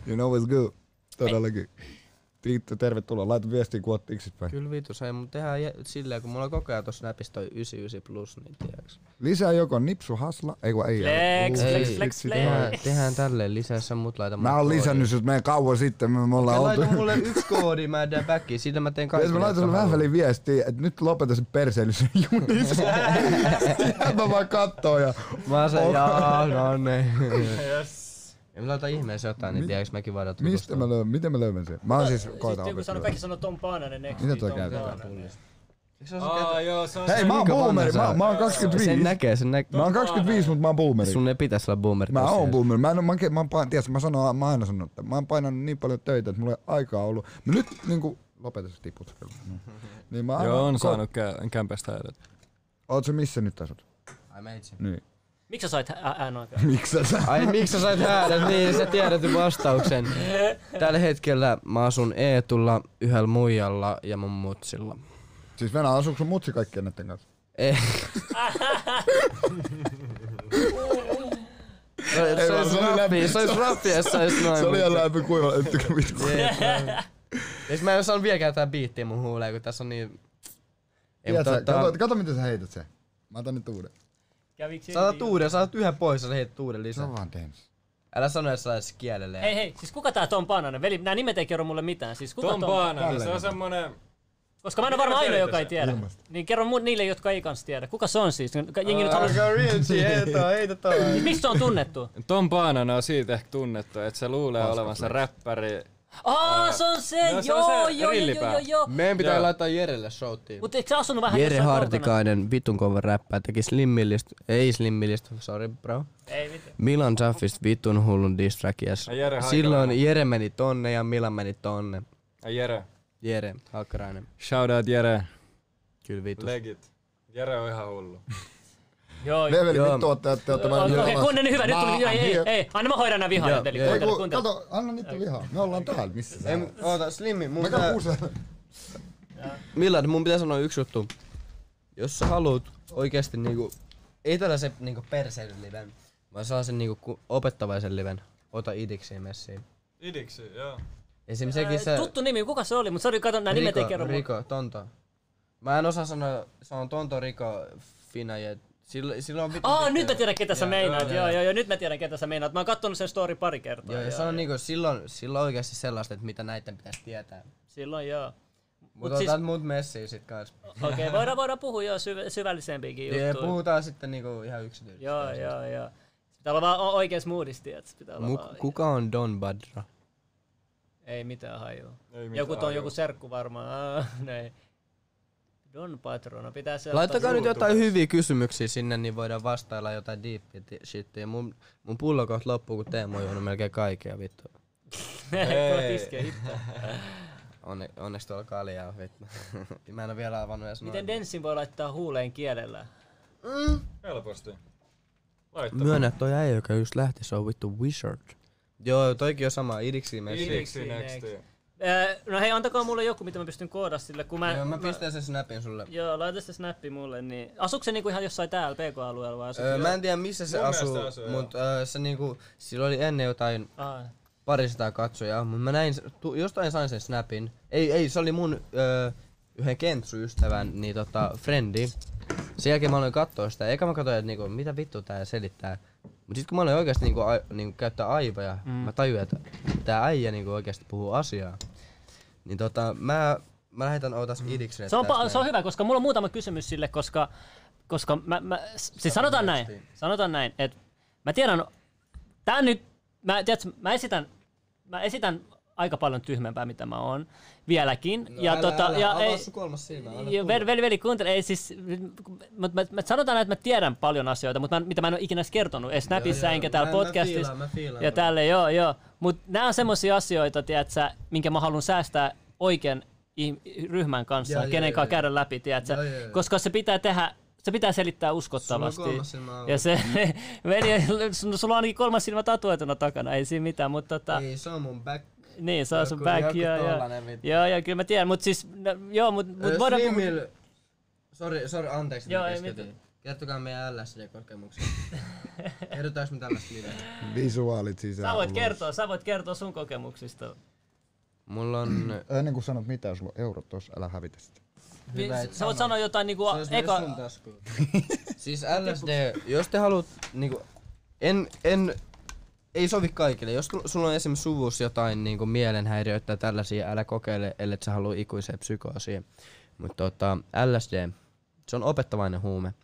F: You know it's good. Todellakin. Tiitto, tervetuloa. Laita viestiä, kun oot Dixit päin.
B: Kyllä vitu, sai mun tehdä jä- silleen, kun mulla on koko ajan tossa näpissä toi 99 plus, niin tiiäks.
F: Lisää joko nipsu hasla, ei kun ei.
A: Flex,
F: Uu,
A: flex,
F: sit-
A: flex,
F: sit-
A: flex.
B: Tehdään, tehdään tälleen lisää, sä muut laita
F: Mä
B: mulle
F: oon
B: koodin.
F: lisännyt sut meidän kauan sitten, me me ollaan
B: Ja laita
F: oltu.
B: mulle yksi koodi, mä en tee backia, sillä mä teen kaikki.
F: Jos mä laitan sulle vähän väliin viestiä, että nyt lopeta se perseily sen junissa. Ja mä vaan kattoo ja
B: Mä sen, jaa, no ne.
E: Yes.
B: Ja mä laitan ihmeessä jotain, niin
F: niin. Mi-
B: tiiäks mäkin voidaan
F: mistä
B: tutustua.
F: mä löydän, miten mä löydän sen? Mä oon siis koita
A: Sitten joku sanoo,
F: opiskella.
A: kaikki sanoo Tom Paananen next.
F: Mitä
A: niin
F: toi
A: Tom
F: käytetään
A: Paananen.
B: Eikö se oo se
E: Aa, joo, se on
F: Hei,
E: se.
F: mä oon
B: Kuinka vanha
F: boomeri,
B: sä
F: mä,
B: oot?
F: mä oon
B: käytetty?
F: 25.
B: Sen näkee, sen näkee.
F: Mä oon 25, mutta mä oon boomeri.
B: Sun ei pitäis olla boomer.
F: Mä
B: tässä.
F: oon boomer. Mä, en, oo- mä, ke- mä, oon pa- tiedätkö, mä, sanon, mä aina sanon, että mä oon painanut niin paljon töitä, että mulla ei aikaa ollut. Mä nyt niinku, lopeta se tiput. No. Niin mä aina- ko-
E: kä- kämpästä häidät.
F: Oot sä missä nyt asut?
B: Ai meitsi.
F: Niin.
A: Miksi sä sait ä- ään aikaa?
F: Miksi sä?
B: Ai miksi sä sait häädä? Niin, sä tiedät jo vastauksen. Tällä hetkellä mä asun Eetulla, yhdellä muijalla ja mun mutsilla. Eh.
F: Siis Venä, asuuko sun mutsi kaikkien näiden kanssa?
B: Ei.
F: Ei,
B: No, se
F: vaan
B: olisi
F: se oli
B: rappi,
F: läpi.
B: se olisi rappi, jos se olisi noin.
F: Se oli
B: mutta-
F: ihan läpi kuiva, ettekö mitkä.
B: Ja sit Siis mä en osannut vielä käyttää biittiä mun huuleen, kun tässä on niin... Ei, mutta tota-
F: Tiedätkö,
B: ottaa...
F: kato, kato miten sä heität sen. Mä otan nyt uuden.
A: Kävikö
B: Sä otat uuden, sä otat yhden pois ja sä heität uuden
F: Se
B: lisää.
F: on vaan dance.
B: Älä sano, että sä laitat sen kielelle.
A: Hei hei, siis kuka tää Tom Paananen? Veli, nää nimet ei kerro mulle mitään. Siis kuka
E: Tom
A: Tom,
E: Paananen, se on semmonen...
A: Koska mä en ole varmaan ainoa, joka ei tiedä. Niin kerro mu- niille, jotka ei kans tiedä. Kuka se on siis? Jengi nyt haluaa...
B: Aika rinchi, heitä, heitä toi.
A: Siis Mistä se on tunnettu?
E: Tom Paananen on siitä ehkä tunnettu, että se luulee olevansa räppäri.
A: Aa, se on se!
E: No,
A: Joo,
E: se on
A: joo, joo,
E: se
A: joo,
E: rillipää.
A: joo, joo.
B: Meidän pitää
E: Joo.
B: laittaa Jerelle showtiin.
A: Mutta eikö sä asunut vähän
B: Jere
A: jossain kaukana?
B: Hartikainen, vitun kova räppää, teki slimmillistä, ei slimmillistä, sorry bro.
A: Ei mitään.
B: Milan Jaffist vitun hullun distrackia.
E: Ja Jere Haikarainen.
B: Silloin Jere meni tonne ja Milan meni tonne.
E: Ja Jere.
B: Jere Hakkarainen.
E: Shout out Jere.
B: Kyllä vitu.
E: Legit. Jere on ihan hullu.
A: Joo, joo.
F: Veveli,
B: Joo.
F: vittu ootte, että ootte vähän
A: Okei,
F: vihaisia.
A: kuunnele hyvä. Nyt
F: Mä
A: tuli... Ei, ei,
F: oon
A: ei. Anna mä hoidan nää vihaa. Eli
B: Joo.
F: Ei,
A: kuuntele,
F: kun,
A: kuuntele.
F: kato, anna niitä lihaa. Me ollaan täällä, missä sä
B: Ei,
F: oot?
B: oota, Slimmi, mun
F: Mikä
B: pitää...
F: kuusi?
B: Millard, mun pitää sanoa yksi juttu. Jos sä haluut oikeesti niinku... Ei tällaisen niinku perseilyn liven, vaan sellaisen niinku ku- opettavaisen liven. Ota idikseen messiin.
E: Idiksi, joo.
B: Esim. sekin se...
A: Ää, Tuttu nimi, kuka se oli? Mutta sori, kato, nää nimet ei kerro mulle.
B: Riko, Tonto. Mä en osaa sanoa, se on Tonto, Riko, Fina ja... Silloin, silloin on vittu...
A: Aa,
B: video.
A: nyt mä tiedän ketä sä
B: Joo,
A: meinaat.
B: joo,
A: Joo,
B: joo.
A: joo, joo, nyt mä tiedän ketä sä meinaat. Mä oon kattonut sen story pari kertaa.
B: Joo, ja
A: joo.
B: se on niinku silloin, silloin oikeasti sellaista, että mitä näiden pitäisi tietää.
A: Silloin joo. Mut
B: Mut otat
A: siis-
B: siis... mut messiin sit kans.
A: Okei, okay, voidaan, voidaan puhua joo syv- syvällisempiinkin
B: Ja
A: juttuja.
B: puhutaan sitten niinku ihan yksityisesti.
A: Joo, joo, joo. Pitää olla vaan o- oikeas moodissa, tiedät. sä, Pitää olla
B: Mu-
A: vaan...
B: kuka on Don Badra?
A: Ei mitään hajua.
E: Ei mitään
A: Joku tuo
E: hajua.
A: joku serkku varmaan. Aa, Näin. Don Patrona. Pitää se
B: Laittakaa nyt
E: sulla
B: jotain
E: tukas.
B: hyviä kysymyksiä sinne, niin voidaan vastailla jotain deep shittiä. Mun, mun pullo kohta loppuu, kun Teemu on juonut melkein kaikkea vittu.
A: Kohta iskee hitto.
B: Onne, onneksi tuolla kaljaa on vittu. Mä en oo vielä avannut edes
A: Miten
B: noin.
A: Densin voi laittaa huuleen kielellä?
E: Helposti. Laittaa.
B: Myönnä toi äijä, joka just lähti, se on vittu wizard. Joo, toikin on sama, idiksi me
A: Idiksi.
E: Idiksi next.
A: next. Öö, No hei, antakaa mulle joku, mitä mä pystyn koodaa sille, kun mä...
B: Joo, mä pistän sen snapin sulle.
A: Joo, laita se snappi mulle, niin... Asuuko se niinku ihan jossain täällä PK-alueella vai asuuko
B: Öö,
A: se-
B: mä en tiedä missä se
E: Mun mielestä
B: asuu,
E: se asuu, joo.
B: mutta öö, se niinku, sillä oli ennen jotain
A: Aa,
B: parisataa katsojaa, mutta mä näin, se- tu, jostain sain sen snapin. Ei, ei, se oli mun öö, yhden kentsuystävän, niin tota, friendi. Sen jälkeen mä aloin katsoa sitä, eikä mä katsoin, että niinku, mitä vittu tää selittää. Mut sit kun mä aloin oikeasti niinku, a, niinku käyttää aivoja, mm. mä tajuin, että tää äijä niinku oikeasti puhuu asiaa. Niin tota, mä, mä lähetän ootas idikselle
A: Mm. Se on,
B: tästä
A: pa- se on
B: näin.
A: hyvä, koska mulla on muutama kysymys sille, koska, koska mä, mä, s- siis sanotaan näin, sanotaan näin, että mä tiedän, tää nyt, mä, tiedätkö, mä esitän, mä esitän aika paljon tyhmempää, mitä mä oon vieläkin.
B: No
A: ja
B: älä,
A: tota,
B: älä,
A: ja
B: avaa
A: ei,
B: sun kolmas silmä, älä
A: ja
B: puhu.
A: veli, veli, veli, kuuntele, ei siis, mut mä, mä, sanotaan näin, että mä tiedän paljon asioita, mutta mä, mitä mä en ole ikinä edes kertonut, ei Snapissa
B: joo,
A: enkä täällä
B: mä- mä
A: podcastissa.
B: fiilaan, mä fiilaan
A: ja
B: kyllä.
A: tälle, joo, joo. Mutta nämä on semmoisia asioita, tiedätkö, minkä mä haluan säästää oikean ih- ryhmän kanssa,
B: Joo,
A: ja,
B: joo,
A: kenen
B: joo,
A: kanssa
B: joo.
A: käydä läpi, tiedätkö,
B: Joo, joo, joo.
A: koska se pitää tehdä, se pitää selittää uskottavasti.
B: Sulla on kolmas silmä auki.
A: ja se, veli, sun- sulla on ainakin kolmas silmä tatuoituna takana, ei siinä mitään, mutta tota,
B: Ei, se on mun back.
A: niin, se on sun
B: Joku-
A: back,
B: joku
A: joo, joo.
B: tollanen vittu. niin
A: Joo, joo, kyllä mä tiedän, mutta siis, no, joo, mutta mut
B: Ö,
A: voidaan puhua.
B: Slimil- Sori, sori, anteeksi,
A: Joo,
B: Joo,
A: ei
B: ei Kertokaa meidän LSD-kokemuksia. Kerrotaanko me tällaista liveä?
F: Visuaalit sisään.
A: Sä voit
F: ulos.
A: kertoa, sä voit kertoa sun kokemuksista.
B: Mulla
A: Niin,
B: on...
F: Ennen kuin sanot mitä, sulla on euro tossa, älä hävitä sitä.
B: Hyvä,
A: Sä
B: et
A: voit
B: sano.
A: sanoa jotain niinku
B: Se olisi
A: eka...
B: myös sun taskuun. siis LSD, jos te haluat niinku... En, en, ei sovi kaikille. Jos tul- sulla on esimerkiksi suvussa jotain niinku mielenhäiriöitä tai tällaisia, älä kokeile, ellei sä halua ikuiseen psykoosiin. Mutta tota, LSD, se on opettavainen huume.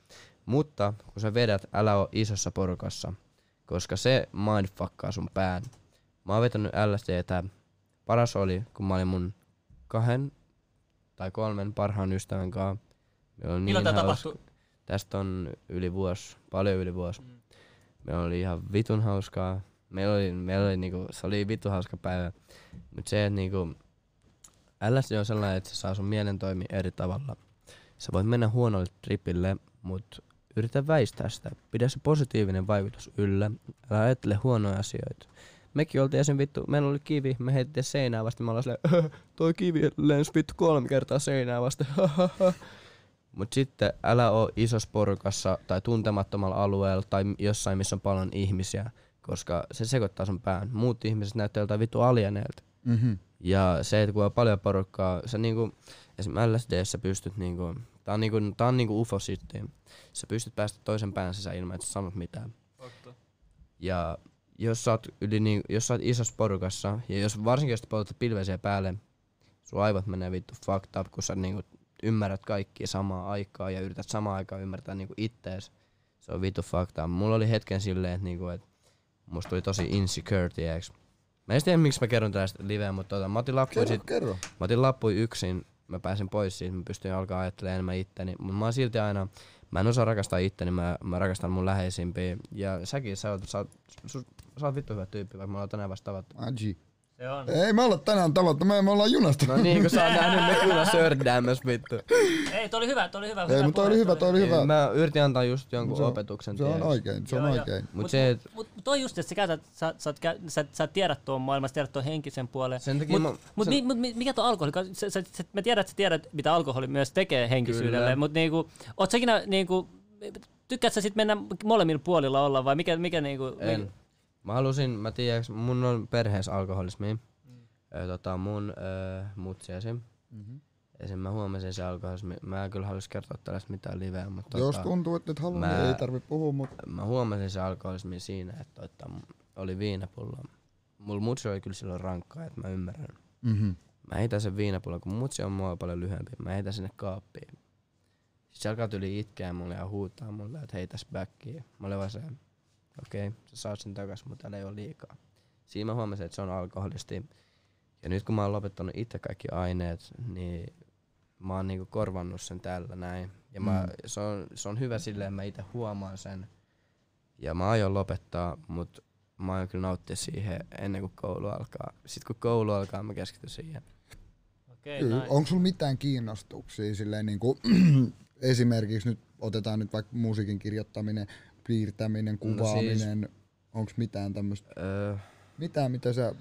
B: Mutta kun sä vedät, älä oo isossa porukassa, koska se mindfuckaa sun pään. Mä oon vetänyt LSDtä. Paras oli, kun mä olin mun kahden tai kolmen parhaan ystävän kanssa. Meillä oli
A: Milloin
B: niin
A: tää
B: hauska-
A: tapahtui?
B: Tästä on yli vuosi, paljon yli vuosi. Mm. Meillä oli ihan vitun hauskaa. Meillä oli, meillä oli niinku, se oli vitun hauska päivä. Mut se, että niinku, LSD on sellainen, että se saa sun mielen toimia eri tavalla. Sä voit mennä huonolle tripille, mut yritä väistää sitä. Pidä se positiivinen vaikutus yllä. Älä ajattele huonoja asioita. Mekin oltiin esim. vittu, meillä oli kivi, me heitettiin seinää vasten, me ollaan silleen, "Äh, toi kivi lensi vittu kolme kertaa seinää vasten, Mut sitten älä oo isossa porukassa tai tuntemattomalla alueella tai jossain, missä on paljon ihmisiä, koska se sekoittaa sun pään. Muut ihmiset näyttää jotain vittu alieneelta.
F: Mhm.
B: Ja se, että kun on paljon porukkaa, sä niinku, esimerkiksi LSD sä pystyt niinku, tää on niinku, tää on niinku ufo sitten. Sä pystyt päästä toisen pään sisään ilman, että sä sanot mitään.
E: Fakta.
B: Ja jos sä oot, yli, niin, jos sä oot isossa porukassa, ja jos varsinkin jos te poltat pilvesiä päälle, sun aivot menee vittu fucked up, kun sä niinku ymmärrät kaikkia samaa aikaa ja yrität samaan aikaan ymmärtää niinku ittees. Se on vittu fucked up. Mulla oli hetken silleen, että niinku, et musta tuli tosi insecure, tiiäks. Mä en tiedä, miksi mä kerron tästä liveä, mutta tota, mä otin lappuja
F: Kerro,
B: sit,
F: kerro.
B: Mä otin lappui yksin, mä pääsin pois siitä, mä pystyin alkaa ajattelemaan enemmän itteni. Mutta mä oon silti aina, mä en osaa rakastaa itteni, mä, mä rakastan mun läheisimpiä. Ja säkin, sä oot, sä oot, su, sä oot vittu hyvä tyyppi, vaikka me ollaan tänään vasta tavattu.
F: Aji.
A: Se on.
F: Ei me olla tänään tavattu, me, me ollaan junasta.
B: No niin, kun sä oot nähnyt me kyllä sördäämässä vittu.
A: Ei, toi oli hyvä, toi oli hyvä.
F: Ei, mutta toi oli
A: puhe,
F: hyvä, toi oli hyvä.
B: Niin, Mä yritin antaa just jonkun
F: Se on-
B: opetuksen.
F: Se on
B: tiedäks.
F: oikein, se on
A: Joo, joo.
F: oikein.
B: Mut se, et,
A: Mut toi just, että sä, käytät, sä, sä, oot käy- sä, sä tiedät tuon maailmassa, tiedät tuon henkisen puolen.
B: Sen takia
A: mut,
B: mä-
A: mut,
B: sen-
A: mi, mut, mi- mikä tuo alkoholi? Ka- Sä, sä, sä, mä tiedän, että sä tiedät, mitä alkoholi myös tekee henkisyydelle,
B: Kyllä.
A: mutta niinku, oot säkin niinku, tykkäät sä sit mennä molemmilla puolilla olla vai mikä, mikä niinku...
B: en. Niin. Mä halusin, mä tiedäks, mun on perheessä alkoholismi. Ö, Tota, mun ö, mutsi esim. Esim. mä huomasin se alkoholismi. Mä en kyllä halus kertoa tällaista mitään liveä, mutta
F: Jos
B: tota,
F: tuntuu, että et halua,
B: mä-
F: niin ei tarvi puhua, mutta
B: mä huomasin se alkoholismi siinä, että, että oli viinapullo. Mulla mutsi oli kyllä silloin rankkaa, että mä ymmärrän.
F: Mhm.
B: Mä heitän sen viinapullon, kun mutsi on mua paljon lyhyempi. Mä heitän sinne kaappiin. Sitten se alkaa tyli itkeä mulle ja huutaa mulle, että heitäs backia. Mä olin vaan se, okei, okay, sä saat sen takas, mutta täällä ei ole liikaa. Siinä mä huomasin, että se on alkoholisti. Ja nyt kun mä oon lopettanut itse kaikki aineet, niin mä oon niinku korvannut sen tällä näin. Ja mä,
F: Mm.
B: se, on, se on hyvä silleen, mä itse huomaan sen. Ja mä aion lopettaa, mut mä aion kyllä nauttia siihen ennen kuin koulu alkaa. Sitten kun koulu alkaa, mä keskityn siihen.
A: Okei,
F: Kyllä.
A: nice.
F: Onko Niin, sulla mitään kiinnostuksia silleen niin kuin, esimerkiksi nyt otetaan nyt vaikka musiikin kirjoittaminen, piirtäminen, kuvaaminen, no siis... onko mitään tämmöistä,
B: Öö,
F: mitään mitä sä,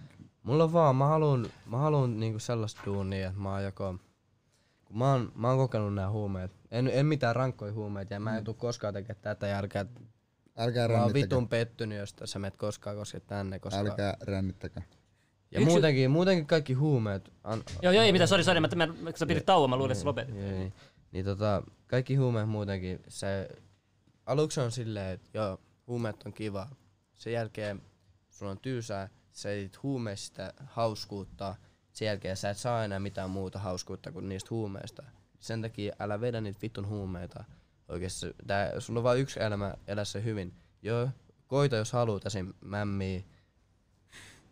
B: Mulla on vaan, mä haluun, mä haluun niinku sellaista duunia, että mä oon joko... Kun mä oon, mä oon kokenut nämä huumeet. En, en mitään rankkoja huumeita ja mä en tuu koskaan tekemään tätä jälkeä.
F: älkää
B: Mä oon
F: rännittäkää,
B: vitun pettynyt, jos tässä menet koskaan koske tänne. Koska...
F: älkää rännittäkää.
B: Ja
A: Yksi-
B: muutenkin, muutenkin kaikki huumeet... An...
A: Joo, joo, ei mitään, sori, sori, mä, mä, mä, kun sä pidit tauon, mä luulin, että sä lopetit.
B: Niin, niin, niin tota, kaikki huumeet muutenkin, se... Aluksi on silleen, että joo, huumeet on kiva. Sen jälkeen sulla on tyysää, sä et huumeista hauskuutta. Sen jälkeen sä et saa enää mitään muuta hauskuutta kuin niistä huumeista. Sen takia älä vedä niitä vittun huumeita. Oikeesti, tää, sulla on vain yksi elämä, elä se hyvin. Joo, koita jos haluat esim. mämmiä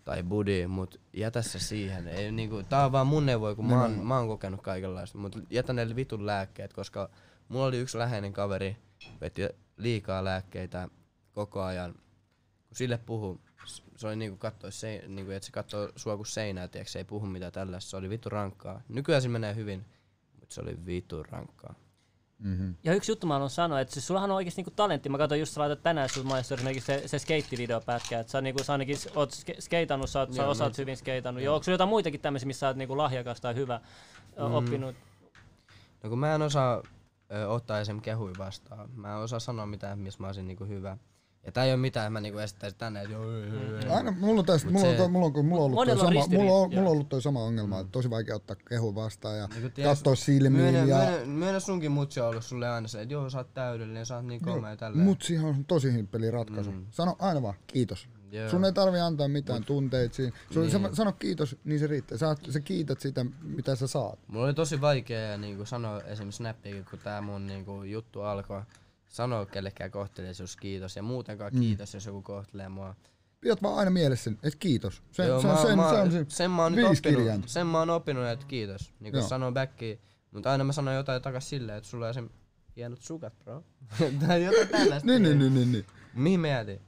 B: tai budi, mut jätä se siihen. Ei, niinku, tää on vaan mun neuvoja, kun mä oon, mä oon kokenut kaikenlaista, mut jätä ne vitun lääkkeet, koska mulla oli yksi läheinen kaveri, veti liikaa lääkkeitä koko ajan. Kun sille puhu, s- se oli niinku kattoi, se, niinku, että se kattoo sua kuin seinää, tiiäks, se ei puhu mitään tällaista, se oli vittu rankkaa. Nykyään se menee hyvin, mut se oli vittu rankkaa.
F: Mm-hmm.
A: Ja yksi juttu mä haluan sanoa, että siis sullahan on oikeasti niinku talentti. Mä katsoin just, sä laitat tänään sun maissa esimerkiksi se, se skeittivideopätkä. Että sä, niinku, sä ainakin s- oot ske- skeitannut, sä, oot, sä
B: Joo, Mm.
A: osaat
B: mä-
A: hyvin skeitannut. Ja onko sulla jotain muitakin tämmöisiä, missä sä oot niinku lahjakas tai hyvä ö, oppinut?
B: No kun mä en osaa ö, ottaa esim. kehui vastaan. Mä en osaa sanoa mitään, missä mä olisin niinku hyvä. Ja tää ei oo mitään, mä niinku esittäisin tänne, että joo, joo, joo, joo.
F: Aina mulla on tästä, mulla,
B: Mm.
F: on,
B: se-
F: toi- mulla, on, kun mulla, on ollut toi
A: Monella on
F: sama, mulla, on,
A: ristiriitoja.
F: mulla on ollut toi sama ongelma, että tosi vaikea ottaa kehu vastaan ja
B: Niinku tiedät-
F: katsoa silmiin
B: Myönnä,
F: ja
B: myönnä, myönnä sunkin mutsi on ollut sulle aina se, että joo, sä oot täydellinen, sä oot niin komea ja tälleen.
F: Mut siihen on tosi himppeli ratkaisu. Mm. Sano aina vaan kiitos.
B: Joo.
F: Sun ei tarvi antaa mitään tunteita siinä. Sun niin. sano kiitos, niin se riittää. Sä, sä kiität sitä, mitä sä saat.
B: Mulla oli tosi vaikea niinku, sanoa esimerkiksi snappiakin, kun tää mun niinku, juttu alkoi sanoa kellekään kohteliaisuus kiitos ja muutenkaan mm. kiitos, jos joku kohtelee mua.
F: Pidät vaan aina mielessä sen, että kiitos. Sen,
B: Joo,
F: se on
B: mä-
F: sen,
B: mä-
F: se on sen,
B: sen mä oon nyt
F: viisi
B: oppinut,
F: kirjainta.
B: sen mä oon oppinut, että kiitos. Niin
F: Joo.
B: kun sanoo backiin, mutta aina mä sanon jotain takas silleen, että sulla on esim. hienot sukat, bro. tai jotain tällaista.
F: Niin, niin, niin, niin, niin.
B: Mihin me jäätiin?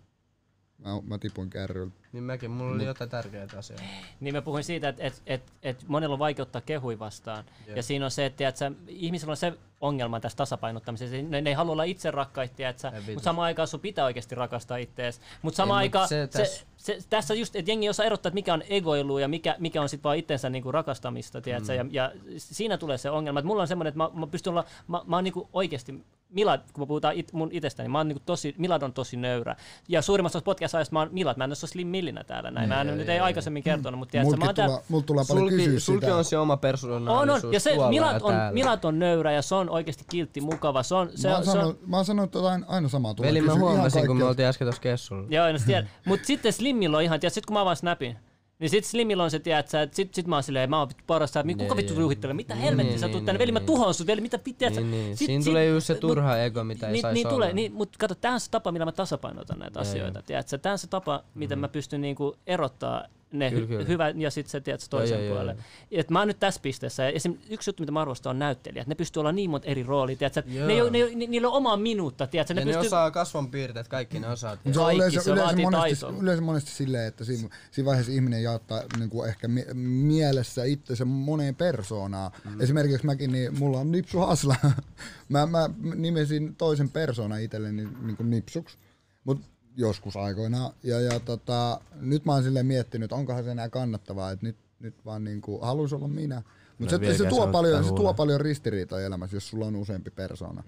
F: Mä, mä tipuin kärryltä.
B: Niin mäkin, mulla oli jotain tärkeää asiaa.
A: Niin mä puhuin siitä, että et, et, et monella on vaikeutta ottaa kehui vastaan. Ja siinä on se, että tiedätkö, ihmisillä on se ongelma tässä tasapainottamisessa. Ne, ne ei halua olla itse rakkaita, tiedätkö,
B: Ei vitus.
A: mutta samaan aikaan sun pitää oikeasti rakastaa ittees. Mutta samaan
B: Ei, mut
A: aikaan se,
B: se
A: se,
B: tässä-
A: se, tässä just, että jengi osaa erottaa, että mikä on egoilu ja mikä, mikä on sitten vaan itsensä niinku rakastamista, tiedätkö, mm. ja, ja, siinä tulee se ongelma. Et mulla on semmoinen, että mä, mä pystyn olla, mä, mä oon niinku oikeasti Milad, kun me puhutaan it, mun itsestäni, niin mä oon niinku tosi, Milad on tosi nöyrä. Ja suurimmassa osassa podcast-ajasta mä oon Milad, mä en ole Slim Millinä täällä näin. Mä en, nyt ei aikaisemmin kertonut, mutta tiedätkö, mä
F: Mulki
A: oon täällä,
F: tulla, mul tulee paljon kysyä
B: Sulki, sulki
F: sitä.
B: on se oma persoonallisuus
A: on, on. Ja se
B: tuolla
A: Milat on,
B: täällä.
A: Milat on nöyrä ja se on oikeasti kiltti, mukava. Se on, se,
F: mä,
A: on,
F: oon
A: se on,
F: sanonut, mä oon sanonut tota aina, aina samaa. Tulee
B: Veli, mä
F: kysyä ihan
B: huomasin, kun me
F: kaikkea.
B: oltiin äsken tuossa kessulla.
A: Joo, en tiedä. Mut sitten Slimmillä on ihan, tiedät, sit kun mä avaan Snapin, niin sit Slimmillä on se, tiedät sä, että sit, sit mä oon silleen, mä oon vittu paras, sä, kuka
B: Niin,
A: vittu
B: joo.
A: ruuhittelee, mitä helvettiä
B: niin,
A: sä tuut
B: niin,
A: tänne, veli mä
B: niin.
A: tuhoan sut, veli mitä pitää,
B: Niin, niin. Siinä tulee just se turha ego, mitä ei
A: niin,
B: saisi
A: niin
B: olla. Niin.
A: tulee, niin, mutta kato, tämä on se tapa, millä mä tasapainotan näitä
B: Joo,
A: asioita, tiedätkö? Tämä on se tapa, miten mä pystyn niinku erottaa ne
B: Mhm. Kyllä,
A: hy-
B: kyllä.
A: hyvän ja sitten se tiedätkö,
B: Joo,
A: toisen
B: joo, joo,
A: puolelle. Et mä oon nyt tässä pisteessä. Ja esim. yksi juttu, mitä mä arvostan, on näyttelijät. Ne pystyy olla niin monta eri roolia. Tiedätkö? että Ne, ei oo- ne, ei oo- ni- niillä on omaa minuutta. Tiedätkö?
B: Ja
A: Ne
B: ne
A: pystyy...
B: osaa kasvonpiirteet, kaikki ne osaa.
F: Se
B: tiedä.
F: on
A: Kaikki,
F: yleensä,
A: se
F: yleensä,
A: vaatii
F: monesti,
A: taitoa.
F: yleensä monesti silleen, että siinä, siinä vaiheessa ihminen jaottaa niin kuin ehkä mi- mielessä itsensä moneen persoonaan. Mm. Esimerkiksi mäkin, niin mulla on Nipsu Hasla. mä, mä nimesin toisen persoonan itselleni niin kuin Nipsuksi, mutta joskus aikoinaan. Ja, ja tota, nyt mä oon silleen miettinyt, että onkohan se enää kannattavaa, että nyt, nyt vaan niin kuin, halus olla minä. Mutta se, se,
B: vieläkään
F: tuo
B: saa
F: paljon,
B: ottaa
F: se tuo
B: huomioon.
F: paljon ristiriitoja elämässä, jos sulla on useampi persoona.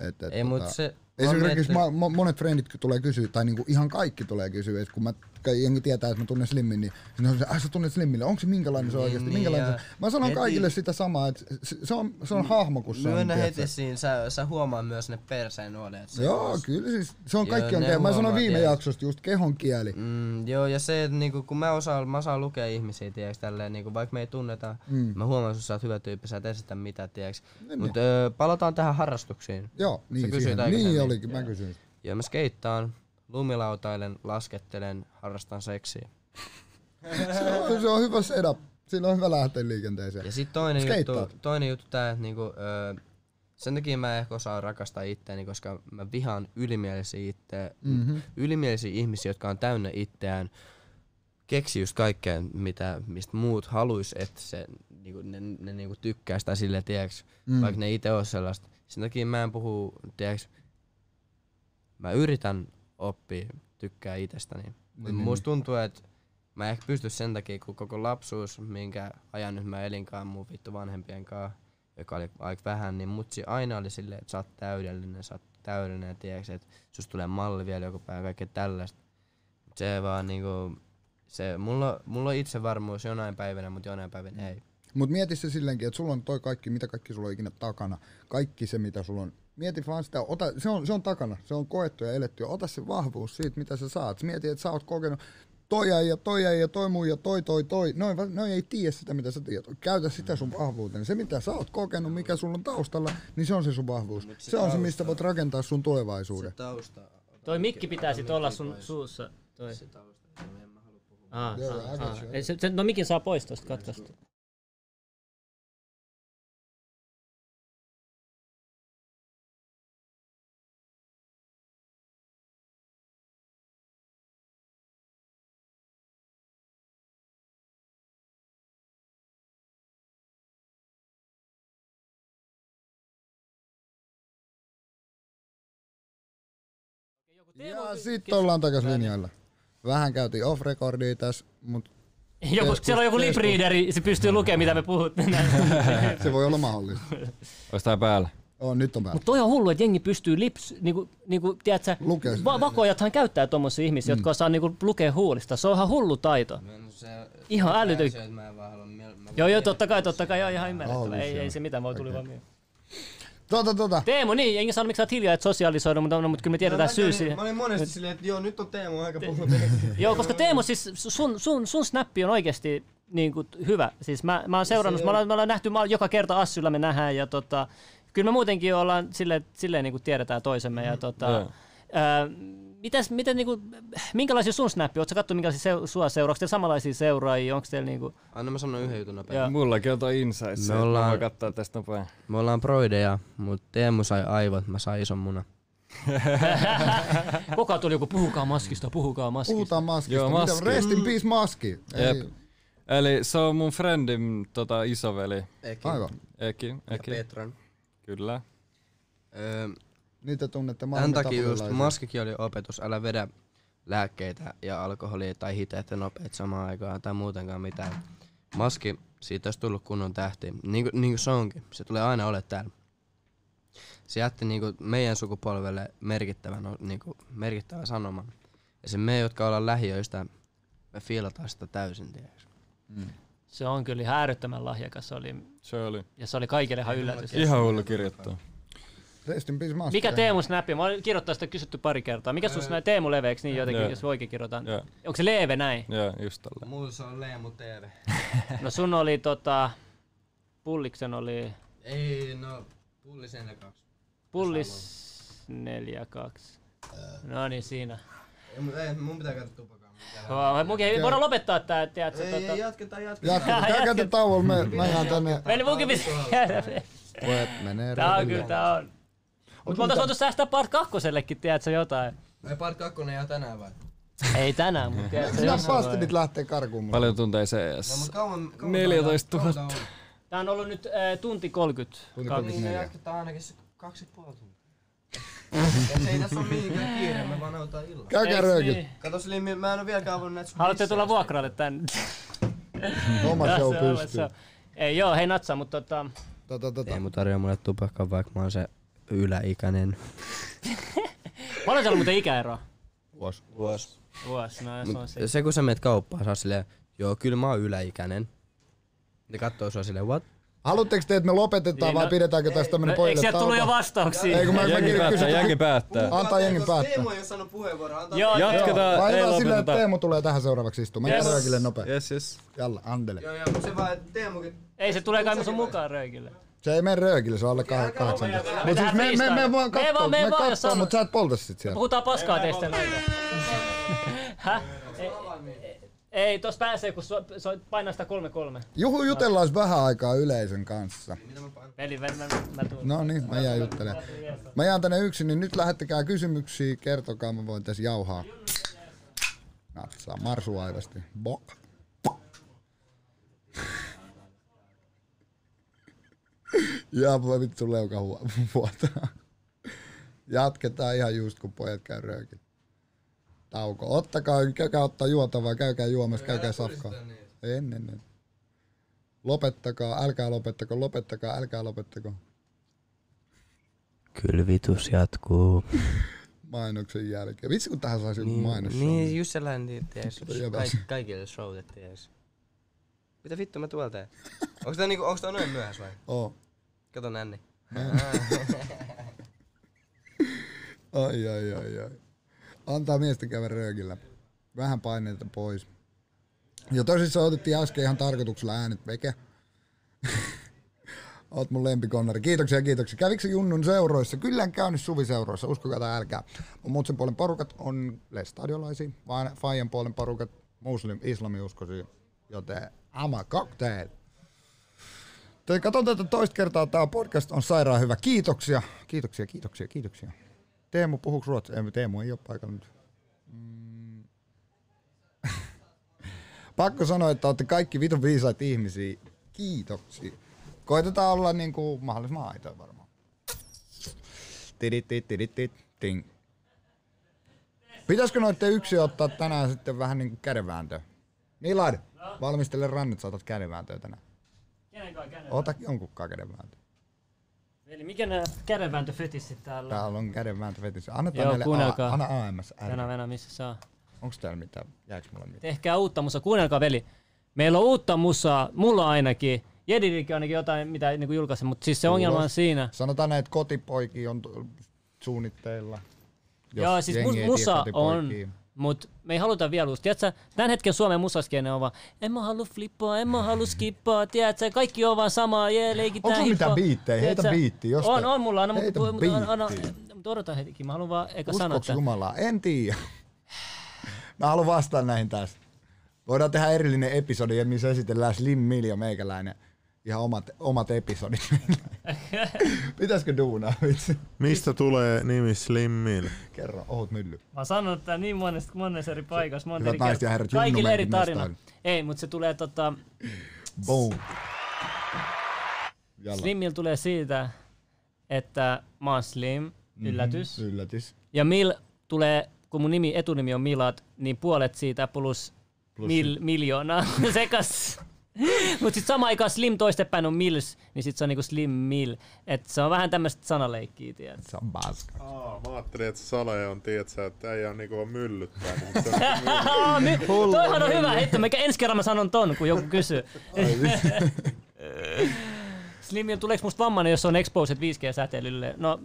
F: Et, tota- et,
B: Ei, mut se...
F: Esimerkiksi
B: mä...
F: mä, mo- monet frendit ky- tulee kysyä, tai niinku ihan kaikki tulee kysyä, että kun mä ka- jengi tietää, että mä tunnen Slimmin, niin ne on se, ai sä tunnet Slimmille, onko se minkälainen se on
B: Niin,
F: oikeasti,
B: niin,
F: minkälainen
B: ja
F: se on?" Mä sanon
B: heti- Niin,
F: kaikille sitä samaa, että se- se on, se on hahmo, kun se on.
B: Myönnä
F: tiedätkö.
B: heti siinä, sä, sä huomaa myös ne perseen nuolet. Se-
F: Joo, kyllä siis, se on
B: Joo,
F: kaikki on
B: ne
F: ke- Mä sanoin
B: huomaa,
F: viime
B: tiedät.
F: jaksosta just kehon kieli.
B: Mm, joo, ja se, että niinku, kun mä osaan, mä osaan lukea ihmisiä, tiiäks, tälleen, niinku, vaikka me ei tunneta, mm. mä huomaan, että sä oot hyvä tyyppi, sä et esitä mitään, tiiäks. Mut ö, palataan tähän harrastuksiin.
F: Joo, niin,
B: kysyit
F: siihen.
B: aikaisemmin.
F: niin olikin, mä kysyin.
B: Joo, mä skeittaan. Lumilautailen, laskettelen, harrastan seksiä.
F: se, on, se on hyvä setup. Siinä on hyvä lähteä liikenteeseen.
B: Ja sitten toinen juttu,
F: Skeittaat.
B: toinen juttu tää, että niinku, öö, sen takia mä ehkä osaan rakastaa itteeni, koska mä vihaan ylimielisiä, itte, mm-hmm. ylimielisiä ihmisiä, jotka on täynnä itseään. Keksi just kaikkea, mitä, mistä muut haluis, että se, niinku, ne, ne niinku tykkää sitä silleen, tiiäks, mm. vaikka ne itse on sellaista. Sen takia mä en puhu, tiiäks, mä yritän oppia tykkää itsestäni. Niin, musta tuntuu, että mä en ehkä pysty sen takia, kun koko lapsuus, minkä ajan nyt mä elinkaan mun vittu vanhempien kanssa, joka oli aika vähän, niin mutsi aina oli silleen, että sä oot täydellinen, sä oot täydellinen, tiedätkö, että sus tulee malli vielä joku päivä, kaikkea tällaista. Mut Se vaan niinku, se, mulla, on- mulla on itsevarmuus jonain päivänä, mutta jonain päivänä ei.
F: Mutta mieti se silleenkin, että sulla on toi kaikki, mitä kaikki sulla on ikinä takana. Kaikki se, mitä sulla on. Mieti vaan sitä, ota, se, on, se on takana, se on koettu ja eletty. Ota se vahvuus siitä, mitä sä saat. Mieti, että sä oot kokenut toi ei ja toi ei ja toi muu ja toi toi toi. Noin, va- noin ei tiedä sitä, mitä sä tiedät. Käytä sitä sun vahvuuteen. Se, mitä sä oot kokenut, mikä sulla on taustalla, niin se on se sun vahvuus. Se on se, mistä voit rakentaa sun tulevaisuuden.
B: Tausta.
A: Toi mikki pitää sit olla sun suussa. Toi. Ah, ah, ah. Ei, se, se, no mikin saa pois tosta katkaista.
F: Ja sit ollaan takas linjoilla. Vähän käytiin off recordia tässä, mutta
A: Joku,
F: Keskus-
A: siellä on joku
F: keskus-
A: lipreaderi, se pystyy lukemaan mitä me puhutaan.
F: se voi olla mahdollista.
E: Ois tää päällä?
F: Oh, nyt on päällä.
A: Mutta toi on hullu, että jengi pystyy lips, niinku, niinku, tiedätkö,
F: Lukee sitä.
A: va- vakoajathan käyttää tommosia ihmisiä, mm. jotka osaa niinku, lukea huulista. Se on ihan hullu taito. Ihan älytön.
B: Se, että mä en vaan halua, mä, mä
A: Joo, joo, totta kai, totta kai, joo, ihan ymmärrettävä.
F: Aavus,
A: Ei,
F: joo.
A: ei se mitään, voi tuli vaan mieleen.
F: Tota, tota.
A: Teemu, niin, jengi sanoo, miksi sä oot hiljaa, et sosialisoida, mutta, no, mutta kyllä me tiedetään syy siihen.
B: olin monesti silleen, että joo, nyt on Teemu aika puhunut.
A: Joo, koska Teemu, siis sun, sun, sun snappi on oikeasti niin kuin, hyvä. Siis mä, mä oon seurannut, me ollaan, me ollaan nähty, mä oon- joka kerta Assyllä me nähdään ja tota, kyllä me muutenkin ollaan silleen, silleen niin kuin tiedetään toisemme ja tota,
E: Mm. Joo.
A: ää, mitäs, miten, niin kuin, minkälaisia sun snappi, ootko sä kattonut minkälaisia seu, sua seuraa, onko teillä samanlaisia seuraajia, onko teillä niin kuin,
B: Anna mä sanon yhden jutun nopeasti.
A: Joo.
E: Mullakin on toi insights,
B: Me
E: me ollaan...
B: ollaan-
E: mä voin katsoa tästä nopein.
B: Me ollaan proideja, mutta Teemu sai aivot, mä sain ison munan.
A: koko ajan tuli joku puhukaa maskista, puhukaa maskista.
F: Puhutaan maskista.
E: Joo,
F: Mitä-
E: maski.
F: Rest
A: Mm.
F: in peace maski. Ei,
E: Jep. Niin. Eli se on mun friendin tota, isoveli.
B: Eki.
F: aivan.
E: Eki, Eki,
B: Petran.
E: kyllä.
B: Öö,
F: Niitä tunnette
B: tämän takia just
F: tapahtuvalaisia.
B: maskikin oli opetus, älä vedä lääkkeitä ja alkoholia tai hiteitä nopeet samaan aikaan tai muutenkaan mitään. Maski, siitä olisi tullut kunnon tähti. Niin kuin, niin kuin se onkin, se tulee aina ole täällä. Se jätti niin kuin meidän sukupolvelle merkittävän, niin kuin, merkittävän sanoman. Ja se me, jotka ollaan lähiöistä, me fiilataan sitä täysin, tiedäks.
A: Se on kyllä ihan äärettömän lahjakas, se oli,
E: Se oli.
A: ja se oli kaikille ihan yllätys.
E: Ihan hullu kirjoittaa.
F: Rest in peace maski.
A: Mikä Teemu snappi? Mä oon kirjoittaa sitä kysytty pari kertaa. Mikä sun snappi? Teemu leveeksi, niin jotenkin,
E: Joo.
A: jos oikein kirjoitan.
E: Joo.
A: Onko se leve näin?
E: Joo, just tällä.
B: Mulla se on Leemu TV.
A: No sun oli tota... Pulliksen oli...
B: Ei, no, pullisen kaksi.
A: Pullis 42. No niin, siinä.
B: Ei, mut ei, mun pitää käydä tupakaan. mun pitää lähteä.
A: Vau, Munkin ei voida lopettaa tää, tiedätkö?
B: Ei, ei,
A: Tota...
B: jatketaan, jatketaan.
F: Jatketaan. Käykäätä tauolla, me mennään tänne.
A: Meni munkin pitää jäädä.
F: Pojat menee
A: Tää on
F: reville.
A: kyllä, tää on. Mut me oltais voitu säästää part kakkosellekin, tiedätkö jotain?
B: Ei, part kakkonen jää tänään vai?
A: Ei tänään, mut tiedätkö
F: Sinä
A: jossain vaiheessa.
F: pastinit lähtee karkuun mulle.
E: Paljon tunteja CS.
B: no, kauan,
E: 14 000.
B: kauan tää on.
A: Tää on ollut nyt äh, tunti 30.
B: Niin, ja jatketaan ainakin se kaksi ja puoli tuntia. Ja se ei tässä ole mihinkään kiire, me vaan nautaan illalla.
A: niin.
F: Käykää röökit.
B: Kato Slimmi, mä en oo vieläkään voinut näitä sun
A: Haluatte
B: hissejä.
A: tulla vuokralle tän?
F: Oma show
A: Se on- se
F: pystyy.
A: on. Ei joo, hei natsa, mutta tota,
F: Tota, tota.
B: Teemu tarjoaa mulle tupakkaa, vaikka mä oon se yläikäinen.
A: paljon siellä on muuten ikäeroa?
B: Vuos. Vuos.
A: Vuosi, no se on se.
B: Se kun sä meet kauppaan, sä oot silleen, joo kyllä mä oon yläikäinen. Ne kattoo sua silleen, what?
F: Haluatteko te, että me lopetetaan
A: Niin,
F: vai
A: no-
F: pidetäänkö tästä tämmönen
A: No, Eikö
F: poille
A: sieltä tullut jo
F: tauko?
A: vastauksia?
F: Ei kun mä mä
E: Jengi
F: kysyn-
E: päättää, jengi päättää.
F: Antaa jengi päättää.
B: ei oo saanut puheenvuoroa, antaa
A: Joo,
E: Jatketaan,
F: Vai
E: ei
F: hyvä silleen, että
E: lopeteta.
F: Teemu tulee tähän seuraavaksi istumaan.
A: Yes.
F: Mennään röökille nopea.
E: Yes, yes.
F: Jalla, andele.
B: Joo, joo, mut se vaan, että Teemukin...
A: ei se tulee kai sun mukaan röikille.
F: Se ei mene röökille, se on alle kah- 18. Mutta siis me, me, me
A: freestyle.
F: vaan
A: Me
F: katsoa,
A: vaan- me
F: me, me
A: vaan, jos
F: katsoa,
A: on-
F: mutta sä et polta sit siellä.
A: Puhutaan paskaa teistä näitä. Häh? Ei, ei tos pääsee, kun so, so, painaa sitä 3-3.
F: Juhu, jutellaan vähän aikaa yleisön kanssa.
A: Veli, mä, mä, mä tuun.
F: No niin, mä jään juttelemaan. Mä jään tänne yksin, niin nyt lähettäkää kysymyksiä, kertokaa, mä voin tässä jauhaa. Natsaa, marsuaivasti. Bok. Ja voi vittu leuka huo- vuotaa. Jatketaan ihan just kun pojat käy röökin. Tauko. Ottakaa, käykää ottaa juotavaa, käykää juomassa, käykää safkaa. Ennen. ennen. Lopettakaa, älkää lopettako, lopettakaa, älkää lopettako.
B: Kylvitus jatkuu.
F: mainoksen jälkeen. Vitsi kun tähän saisi joku mainos.
B: Niin, just sellainen, ties.
F: Jäbäs.
B: Kaik- kaikille showt, ties. Mitä vittu mä tuolla teen? Onks tää niinku, onks tää noin myöhäs vai?
F: Oh.
B: Kato nänni.
F: Ai, ai, ai, ai. Antaa miesten käydä röökillä. Vähän paineita pois. Ja tosissaan otettiin äsken ihan tarkoituksella äänet veke. Oot mun lempikonnari. Kiitoksia, kiitoksia. Kävikö se Junnun seuroissa? Kyllä en käynyt suviseuroissa, uskokaa tai älkää. Mun muut sen puolen porukat on lestadiolaisia, vaan Fajan puolen porukat muslim, islamiuskoisia. Joten ama cocktail. Te katson tätä toista kertaa, tämä podcast on sairaan hyvä. Kiitoksia, kiitoksia, kiitoksia, kiitoksia. Teemu, puhuks ruotsia? Ei, Teemu ei ole paikalla nyt. Mm. Pakko sanoa, että olette kaikki vitun viisaita ihmisiä. Kiitoksia. Koitetaan olla niin kuin mahdollisimman aitoja varmaan. Tidit, tidit, tidit, tidit, ting. Pitäisikö noitte yksi ottaa tänään sitten vähän niin kuin kädenvääntöä? Milad, valmistele rannat, saatat kädenvääntöä tänään.
A: Kenen kanssa käden?
F: Ota jonkun kanssa kädenvääntö.
A: Veli, mikä nää kädenvääntöfetissit täällä on?
F: Täällä on kädenvääntö vetissä. Annetaan
A: Joo,
F: Joo, näille
A: kuunnelkaa.
F: A, anna AMS.
A: Tänä venä, missä saa.
F: Onko täällä mitään? Jääks mulle mitään?
A: Tehkää uutta musaa. Kuunnelkaa veli. Meillä on uutta musaa, mulla ainakin. Jedilikin ainakin jotain, mitä niinku julkaisen, mutta siis se ongelma on siinä.
F: Sanotaan näin, että kotipoiki on tu- suunnitteilla. Jos
A: Joo, siis
F: jengi
A: mus,
F: ei
A: musa
F: tiedä
A: on,
F: kotipoikia.
A: mutta me ei haluta vielä uusi. Tiedätkö, tämän hetken Suomen musaskene on vaan, en mä halua flippaa, en mä halua skippaa, tiedätkö, kaikki on vaan samaa, jee, leikitään
F: Onko sulla
A: hippaa.
F: mitään biittejä? Heitä
A: Tiedätkö,
F: biitti jostain.
A: On, on mulla, anna,
F: Heitä
A: mutta anna, anna,
F: biitti.
A: mutta odota hetki, mä haluan vaan eka sanoa,
F: Uskoks
A: että
F: Jumalaa? En tiedä. Mä haluan vastata näihin taas. Voidaan tehdä erillinen episodi, missä esitellään Slim Mill ja meikäläinen. Ihan omat, omat episodit. Pitäisikö duunaa, vitsi?
G: Mistä tulee nimi Slimmin?
F: Kerro, oot mylly.
A: Mä oon sanonut tää niin monessa, monessa eri paikassa. Monta
F: Hyvät
A: eri
F: naiset
A: kertaa.
F: ja herrat, Junnu
A: Kaikille eri
F: Mäenkin
A: tarina.
F: nostaa.
A: Ei, mutta se tulee tota,
F: Boom. Jalla.
A: Slimmil tulee siitä, että mä oon Slim,
F: Mhm,
A: yllätys.
F: Yllätys.
A: Ja Mil tulee, kun mun nimi, etunimi on Milad, niin puolet siitä plus, mil, miljoonaa sekas. Mutta sitten samaan aikaan Slim toistepäin on Mills, niin sitten se on niinku Slim Mill. Et se on vähän tämmöistä sanaleikkiä, tiedät.
F: Se on paska.
G: Aa, mä ajattelin, että Sale on, tietsä, että ei ole niinku vaan myllyttää. niin sit se on niinku
A: Aa, my- Toihan on hyvä hitto, mikä ensi kerran mä sanon ton, kun joku kysyy. Slimil, tuleeko musta vammainen, jos on exposed 5G-säteilylle? No,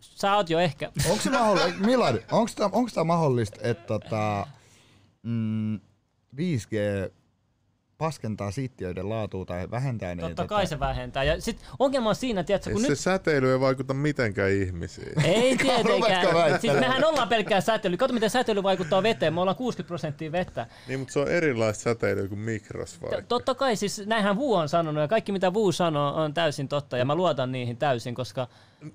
A: sä oot jo ehkä.
F: Onko se mahdollista, Milad, onko tämä, onko tämä mahdollista, että tota, mm, 5G paskentaa siittiöiden laatua tai vähentää niitä?
A: Totta kai se vähentää. Ja sit ongelma on siinä, tiedätkö, kun
G: Se
A: nyt...
G: säteily ei vaikuta mitenkään ihmisiin.
A: Ei
F: Ruvetko väittämään?
A: tietenkään. Siis mehän ollaan pelkkää säteilyä. Kato, miten säteily vaikuttaa veteen. Me ollaan 60 prosenttia vettä.
G: Niin, mutta se on erilaista säteilyä kuin mikros
A: T-
G: vai?
A: totta kai, siis näinhän Wu on sanonut ja kaikki mitä Wu sanoo on täysin totta ja mä luotan niihin täysin, koska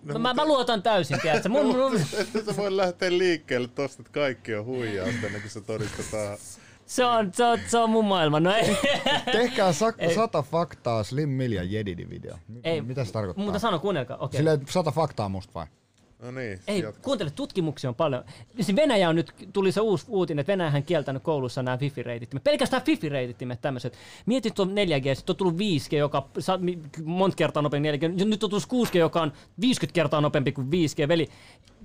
A: no, mä, mä, luotan täysin, tiedätkö? Mun,
G: No,
A: mun,
G: Että sä voi lähteä liikkeelle tosta, että kaikki on huijausta ennen kuin se todistetaan.
A: se, on, se, on, se on mun maailma. No ei.
F: Tehkää sak- sata faktaa Slim Mill ja Jedidi video. M-
A: ei.
F: Mitä se tarkoittaa?
A: Mutta sano, kuunnelkaa. Okei.
F: Silleen sata faktaa musta vai?
G: No niin,
A: Ei,
G: jatka.
A: kuuntele, tutkimuksia on paljon. Siis Venäjä on nyt, tuli se uusi uutinen, että Venäjähän kieltänyt koulussa nämä wifi-reitittimet. Pelkästään wifi-reitittimet tämmöiset. Mietit tuon 4G, sitten on tullut 5G, joka sa- mi- monta kertaa nopeampi 4G. Nyt on tullut 6G, joka on 50 kertaa nopeampi kuin 5G, veli.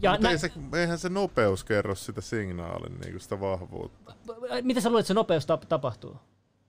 A: Ja
G: Mutta
A: nä-
G: ei se, eihän se nopeus kerro sitä signaalin, niinku sitä vahvuutta.
A: Miten sä luulet, että se nopeus tap- tapahtuu?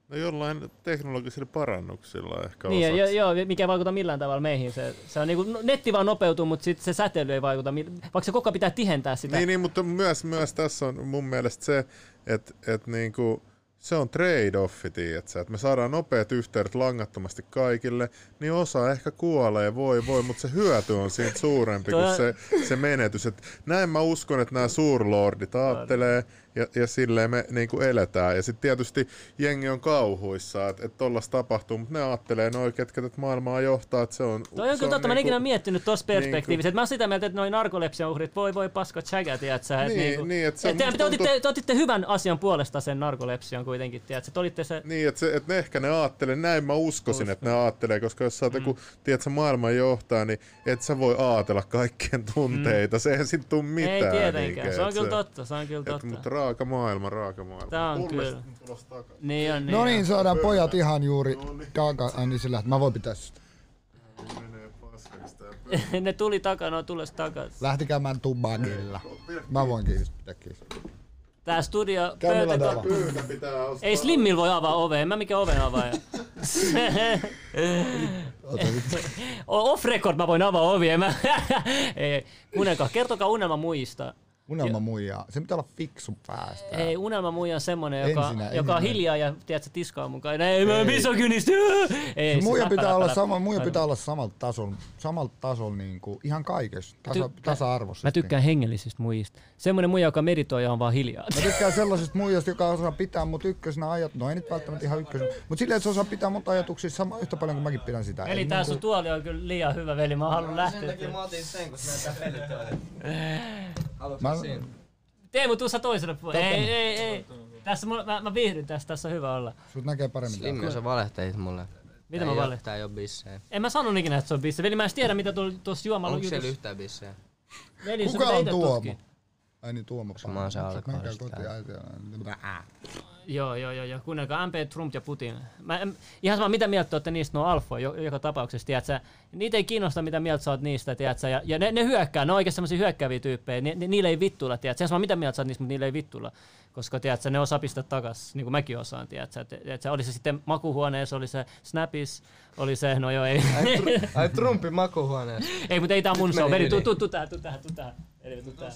G: No jollain teknologisilla parannuksilla ehkä
A: Niin, joo,
G: osaksi.
A: joo, mikä ei vaikuta millään tavalla meihin. Se, se on niinku, no, netti vaan nopeutuu, mutta sit se säteily ei vaikuta. mill- Vaikka se koko ajan pitää tihentää sitä.
G: Niin, niin, mutta myös, myös tässä on mun mielestä se, että et niinku se on trade-offi, tiedätkö? Että me saadaan nopeat yhteydet langattomasti kaikille, niin osa ehkä kuolee, voi voi, mutta se hyöty on siitä suurempi kuin
A: Toi-
G: se, se menetys. Et näin mä uskon, että nämä suurlordit aattelee ja, ja silleen me niin kuin eletään. Ja sitten tietysti jengi on kauhuissa, että et tollasta tapahtuu, mutta ne aattelee noin, ketkä tätä maailmaa johtaa, että se on...
A: Toi on
G: se
A: kyllä totta, mä en
G: niinku-
A: ikinä miettinyt tuossa
G: niinku-
A: perspektiivissä. Niin, mä oon sitä mieltä, että noin narkolepsian uhrit, voi voi paska tsägä, tiedätkö? niinku-
G: Niin, niin, et se on-
A: te,
G: musta
A: te,
G: tuntuu-
A: otitte, te otitte hyvän asian puolesta sen narkolepsian kuitenkin, tiedätkö? Te olitte se...
G: Niin, että, se, että ne ehkä ne aattelee, näin mä uskoisin, että ne aattelee, koska jos sä oot
A: Mm.
G: joku, tiedät sä, maailman johtaa, niin et sä voi aatella kaikkien tunteita, se ei sit tuu Niin, mitään.
A: Mm. Ei
G: niinkään,
A: tietenkään, se on
G: et
A: kyllä totta, se on kyllä
G: Et,
A: totta.
G: mutta raaka maailma, raaka maailma.
A: Tää on
G: Pulmesta
A: kyllä.
G: nyt ulos takaisin.
A: Niin on, niin
F: No
A: on.
F: niin, saadaan pojat ihan juuri kaakaan. Ai niin sillä, että mä voin pitää sitä.
G: Menee paskaksi tää pö-
F: niin.
A: ne tuli takana, on tulos takas.
F: Lähtikää mä tubanilla. Mä voin kiinni pitää kiinni.
A: Tää studio
F: Kävelä
A: pöytä...
F: täällä.
G: Pyytä pitää ostaa.
A: Ei Slimmil voi avaa ovea, en mä mikä oven avaaja. O- Off record mä voin avaa ovia. Mä... ei, ei. Unelkaa, kertokaa unelma muista.
F: Unelma muijaa. Se pitää olla fiksu päästä.
A: Ei, unelma muija on semmonen, joka,
F: Ensinnä,
A: joka on
F: ensinnä.
A: hiljaa ja tiedät, se tiskaa mukaan. No Ei, mä misogynisti. Ei, siis se
F: Muija
A: läppä,
F: pitää
A: läppä,
F: olla
A: läppä.
F: sama, muija
A: Aivan.
F: pitää olla samalta tasolla, samalta tasolla niin kuin, ihan kaikessa, tasa,
A: Tykkään.
F: tasa-arvoisesti.
A: Mä tykkään hengellisistä muijista. Semmonen muija, joka meditoi ja on vaan hiljaa.
F: Mä tykkään sellaisesta muijasta, joka osaa pitää mut ykkösenä ajat. No ei nyt välttämättä ihan ykkösenä, mutta silleen, että se osaa pitää mut ajatuksia sama, yhtä paljon kuin mäkin pidän sitä. niinku-
A: Eli tää sun tuoli on kyllä liian hyvä, veli. Mä haluan
B: niin Sen
A: lähteä.
B: takia mä otin sen, kun sinä tää pellyt Haluatko
F: Mä-
B: mä... siinä?
A: Teemu, tuu sä toiselle puolelle. Ei, ei, ei. Tässä mulla, mä, mä viihdyn tässä, tässä on hyvä olla.
F: Sut näkee paremmin. täällä.
B: Slimmi, sä valehtelit mulle.
A: Mitä
B: Tää
A: mä
B: ei oo-
A: valehtelin?
B: Tää ei oo bissejä.
A: En mä sanonut ikinä, että se on bisse. Veli, mä en edes tiedä, mitä tuolla- tuossa juomalla
B: Onko
A: jutussa.
B: siellä yhtään bissejä?
A: Veli, sun
F: Kuka
A: pitää
F: on
A: itse
F: Tuomo?
A: tutkia.
F: Ai niin, Tuomo.
B: mä oon se
F: Sä menkää
B: alkoholista
F: kotiin,
B: täällä.
F: ai siellä. Bää.
A: Joo, joo, joo, joo. Kuunnelkaa MP, Trump ja Putin. Mä, en- ihan sama, mitä mieltä te olette niistä, no alfa jo, joka tapauksessa, tiedätkö? Niitä ei kiinnosta, mitä mieltä sä oot niistä, tiedätkö? Ja, ja ne, ne hyökkää, ne on oikein semmoisia hyökkääviä tyyppejä. Ni, ni, niillä ei vittuilla, tiedätkö? Ihan sama, mitä mieltä sä oot niistä, mutta niillä ei vittuilla. Koska, tiedätkö, ne osaa pistää takas, niin kuin mäkin osaan, tiedätkö? Et- tiedätkö? Oli se sitten makuhuoneessa, oli se Snapis, oli se, no joo, ei.
B: Ai Trumpi makuhuoneessa.
A: ei, mutta ei tää on mun show.
B: meni
A: Veli, tuu,
B: yli.
A: tuu, tuu tähän, tuu tähän, tuu tähän. Eli tuu tähän.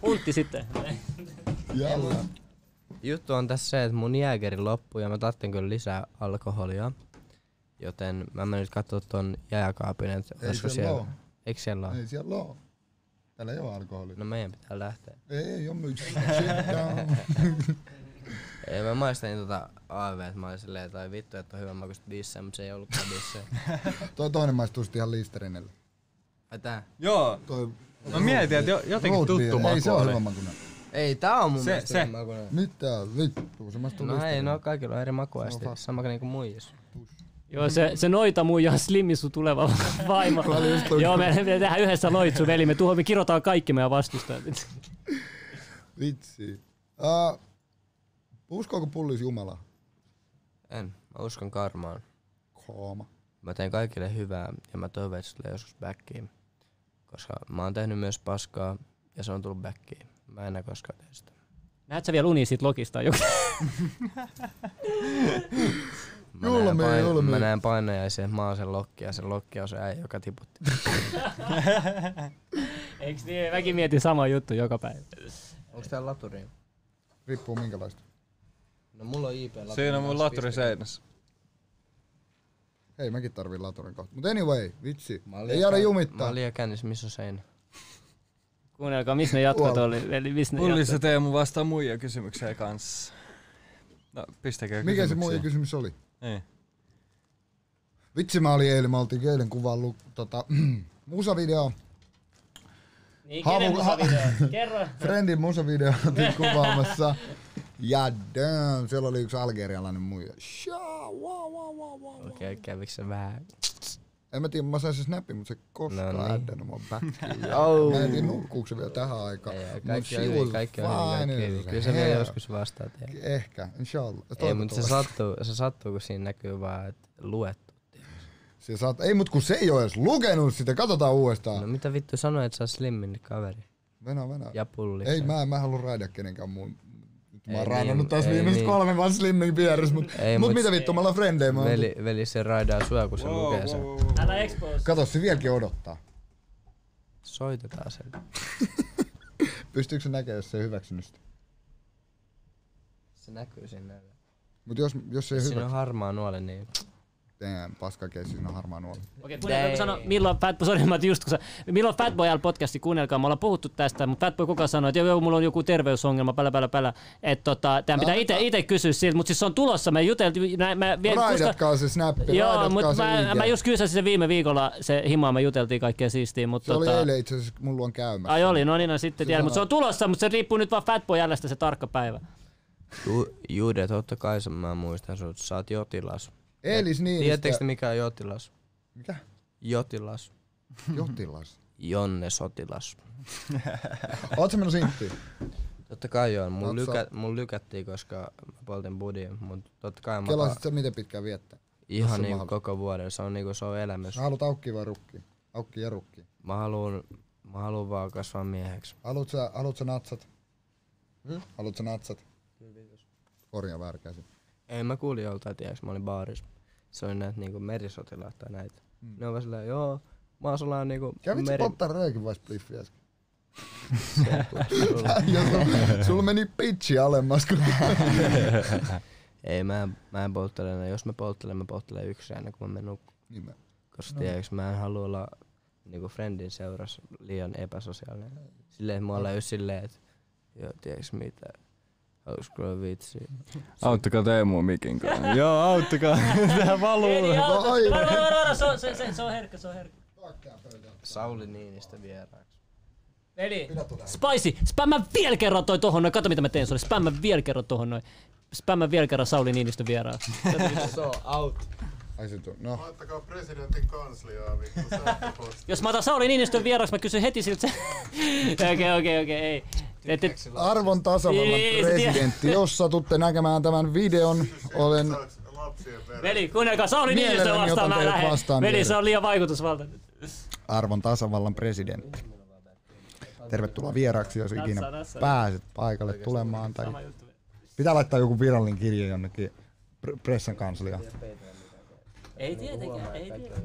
A: Puntti sitten.
F: Jalla.
B: Juttu on tässä se, että mun jääkeri loppuu ja mä tarvitsen kyllä lisää alkoholia. Joten mä menen nyt katsoa ton jääkaapin, että
F: Ei
B: olisiko
F: siellä
B: siellä.
F: oo.
B: Eikö siellä oo?
F: Ei siellä oo. Täällä ei oo alkoholia.
B: No meidän pitää lähteä.
F: Ei, ei oo myy.
B: Ei, mä maistelin tota AV, että mä olin silleen, tai vittu, että on hyvä makuista bissejä, mutta se ei ollutkaan bissejä.
F: Toi toinen maistuu sit ihan listerinelle.
B: Ai tää.
E: Joo,
F: Toi
E: mä mietin, että jo, jotenkin
F: root beer.
E: tuttu
F: Ei
E: maku
F: se oo hyvä
E: oli.
F: makunen.
B: Ei, tää on mun
E: Se-
B: mielestä
E: se.
B: hyvä makuinen.
F: Mitä vittu, se maistuu
B: No ei,
F: listerille.
B: no kaikilla on eri makuaisti. Sama niinku muijis.
A: Joo, se, se noita muija on Slimmi sun tuleva vaimo. Joo, me, me tehdään yhdessä loitsu, veli. Me, tuho, me kirjoitetaan kaikki meidän vastustajat.
F: Vitsi. Uh, uskoako pullis Jumala?
B: En. Mä uskon karmaan.
F: Kooma.
B: Mä teen kaikille hyvää ja mä toivon, että se tulee joskus backiin. Koska mä oon tehnyt myös paskaa ja se on tullut backiin. Mä en enää koskaan tee sitä.
A: Näet sä vielä unia siitä lokista? Joku?
B: Mä
F: Julmi,
B: näen, pain-
F: julmi.
B: mä näen painajaisen, mä oon sen lokki ja se lokki on se äijä, joka tiputti.
A: Eiks niin? Mäkin mietin sama juttu joka päivä.
B: Onks tää laturi?
F: Riippuu minkälaista.
B: No mulla on IP laturi.
E: Siinä on mun laturi seinässä.
F: Hei, mäkin tarviin laturin kohta. Mutta anyway, vitsi.
B: Mä oon
F: Ei
B: liian
F: jäädä
B: kän- Mä
F: jumittaa.
B: oon liian kännissä, missä on seinä.
A: Kuunnelkaa, missä ne jatkot
F: Tuolla.
A: oli. Eli missä ne
E: Pullis ja
A: jatkot?
E: Teemu vastaa muija kysymykseen kanssa. No, pistäkää
F: Mikä se
E: kysymyksiä.
F: muu kysymys oli?
E: Niin.
F: Vitsi, mä olin eilen, mä oltiin eilen kuvaillut tota, musavideo.
A: Niin,
F: Haamu-
A: kenen musavideo? Kerro.
F: Friendin musavideo oltiin kuvaamassa. Ja damn, siellä oli yksi algerialainen muija. Shaa, wow, wow, wow, wow.
B: Okei, okay, käviks se vähän?
F: En mä tiedä, mä sain sen snapin, mutta se ei koskaan
B: No niin.
F: no niin. mua backiin.
B: Oh.
F: Mä en tiedä, nukkuuko se vielä tähän aikaan.
B: Ei,
F: Mut
B: Kaikki on
F: she
B: hyvin,
F: was
B: kaikki on hyvin, kaikki on
F: fine
B: hyvin.
F: as
B: Kyllä se vielä
F: hell.
B: joskus vastaa teille.
F: Ehkä, inshallah.
B: Ei, mutta se
F: Toivottavasti.
B: sattuu, se sattuu, kun siinä näkyy vaan, että luettu.
F: Se saat, ei, mut kun se ei ole edes lukenut sitä, katsotaan uudestaan.
B: No mitä vittu sanoit, että sä oot slimmin kaveri?
F: Venä, venä.
B: Ja pulli.
F: ei, mä, mä en halua raida kenenkään muun. Nyt mä
B: Ei
F: oon rainannut
B: niin,
F: taas
B: ei
F: viimeiset
B: niin.
F: kolme vaan Slimmin vieressä, mut,
B: Ei,
F: mut,
B: mut-
F: mitä vittu, me ollaan frendejä. Mä oon-
B: Veli, veli se raidaa sua, kun se lukee sen.
A: Älä expose.
F: Kato, se vieläkin odottaa.
B: Soitetaan sen.
F: Pystyykö se näkemään, jos se ei hyväksynyt sitä?
B: Se näkyy sinne.
F: Mut jos, jos se ei
B: Jos
F: hyvä,
B: Siis siinä on harmaa nuoli, niin...
F: on... paskakeis, siinä on harmaa nuoli.
A: Okei, kuunnelkaa,
B: Dang.
A: sano, milloin Fat, sorry, mä oot just, kun sä, milloin Fatboy Al podcasti, kuunnelkaa, me ollaan puhuttu tästä, mutta Fatboy kuka sanoi, että joo, joo, mulla on joku terveysongelma, pälä, pälä, pälä. Että tota, tämän pitää ite, ite kysyä siltä, mutta siis se on tulossa, me juteltiin, näin, mä vielä,
F: Raidatkaa se snappi,
A: Joo,
F: raidatkaa
A: mutta
F: se
A: mä,
F: IG.
A: mä just kysäsin sen viime viikolla, se himaa, me juteltiin kaikkea siistiä, mutta
F: Se oli eilen itse asiassa, mulla on käymässä.
A: tota- Ai oli, no niin, no sitten tiedän,
F: sanoi-
A: mutta se on tulossa, mutta se riippuu nyt vaan Fatboy Alista se tarkka päivä.
B: Ju, Jude, totta kai sen mä muistan sut. Sä oot jotilas.
F: Eelis niin.
B: Tiedättekö te mikä on jotilas?
F: Mitä?
B: Jotilas.
F: Jotilas.
B: Jonne sotilas.
F: Ootko menossa inttiin?
B: Totta kai joo, mun,
F: Oot sä-
B: lykä, mun lykättiin, koska mä poltin budia, mutta totta kai mä
F: Kelasit sä miten pitkään viettää?
B: ihan
F: on
B: niinku
F: mahdollista.
B: koko vuoden, se on niinku se on elämys.
F: Sä haluat aukkiin vai rukkiin? Aukkiin ja rukkiin.
B: Mä haluun, mä haluun vaan kasvaa mieheksi.
F: Haluut sä, haluut sä natsat? Hmm? Haluut sä natsat? Kyllä, kiitos. Korjaa väärä käsi.
B: Ei mä kuulin joltain, tiiäks, mä olin baarissa. Se oli näitä niinku merisotilaat tai näitä. Mm. Ne on vaan silleen, joo, mä oon sellainen niinku
F: Kävit sä polttaa röökin vai spliffiä äsken?
B: sulla-
F: Ja sulla, sulla meni pitchi alemmas. Kun...
B: Ei, mä en, mä en polttele enää. Jos mä polttelen, mä polttelen yksin aina, kun mä menen nukkumaan.
F: niin mä,
B: Koska no. tiiäks, mä en halua olla niinku friendin seurassa liian epäsosiaalinen. Silleen, että mä olen just silleen, että joo, tiiäks mitä, hausko olla vitsi.
E: Auttakaa Teemu mikin kanssa. Joo, auttakaa. Tää valuu.
F: auta, Vai. varo,
A: se on, se, se, se on herkkä, se on herkkä.
B: Sauli Niinistä vieraaksi.
A: Eli, spicy, spämmä vielä kerran toi tohon noin, kato mitä mä teen sulle, spämmä vielä kerran tohon noin. Spämmä vielä kerran Sauli Niinistön vieraan.
B: So out.
F: ai se tu- no.
G: Laittakaa presidentin kansliaa vittu sähköposti.
A: Jos mä otan Sauli Niinistön vieraaksi, mä kysyn heti siltä. se- Okei, okei, okei, ei. Et, et,
F: Arvon tasavallan
A: Ei,
F: presidentti, jos satutte näkemään tämän videon, olen...
G: Lapsien verran.
A: veli, kuunnelkaa, Sauli Niinistö
F: Mielelläni
A: vastaan,
F: otan
A: mä
F: teidät
A: lähden.
F: vastaan
A: Veli,
F: vielä.
A: se on liian vaikutusvaltainen.
F: Arvon tasavallan presidentti. Tervetuloa vieraaksi, jos ikinä
A: natsaa.
F: pääset paikalle tulemaan. Tai
A: Sama juttu.
F: pitää laittaa joku virallinen kirje jonnekin pr- pressan kansliaan.
A: Ei tietenkään, ei tietenkään.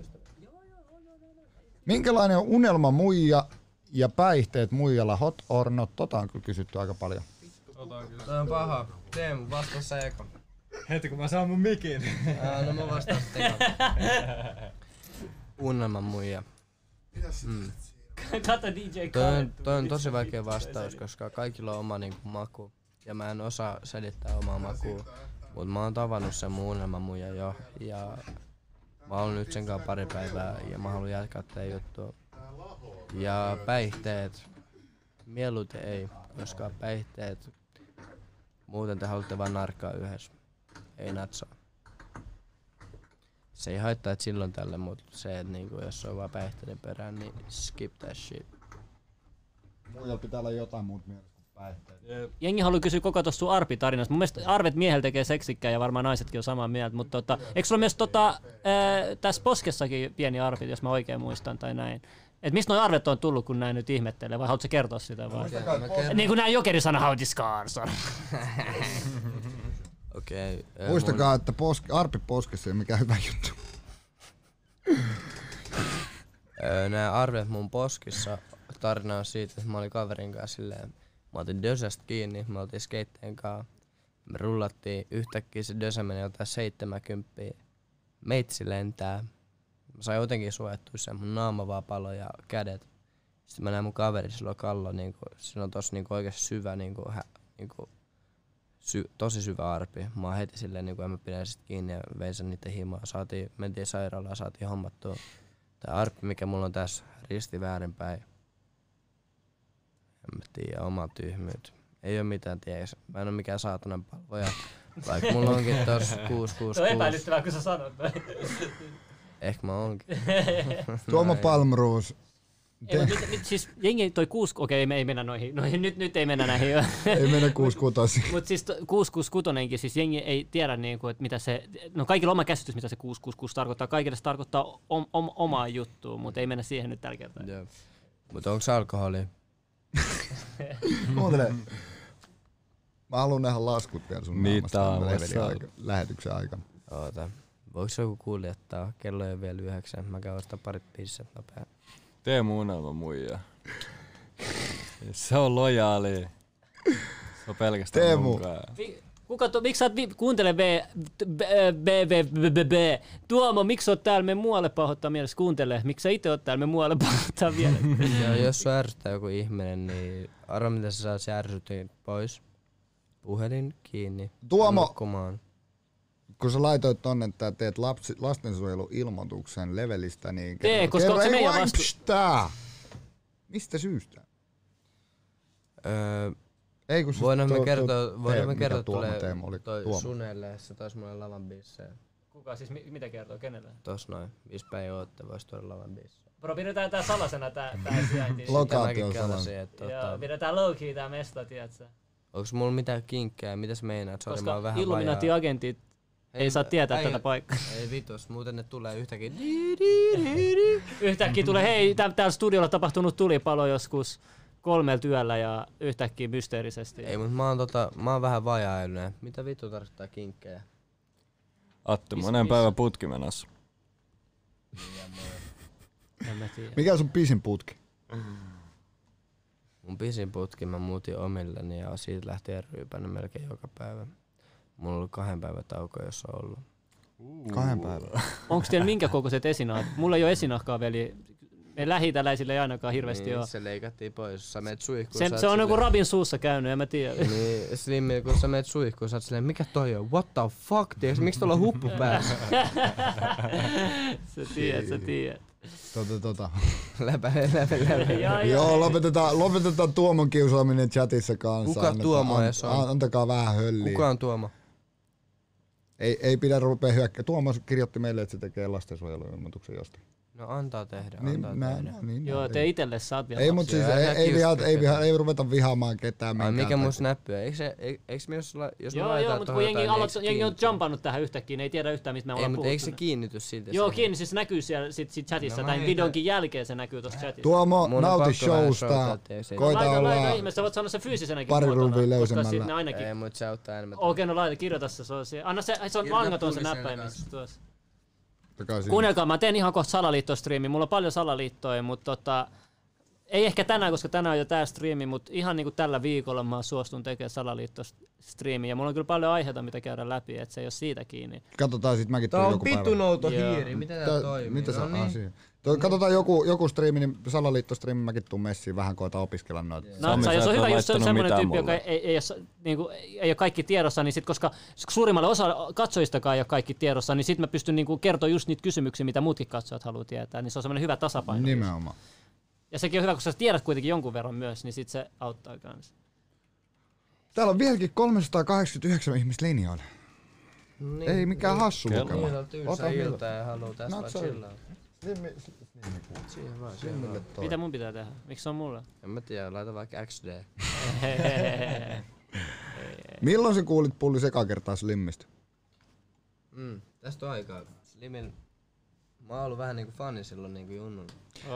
F: Minkälainen on unelma muija ja päihteet muijalla hot or not? Tota on kyllä kysytty aika paljon.
B: Toi on paha. Teemu, vastaa sä eka.
E: Heti kun mä saan mun mikin.
B: Ää, no mä vastaan sitten eka. Unelman muija.
A: Kato DJ
B: Toi
A: Khaled.
B: on, toi on tosi vaikea vastaus, koska kaikilla on oma niinku, maku. Ja mä en osaa selittää omaa makua. Mut mä oon tavannut sen mun unelmamuja jo. Ja mä oon nyt sen kanssa pari päivää ja mä haluan jatkaa tätä juttua. Ja päihteet. Mieluiten ei, koska päihteet. Muuten te haluatte vaan narkkaa yhdessä. Ei natsaa. Se ei haittaa, että silloin tälle, mutta se, että niinku, jos on vaan päihteiden perään, niin skip that shit.
F: Muijalla pitää olla jotain muuta mielessä kuin päihteet.
A: Jengi haluaa kysyä koko tuossa sun Arpi-tarinasta. Mun mielestä Arvet miehellä tekee seksikkää ja varmaan naisetkin on samaa mieltä, mutta tota, eikö sulla myös tota, ää, tässä poskessakin pieni Arvi, jos mä oikein muistan tai näin? Et mistä noi Arvet on tullut, kun näin nyt ihmettelee, vai haluatko sä kertoa sitä vai? Niin kuin nää jokeri sana how this cars on.
B: Okei. Okay,
F: Muistakaa, että poske, arpi poskessa ei ole mikään hyvä juttu.
E: No
B: Öö, nämä arvet mun poskissa tarina on siitä, että mä olin kaverin kanssa silleen, mä otin Dösästä kiinni, me oltiin skeitteen kanssa. Me rullattiin, yhtäkkiä se Dösä meni jotain 70. Meitsi lentää. Mä sain jotenkin suojattua sen, mun naama vaan palo ja kädet. Sitten mä näin mun kaveri, sillä on kallo, niin kuin, sillä on tossa niin oikeasti syvä, niin kuin, hä, niin kuin, sy, tosi syvä arpi. Mä oon heti silleen, niin kuin, en mä pidä sit kiinni ja vein sen niiden himaa. Saatiin, mentiin sairaalaan, saatiin hommattua. Tää arppi, mikä mulla on tässä, risti väärinpäin. En mä tiedä, oma tyhmyyt. Ei oo mitään tiedä, mä en oo mikään saatanan palvoja. Vaikka mulla onkin tossa
A: No
B: 666,
A: kun sä sanot.
B: ehkä mä oonkin.
F: Tuomo Palmruus.
A: Ei, mut nyt, nyt, siis jengi toi kuusi, okei me ei mennä noihin, noihin nyt, nyt ei mennä näihin.
F: Ei mennä kuusi kutosi.
A: Mutta siis to- 666 siis jengi ei tiedä, niinku, että mitä se, no kaikilla on oma käsitys, mitä se 666 tarkoittaa. Kaikille se tarkoittaa om, om, omaa juttua, mutta ei mennä siihen nyt tällä kertaa.
B: Joo. Mut onks alkoholi?
F: Kuuntele. Mä haluan nähdä laskut vielä sun
E: Niitä
F: naamasta
E: Niin, on
F: tämän
E: vasta
F: levelin aika- lähetyksen aikana.
B: Oota. Voiks joku kuljettaa? Kello ei oo vielä yhdeksän. Mä käyn ostaa parit pisset nopea.
E: Teemu unelma muija. Se on lojaali. Se on pelkästään
F: Teemu.
E: munkaan.
A: Vi- Kuka tu, miksi sä et vi- kuuntele B, B, B, B, B, B, B, Tuomo, miksi oot täällä, me muualle pahoittaa mielessä, kuuntele, miksi sä itse oot täällä, me muualle pahoittaa mielessä.
B: Ja jos sua ärsyttää joku ihminen, niin arva mitä sä saat se ärsytin pois. Puhelin kiinni.
F: Tuomo!
B: Nukkumaan.
F: Kun sä laitoit tonne, että teet lapsi, lastensuojeluilmoituksen levelistä, niin
A: Tee, koska onko se
F: ei
A: meidän
F: vain
A: vastu-
F: pstää! Mistä syystä?
B: Öö,
F: Ei kun siis
B: voidaan me
F: tuo-
B: kertoa,
F: tuo-
B: voidaan me
F: mikä
B: kertoa
F: Tuomo
B: tulee
F: Teemu oli.
B: toi
F: Tuomo.
B: Sunelle, se taas mulle lavan biissejä.
A: Kuka siis, mi- mitä kertoo, kenelle?
B: Tos noin, viis päivä ootte, vois tuoda lavan biissejä.
A: Bro, pidetään tää salasena tää, tää sijainti.
F: Lokaatio sellainen.
B: kelasin, että
A: Ja
B: tota,
A: pidetään low key tää mesta, tiiätsä.
B: onks mulla mitään kinkkää, mitäs meinaat? Sori, mä
A: Koska
B: oon vähän vajaa.
A: Illuminati-agentit ei
B: Hei,
A: saa tietää
B: äijä-
A: tätä paikkaa.
B: Ei vitos, muuten ne tulee yhtäkkiä.
A: Yhtäkkiä tulee, hei, tää- täällä studiolla tapahtunut tulipalo joskus kolmelta yöllä ja yhtäkkiä mysteerisesti.
B: Ei, mut mä oon, tota, mä oon vähän vajaailinen. Mitä vittu tarkoittaa kinkkejä?
E: Atte,
A: Missä-
E: monen
A: missä?
E: päivän putki menossa.
A: En mä tiedä.
F: Mikä sun pisin putki?
B: Mun pisin putki mä muutin omilleni ja siitä lähtien ryypännyt melkein joka päivä. Mulla on ollut kahden päivän tauko, jos on ollut.
F: Kahden päivän.
A: Onko teillä minkä kokoiset esinahat? Mulla ei ole esinahkaa, veli. Me lähitäläisille ei ainakaan hirveästi niin, ole.
B: se leikattiin pois. Sä meet suihkuun.
A: Se,
B: sä oot
A: se on niinku joku
B: silleen-
A: rabin suussa käynyt, en mä tiedä.
B: Niin, Slimmi, kun sä meet suihkuun, sä oot silleen, mikä toi on? What the fuck, tiiäks? Miksi tuolla on huppu päässä?
A: sä tiedät, sä tiedät.
F: Tota, tota.
B: läpä, läpä, läpä.
A: Ja,
F: Joo, lopetetaan, lopetetaan Tuomon kiusaaminen chatissa kanssa.
B: Kuka
F: Annetaan-
B: Tuomo
F: an-
B: edes on?
F: an- Antakaa vähän hölliä.
B: Kuka on Tuomo?
F: Ei, ei pidä rupea hyökkää. Tuomo kirjoitti meille, että se tekee lastensuojeluilmoituksen jostain.
B: No antaa tehdä,
F: Niin,
B: antaa
F: mä,
B: tehdä.
F: niin,
A: Joo,
F: näin.
A: te itelle saat vielä
F: Ei,
A: lapsia.
F: mutta siis
B: Älä
F: ei, ei,
B: kiuska
F: viha- ei, viha,
B: ketään.
F: ei ruveta vihaamaan ketään
B: Ai
F: minkään
B: mikä mun
F: takia.
B: snappi on? Eikö se, eik- eiks me jos, la- jos me
A: Joo,
B: laitetaan
A: joo, mutta kun
B: tohon
A: jengi,
B: jotain, niin
A: aloit,
B: eiks se
A: jengi on
B: kiinnity?
A: jumpannut tähän yhtäkkiä, ne ei tiedä yhtään, mistä me
B: Ei,
A: ollaan
B: mutta eikö se
A: puhuttu.
B: kiinnity silti?
A: Joo,
B: siihen?
A: kiinni, siis se näkyy siellä sit, sit chatissa,
B: No mä
A: tämän
B: heitän-
A: videonkin jälkeen se näkyy tuossa chatissa.
F: Tuomo,
B: Mun on
F: nauti
B: pakko vähän showtaa,
F: showsta.
B: ettei se-
F: Koita
A: laita, laita
F: olla...
A: ihmeessä, voit sanoa se fyysisenäkin
F: pari
A: muotona,
F: ruuvia
A: koska
F: löysemmällä.
A: sit ne ainakin.
B: Ei, mut se auttaa enemmän.
A: Okei, no laita, kirjoita se, se on siellä. Anna se, se on
B: Kirjoita
A: langaton se
B: pulliseen
A: näppäimessä
B: kanssa.
A: tuossa.
E: Niin.
F: Takaisin.
A: Kuunnelkaa, mä teen ihan kohta salaliittostriimi. Mulla on paljon salaliittoja, mutta tota, ei ehkä tänään, koska tänään on jo tää striimi, mutta ihan niinku tällä viikolla mä suostun tekemään salaliittostriimiä. Ja mulla on kyllä paljon aiheita, mitä käydä läpi, että se ei ole siitä kiinni.
F: Katsotaan sit mäkin
B: Tää
F: tuun
B: on
F: joku päivä.
B: pitunouto
A: Joo.
B: hiiri, miten tää
F: Tää-
B: toimii?
F: Mitä sä
B: No niin.
F: no niin. Toi, katsotaan joku, joku striimi, niin salaliittostriimi, mäkin tuun messiin vähän koita opiskella noita.
A: No, Sami,
E: Sami, sä
A: jos
E: et
A: on
E: ole
A: hyvä just
E: laittanut
A: semmoinen
E: mitään
A: tyyppi, joka
E: mulle.
A: ei, ei, ei, ole, niin kuin, ei ole kaikki tiedossa, niin sit, koska suurimmalle osa katsojistakaan ei ole kaikki tiedossa, niin sit mä pystyn niin kuin, kertoa just niitä kysymyksiä, mitä muutkin katsojat haluaa tietää. Niin se on semmoinen hyvä tasapaino.
F: Nimenomaan.
A: Ja sekin on hyvä, kun sä tiedät kuitenkin jonkun verran myös, niin sit se auttaa kanssa.
F: Täällä on vieläkin 389 ihmistä linjoilla. Niin, ei mikään hassu lukema.
B: Niillä on tylsä ilta ja haluu tässä
F: No,
B: vaan
F: se oli-
B: chillaa.
F: Niin,
B: Siihen vaan, siihen vaan.
F: Toi.
A: Mitä mun pitää tehdä? Miksi se on mulla?
B: En mä tiedä, laita vaikka XD.
F: Milloin sä kuulit pulli seka kertaa slimmistä?
B: Mm, tästä on aikaa. Slimin... Mä oon ollut vähän niinku fani silloin niinku junnun.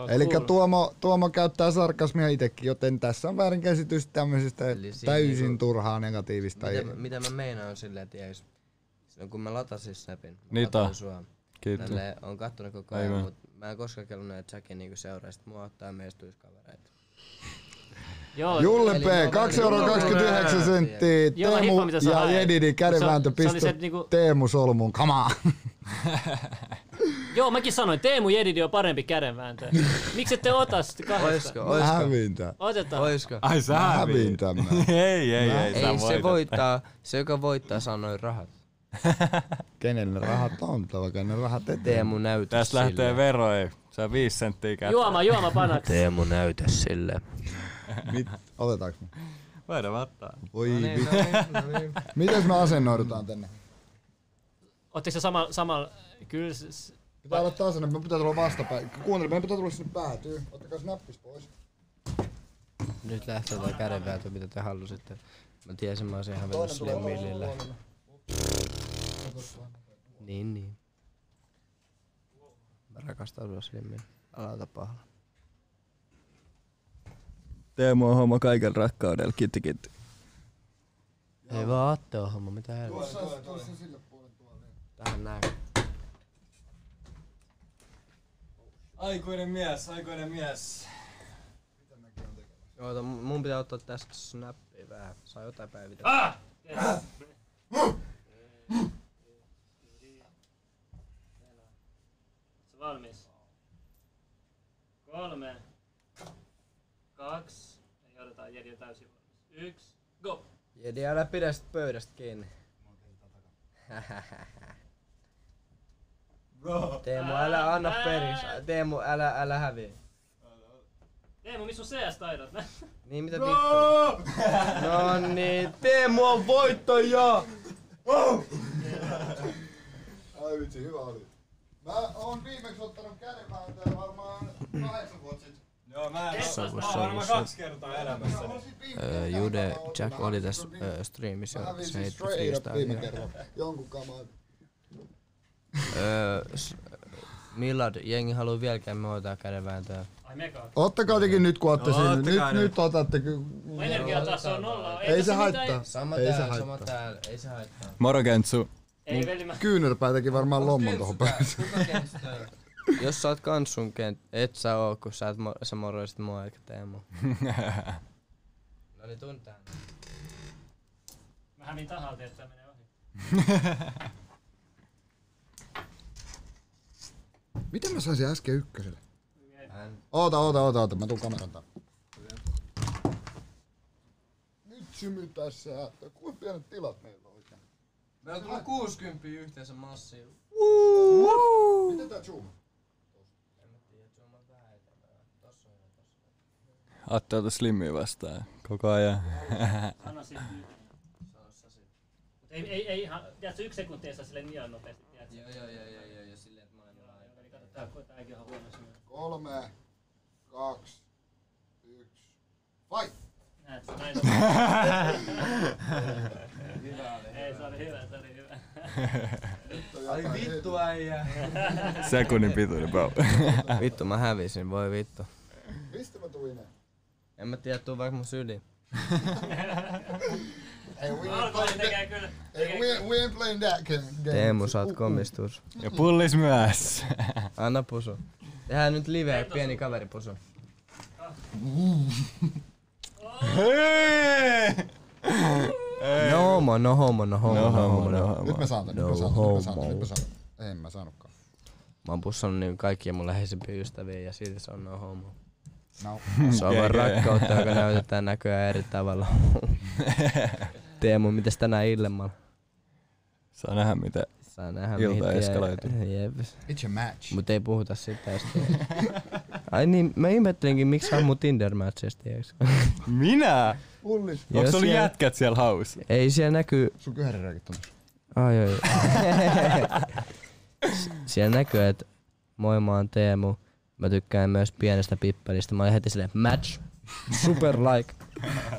F: Eli Tuomo, Tuomo käyttää sarkasmia itsekin, joten tässä on väärinkäsitys tämmöisestä
B: Eli siinä
F: täysin
B: niinku-
F: turhaa negatiivista.
B: Mitä,
F: Ei,
B: mä- mitä mä meinaan on silleen, tiiäks? Silloin kun mä latasin snapin, mä
E: Niin tää.
B: katsoin sua.
E: Kiitos.
B: Tälle on kattonut koko
E: Ei
B: ajan,
E: mä.
B: mut mä en koskaan kellunnut, että säkin niinku seuraisit mua ottaa meistä kavereita.
A: Joo,
F: Julle
B: Eli
F: P,
B: mä olen-
F: 2,29
E: Julle P.
F: senttiä,
A: Joo, mä
F: Teemu
A: hiffaan, mitä sä
F: ja
A: haet.
F: Jedidi kädenvääntö
A: Mut se- se oli
F: pistä
A: se niinku-
F: Teemu solmuun, come on.
A: joo, mäkin sanoin, Teemu Jedidi on parempi kädenvääntö. Miksi ette ota sitten kahdesta?
B: Oisko,
F: Mä
B: oisko,
F: hävin tän.
A: Otetaan.
B: oisko?
E: Ai sä
F: Mä hävin
E: häviit.
F: tämän.
E: Ei, ei, ei, sä
B: Ei se
E: voitat.
B: voittaa, se joka voittaa saa noin rahat.
F: Kenelle rahat on, vaikka ne rahat eteen.
B: Teemu näytä
E: Tästä lähtee
B: sille.
E: vero, ei. Sä viis senttiä käteen.
A: Juoma, juoma panaksi.
B: Teemu näytä sille.
F: Mit, otetaanko me?
E: Voidaan ottaa.
F: Voi
A: No niin,
F: vittu. Mites me asennoidutaan tänne?
A: Ootteko se samalla? Samal, kyllä se- se,
F: Pitää olla tasainen, meidän pitää tulla vastapäin. Kuuntele, meidän pitää tulla sinne päätyyn. Ottakaa se nappis pois.
B: Nyt lähtee tää kädenvääntö, mitä te halusitte. Mä tiesin, mä olisin hävennyt sille millille. Niin, niin. Mä rakastan sua Slimmin. Älä paha.
E: Teemu on homma kaiken rakkaudella, kiitti kiitti.
B: Ei vaan Atte on homma, mitä helvettiä. Tähän näin.
E: Aikuinen mies, aikuinen mies.
B: Oota, mun mun pitää ottaa tästä snappia vähän. Saa jotain päivitystä. Ah!
A: valmis? Kolme, kaksi, ja odotetaan Jedi on täysin valmis. Yksi, go!
B: Jedi, älä pidä sit pöydästä kiinni. Bro. Teemu, älä anna periksi. Teemu, älä, älä häviä.
A: Teemu, missä on CS-taidot?
B: Niin mitä vittua? No niin, Teemu on voittaja!
F: Ai vitsi, hyvä oli. Mä oon viimeksi ottanut kädenvääntöä varmaan kahdeksan vuotta sitten.
E: Joo, mä en
A: Tässä
E: oo. Mä
A: voisi
E: oon varmaan kaksi kertaa elämässä.
B: Jude Jack oli tässä ö, streamissa,
F: Mä
B: se
F: hävisin
B: heitti
F: straight up viime
B: freestyle.
F: kerran. Jonkun kamaa.
B: Millard, jengi haluu vielä käydä muuta kädenvääntöä.
A: Ai mekaa.
F: Ottakaa tekin nyt, kun ootte
E: No,
F: sen. Nyt,
E: ottakaa
F: nyt
E: nyt.
F: otatte kyllä.
A: Mun energiataso on nolla.
F: Ei se
A: tässä mitään-
F: haittaa.
B: Sama
F: Ei se
B: täällä, sama
F: haittaa.
B: täällä, ei se haittaa.
E: Moro Kentsu.
A: Ei veli, mä...
F: Kyynärpää teki varmaan lommon tohon päälle.
B: Jos sä oot kans sun kent, et sä oo, kun sä, et mo- sä moroisit mua eikä Teemu. no niin, tuntaan.
A: Mä hävin tahalta, että tää menee ohi.
F: Miten mä saisin äsken ykköselle?
B: Hän
F: Oota, oota, oota, oota. Mä tuun kameran taa. Nyt symy tässä. Kuinka pienet tilat meillä on oikein?
B: Me on tullut 60 yhteensä massiin.
F: Miten tää zoomaa?
E: Atte ota Slimmiä vastaan koko ajan.
A: Sano siitä nyt. Mut ei, ei, ei ihan, tiedätkö, yksi sekunti ei saa silleen liian nopeasti, tiedätkö?
B: Joo, joo, joo, joo, joo, joo, silleen, että mä en ole
A: Eli kato, tää, tääkin on huono sinne.
F: Kolme, kaksi, yksi. Vai!
A: Näet, sä näin on. Ei, se oli hyvä, se oli hyvä.
F: Nyt on jotain heti.
B: äijä.
E: Sekunnin pituinen bro.
B: Vittu, mä hävisin, voi vittu.
F: Mistä mä tuin ne?
B: En mä tiedä, tuu vaikka mun syliin.
F: Hey, we ain't
A: Alkoholi
F: playing
A: tekee
F: that,
A: kyllä.
F: hey, we, ain't- we ain't playing that game. game.
B: Teemu, sä oot
F: Uh-uh.
B: komistus.
E: Ja pullis myös.
B: Anna pusu. Tehdään nyt live, pieni kaveripusu. No homo, no homo, no homo, no homo, no homo.
F: Nyt mä saan tän, nyt
B: No
F: mä saan tän, nyt mä saan tän,
B: homo.
F: nyt mä saan tän. En mä saanutkaan.
B: Mä oon pussannut niin kaikkia mun läheisimpiä ystäviä ja silti se on no homo.
F: No.
B: Se on vaan rakkautta, joka näytetään näköjään eri tavalla. Teemu, mitäs tänään illemmalla?
E: Saa nähdä mitä.
B: Saa nähdä
E: Ilta
B: mihin tie-
E: eskaloituu.
B: Jep.
F: It's a match.
B: Mut ei puhuta siitä tästä. Ai niin, mä ihmettelinkin miksi sä mun Tinder-matchista, tiiäks?
E: Minä?
F: Pullis.
E: Onks
B: Jos
E: ollut
B: siellä-
E: jätkät siellä haussa?
B: Ei siellä näkyy...
F: Sun kyhäriräkit on tossa.
B: Ai ai. S- siellä näkyy, että moi mä oon Teemu. Mä tykkään myös pienestä pippelistä. Mä olin heti silleen match. Super like.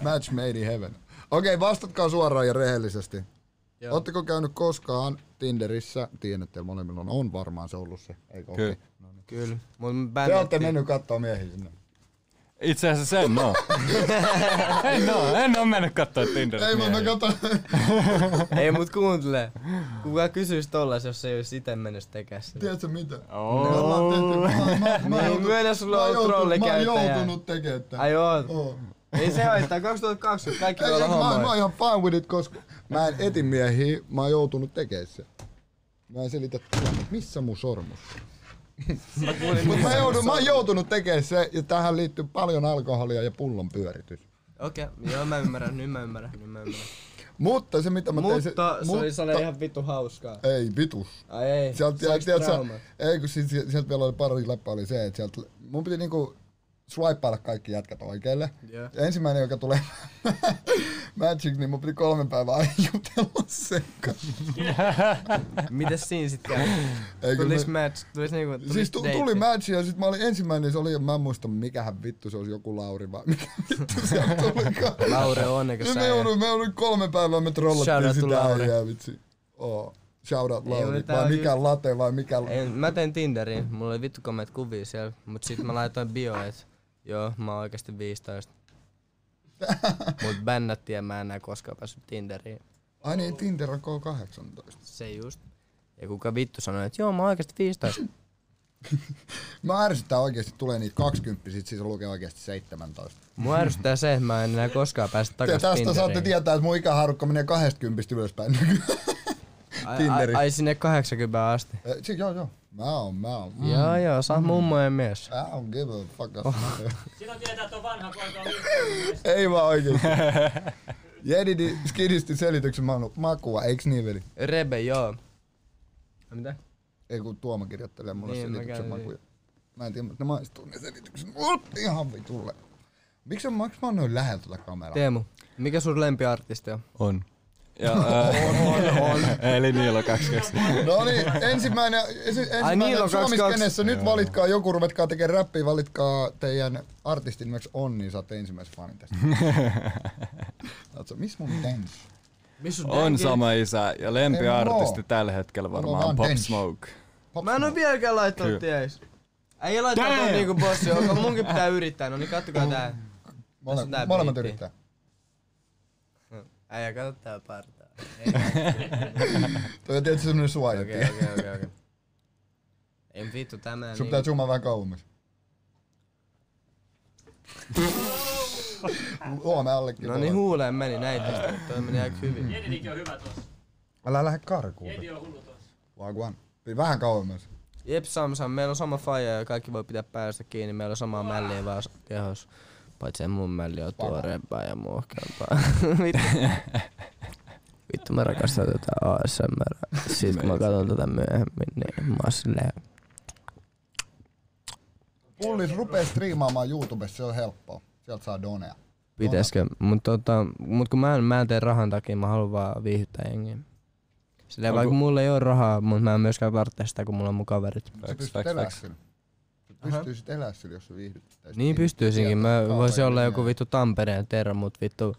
F: Match made in heaven. Okei, vastatkaa suoraan ja rehellisesti. Joo. Ootteko käynyt koskaan Tinderissä? Tiedän, että teillä molemmilla on, on varmaan se ollut se. Eikö
E: Kyllä.
F: Kyllä.
B: Kyllä. Mun
F: Te ootte
B: bändettiin.
F: mennyt kattoo miehiä sinne.
E: Itse asiassa en oo. en oo, en oo mennyt kattoo Tinderit
F: Ei, mutta mä
E: miehiä.
F: katson.
B: Ei mut kuuntele. Kuka kysyis tollas, jos ei olisi itse mennyt tekemään sitä?
F: Tiedätkö mitä?
E: Oo.
F: Me ollaan tehty- mä- mä- mä
B: Oh. Niin,
F: joutun-
B: myönnä, sulla
F: mä
B: on
F: joutun- Mä oon
B: trollikäyttäjä.
F: joutunut tekemään tämän.
B: Ai oot.
F: Oon.
B: Ei se haittaa, 2020 kaikki
F: Ei,
B: voi olla
F: ei, siis mä, oon- mä oon
B: homoja.
F: ihan fine with it, koska mä en eti miehiä, mä oon joutunut tekemään sen. Mä en selitä tilannetta, missä mun sormus on. Mut mä, joudun, mä oon joutunut tekemään se, ja tähän liittyy paljon alkoholia ja pullon pyöritys.
B: Okei, joo mä ymmärrän, nyt mä ymmärrän, nyt mä ymmärrän.
F: Mutta se mitä mä tein...
B: Mutta se oli sellainen ihan vittu hauskaa.
F: Ei vitus.
B: Ai ei,
F: Sieltä,
B: se
F: sieltä,
B: oli
F: sieltä,
B: trauma.
F: ei kun sieltä, sieltä vielä oli pari läppää oli se, että sieltä, mun piti niinku swipeilla kaikki jätkät oikealle.
B: Joo.
F: Ja ensimmäinen, joka tulee Magic, niin mun piti kolmen päivää jutella sen kanssa.
B: Mites siinä sit käy?
F: Ei, kyllä
B: Tulis
F: mä-
B: match, tulis niinku, tulis
F: Siis tu-
B: date.
F: tuli match ja sit mä olin ensimmäinen, se oli, mä en muista mikähän vittu se olisi, joku Lauri vai mikä vittu se tulikaan.
B: Laure on eikö
F: Nyt
B: sä?
F: me joudun, me joudun kolme päivää, me trollattiin
B: Shoutout to
F: sitä
B: Lauri.
F: äijää vitsi. Oo. Shout out
B: Ei,
F: Lauri,
B: mutta tää
F: vai
B: on
F: mikä late vai mikä...
B: Ei, mä tein Tinderin, mulla oli vittu komeet kuvia siellä, mut sit mä laitoin bio, et joo, mä oon oikeesti 15. Mut bännättiin ja mä en enää koskaan päässyt Tinderiin.
F: Ai niin, Tinder on K18.
B: Se just. Ja kuka vittu sanoi, että joo, mä oon oikeesti 15.
F: Mä ärsyttää oikeesti, tulee niitä 20, sit siis lukee oikeesti 17.
B: Mua ärsyttää se, että mä en enää koskaan päästä
F: Te
B: takaisin
F: tästä saatte
B: Tinderiin.
F: tietää, että mun ikähaarukka menee 20 ylöspäin nykyään.
B: Ai, ai,
F: Tinderiin.
B: ai sinne 80 asti.
F: Eh, si- joo, joo. Mä oon, mä oon.
B: Mm. Joo joo, sä oot mummojen mies.
F: I don't give a fuck. Oh.
A: Silloin tietää, että on vanha poika on
F: Ei vaan oikeesti. Jedidi skidisti selityksen manu, makua, eiks niin veli?
B: Rebe, joo. Ai Mitä?
F: Ei kun Tuoma kirjoittelee mulle
B: Niin,
F: niin,
B: mä
F: selityksen
B: kävin.
F: makuja. Mä en tiedä, mutta ne maistuu ne selitykset. Mut ihan vitulle. Miksi mä, miksi mä oon noin lähellä tota kameraa?
B: Teemu, mikä sun lempiartisti on?
E: On. Ja, on, on, on. Eli niillä on kaksi kaksi.
F: No niin, ensimmäinen, ensi,
B: niillä
F: ensimmäinen
B: on kaksi,
F: Suomiskenessä. Nyt valitkaa joku, ruvetkaa tekemään räppiä, valitkaa teidän artistin nimeksi on, niin saatte ensimmäisen fanin tästä. Katso, missä mun dance?
B: Missä
E: On sama isä ja lempiartisti
F: En oo.
E: tällä hetkellä
F: Mulla on
E: varmaan
F: vaan
E: Pop
F: Dench.
E: Smoke.
F: Pop
B: Mä en oo vieläkään laittanut
E: Kyllä.
B: tieis. Ei laittaa ton niinku bossi, joka munkin pitää yrittää, no niin kattokaa tää.
F: Mole,
B: tässä on tää
F: molemmat
B: breitti.
F: yrittää.
B: Äijä, kato tää partaa.
F: Toi on tietysti semmonen suoja.
B: Okei,
F: Okay.
B: okei, okei, okei. Ei mut vittu niinku- tämä
F: Sun pitää zoomaa vähän kauemmas. Luo me allekin.
B: No niin huuleen meni näitä, toi meni aika hyvin.
A: Jedidikin on hyvä tossa.
F: Älä lähde karkuun.
A: Jedi on hullu tossa.
F: Wagwan. Vähän kauemmas.
B: Jep Samsam, meillä on sama faija ja kaikki voi pitää päästä kiinni, meillä on samaa mälliä vaan kehos. Paitsi mun mälli on tuoreempaa ja muokkaampaa. vittu. vittu mä rakastan tätä ASMR. Siis kun mä katson tätä myöhemmin, niin mä oon silleen...
F: Pullis rupee striimaamaan YouTubessa, se on helppoa. Sieltä saa donea.
B: Pitäisikö? Mut, tota, mut kun mä en, mä en tee rahan takia, mä haluan vaan viihdyttää jengiä. Sillä Onko... vaikka mulla ei oo rahaa, mut mä en myöskään tarvitse sitä, kun mulla on mun kaverit.
F: Sä
E: Facts,
F: pystyt
E: facts,
F: elää
E: facts.
F: sillä. Sä pystyisit elää sillä, jos sä viihdyttäisit.
B: Niin pystyisinkin.
F: sieltä
B: Mä
F: kaupalla
B: voisin olla joku
F: jengiä.
B: vittu Tampereen Tero, mut vittu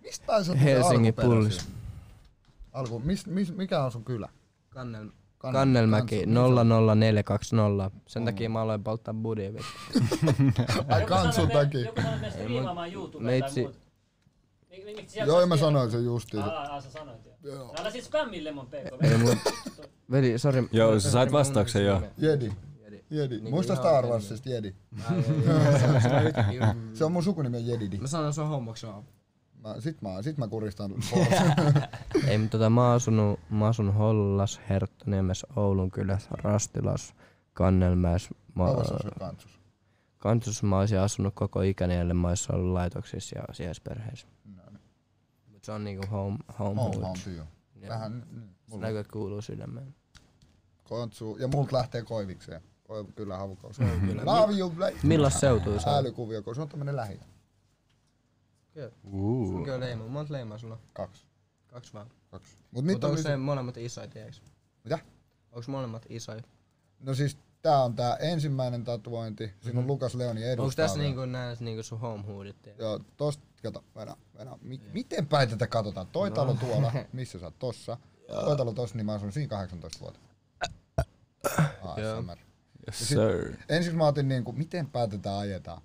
F: Mistä päin sä oot
B: Helsingin
F: alkuperäisin?
B: pullis.
F: Alku, mis, mis, mikä on sun kylä?
B: Kannel,
F: Kannel-
B: Kannelmäki niin No-
F: Kansu-
B: 00420. Sen takia mä aloin polttaa budia vittu.
F: Ai kansun takia.
A: Joku sanoi, että me striimaamaan YouTubeen tai
B: meitsi-
A: muuta. Mik- mik- miksi siellä
F: Joo,
A: saisi
F: mä
A: tietää?
F: sanoin sen justiin.
A: Aa, aa, sä sanoit jo. No, älä siis spämmi Lemon PK.
B: Ei mut... Veli, sori.
E: Joo, sä sait vastauksen jo.
F: Jedi. Jedi. Muista
B: ihan
F: Star
B: Niin oikein
F: Warsista Jedi. Se on mun sukunimi on Jedidi.
B: Mä sanon sun homoksi vaan.
F: Mä, sit, mä, sit mä kuristan.
B: Ei, mutta tota, mä oon asunut, mä asun Hollas, Herttoniemessä, Oulun kylässä, Rastilas, Kannelmäes. Mä,
F: Kauas on se kansus.
B: Kantsus mä oisin asunut koko ikäni, ellei mä ois ollut laitoksissa ja sijaisperheessä. Mut se on niinku home, No niin. home,
F: Home,
B: home
F: home
B: hood.
F: to you.
B: Joo.
F: Vähän niin, mulla
B: Näköt kuuluu sydämeen.
F: kontsu. Ja multa lähtee koivikseen. Koivu kyllä havukaus. Love you. Blake.
B: Millas seutuu se?
F: Älykuvio, kun se on tämmönen lähi.
G: Uu.
B: Mikä on leima? Monta leimaa sulla?
F: Kaksi.
B: Kaksi vaan.
F: Kaksi. Mut nyt on... Se...
B: molemmat isoja, tiiäks?
F: Mitä?
B: Onks molemmat isoja?
F: No siis tää on tää ensimmäinen tatuointi. Siinä on Lukas Leoni edustaa.
B: Mhm. Onks tässä
F: vielä.
B: niinku nää niinku sun home hoodit? tiiäks?
F: Joo, tosta, kato, vedä, vedä. Mi- miten päin tätä katsotaan? Toi
B: No.
F: talo tuolla, missä sä oot tossa. Toi talo tossa, niin mä asun siinä 18 vuotta. ASMR.
E: Yes, sir.
F: Ensiksi mä otin niinku, miten päin tätä ajetaan?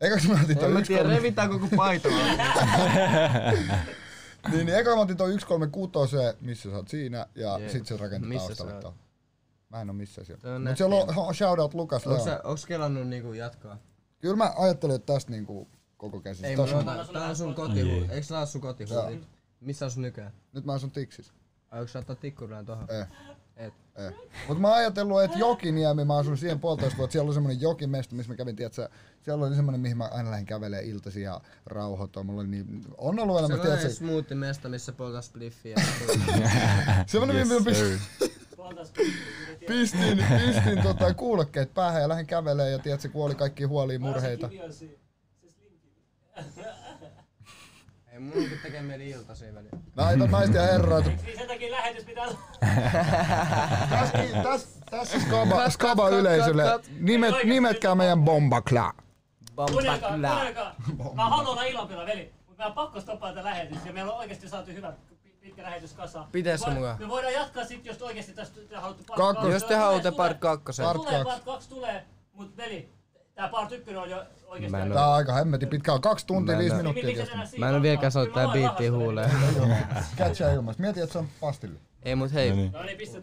F: Eikös mä otin toi
B: En mä
F: 1,
B: tiedä, revitään koko paita vaan.
F: niin, niin eka mä otin toi 136, missä sä oot siinä, ja
B: Jee.
F: sit se rakentaa
B: Missä
F: taustalle
B: sä oot?
F: tuohon. Mä en oo missään
B: Toi
F: siellä.
B: on
F: Mut siellä on, on shoutout Lukas
B: Onks,
F: Leon.
B: sä- onks kelannut niinku jatkaa?
F: Kyllä mä ajattelin, että tästä niinku koko käsi.
B: Ei,
F: Siis Tossa,
B: mutta
F: on-
B: tää- tää on sun kotihuuti. Eiks tää oo sun kotihuuti? Missä on sun nykyään?
F: nyt mä asun tiksissä.
B: Ai onks sä ottaa tikkurina tohon?
F: Eh.
B: Et.
F: Eh. Mut mä oon ajatellut, että Jokiniemi, mä asun siihen puolitoista vuotta, siellä oli semmonen jokimesta, missä mä kävin, tiedätkö, siellä oli semmonen, mihin mä aina lähdin kävelee iltaisin ja rauhoittua. Mulla oli niin, on ollut elämä,
B: Sellainen
F: tiedätkö,
B: smoothie mesta, missä poltaa spliffiä.
F: semmonen, mihin mä pistin,
A: Puoltas-
F: pistin, pistin tota, kuulokkeet päähän ja lähdin kävelee ja tiedätkö, kuoli kaikki huolia, murheita.
A: Kivi on siinä. Se slim kivi.
B: Ei munkin tekee mieli iltasiin väliin.
F: Näitä naisten ja herrat.
A: Niin sen takia lähetys pitää olla.
F: Tässä täs, täs skaba, skaba yleisölle. Nimet, nimetkää meidän bombakla.
A: Kuunnelkaa, kuunnelkaa. Mä haluan olla ilompila, veli. Mut mä oon pakko stoppaa tätä lähetystä. Ja meillä on oikeesti saatu hyvä pi- pitkä lähetys kasaan.
B: Pitäisikö
A: Voi-
B: mukaan?
A: Me voidaan jatkaa sit, jos oikeesti tästä te haluatte part
F: Kakkos-
A: kaksi.
B: Jos te haluatte
A: Tulee-
B: part kakkosen.
A: Tulee
F: Part
A: part kaksi tulee, mut veli, tää part ykkönen on jo oikeesti.
B: Mä en oo-
F: Tää on aika hemmetin pitkä, on kaksi tuntia,
B: Mä en
F: viisi
A: Niin,
B: oo-
F: minuuttia.
A: miksi
F: kesti.
A: tänään siinä
B: Mä en oo vieläkään
A: jatkaa?
B: saanut
A: Kyllä mä
B: tää
A: voin
B: biitti
A: rahastaa
B: huuleen.
A: niitä.
F: Catchia ilmasta. Mieti, että se on pastilli.
B: Ei mut hei,
H: No niin.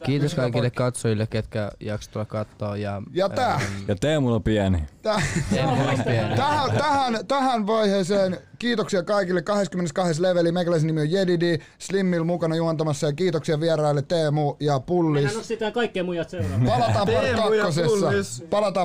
B: kiitos kaikille katsojille, ketkä jaksoivat tulla katsoa ja... ähm,
F: Ja tää.
H: Ja Teemulla on pieni.
F: Tää.
B: Ää,
F: Tähän, tähän, tähän vaiheeseen kiitoksia kaikille. 22. leveli, meikäläisen nimi on Jedidi, Slimmil mukana juontamassa ja kiitoksia vieraille Teemu ja
A: Mehän
F: Pullis.
A: on sitä kaikkea muijat seuraavaksi.
F: Palataan part
E: Teemu ja
F: kakkosessa.
E: Pullis.
F: Palataan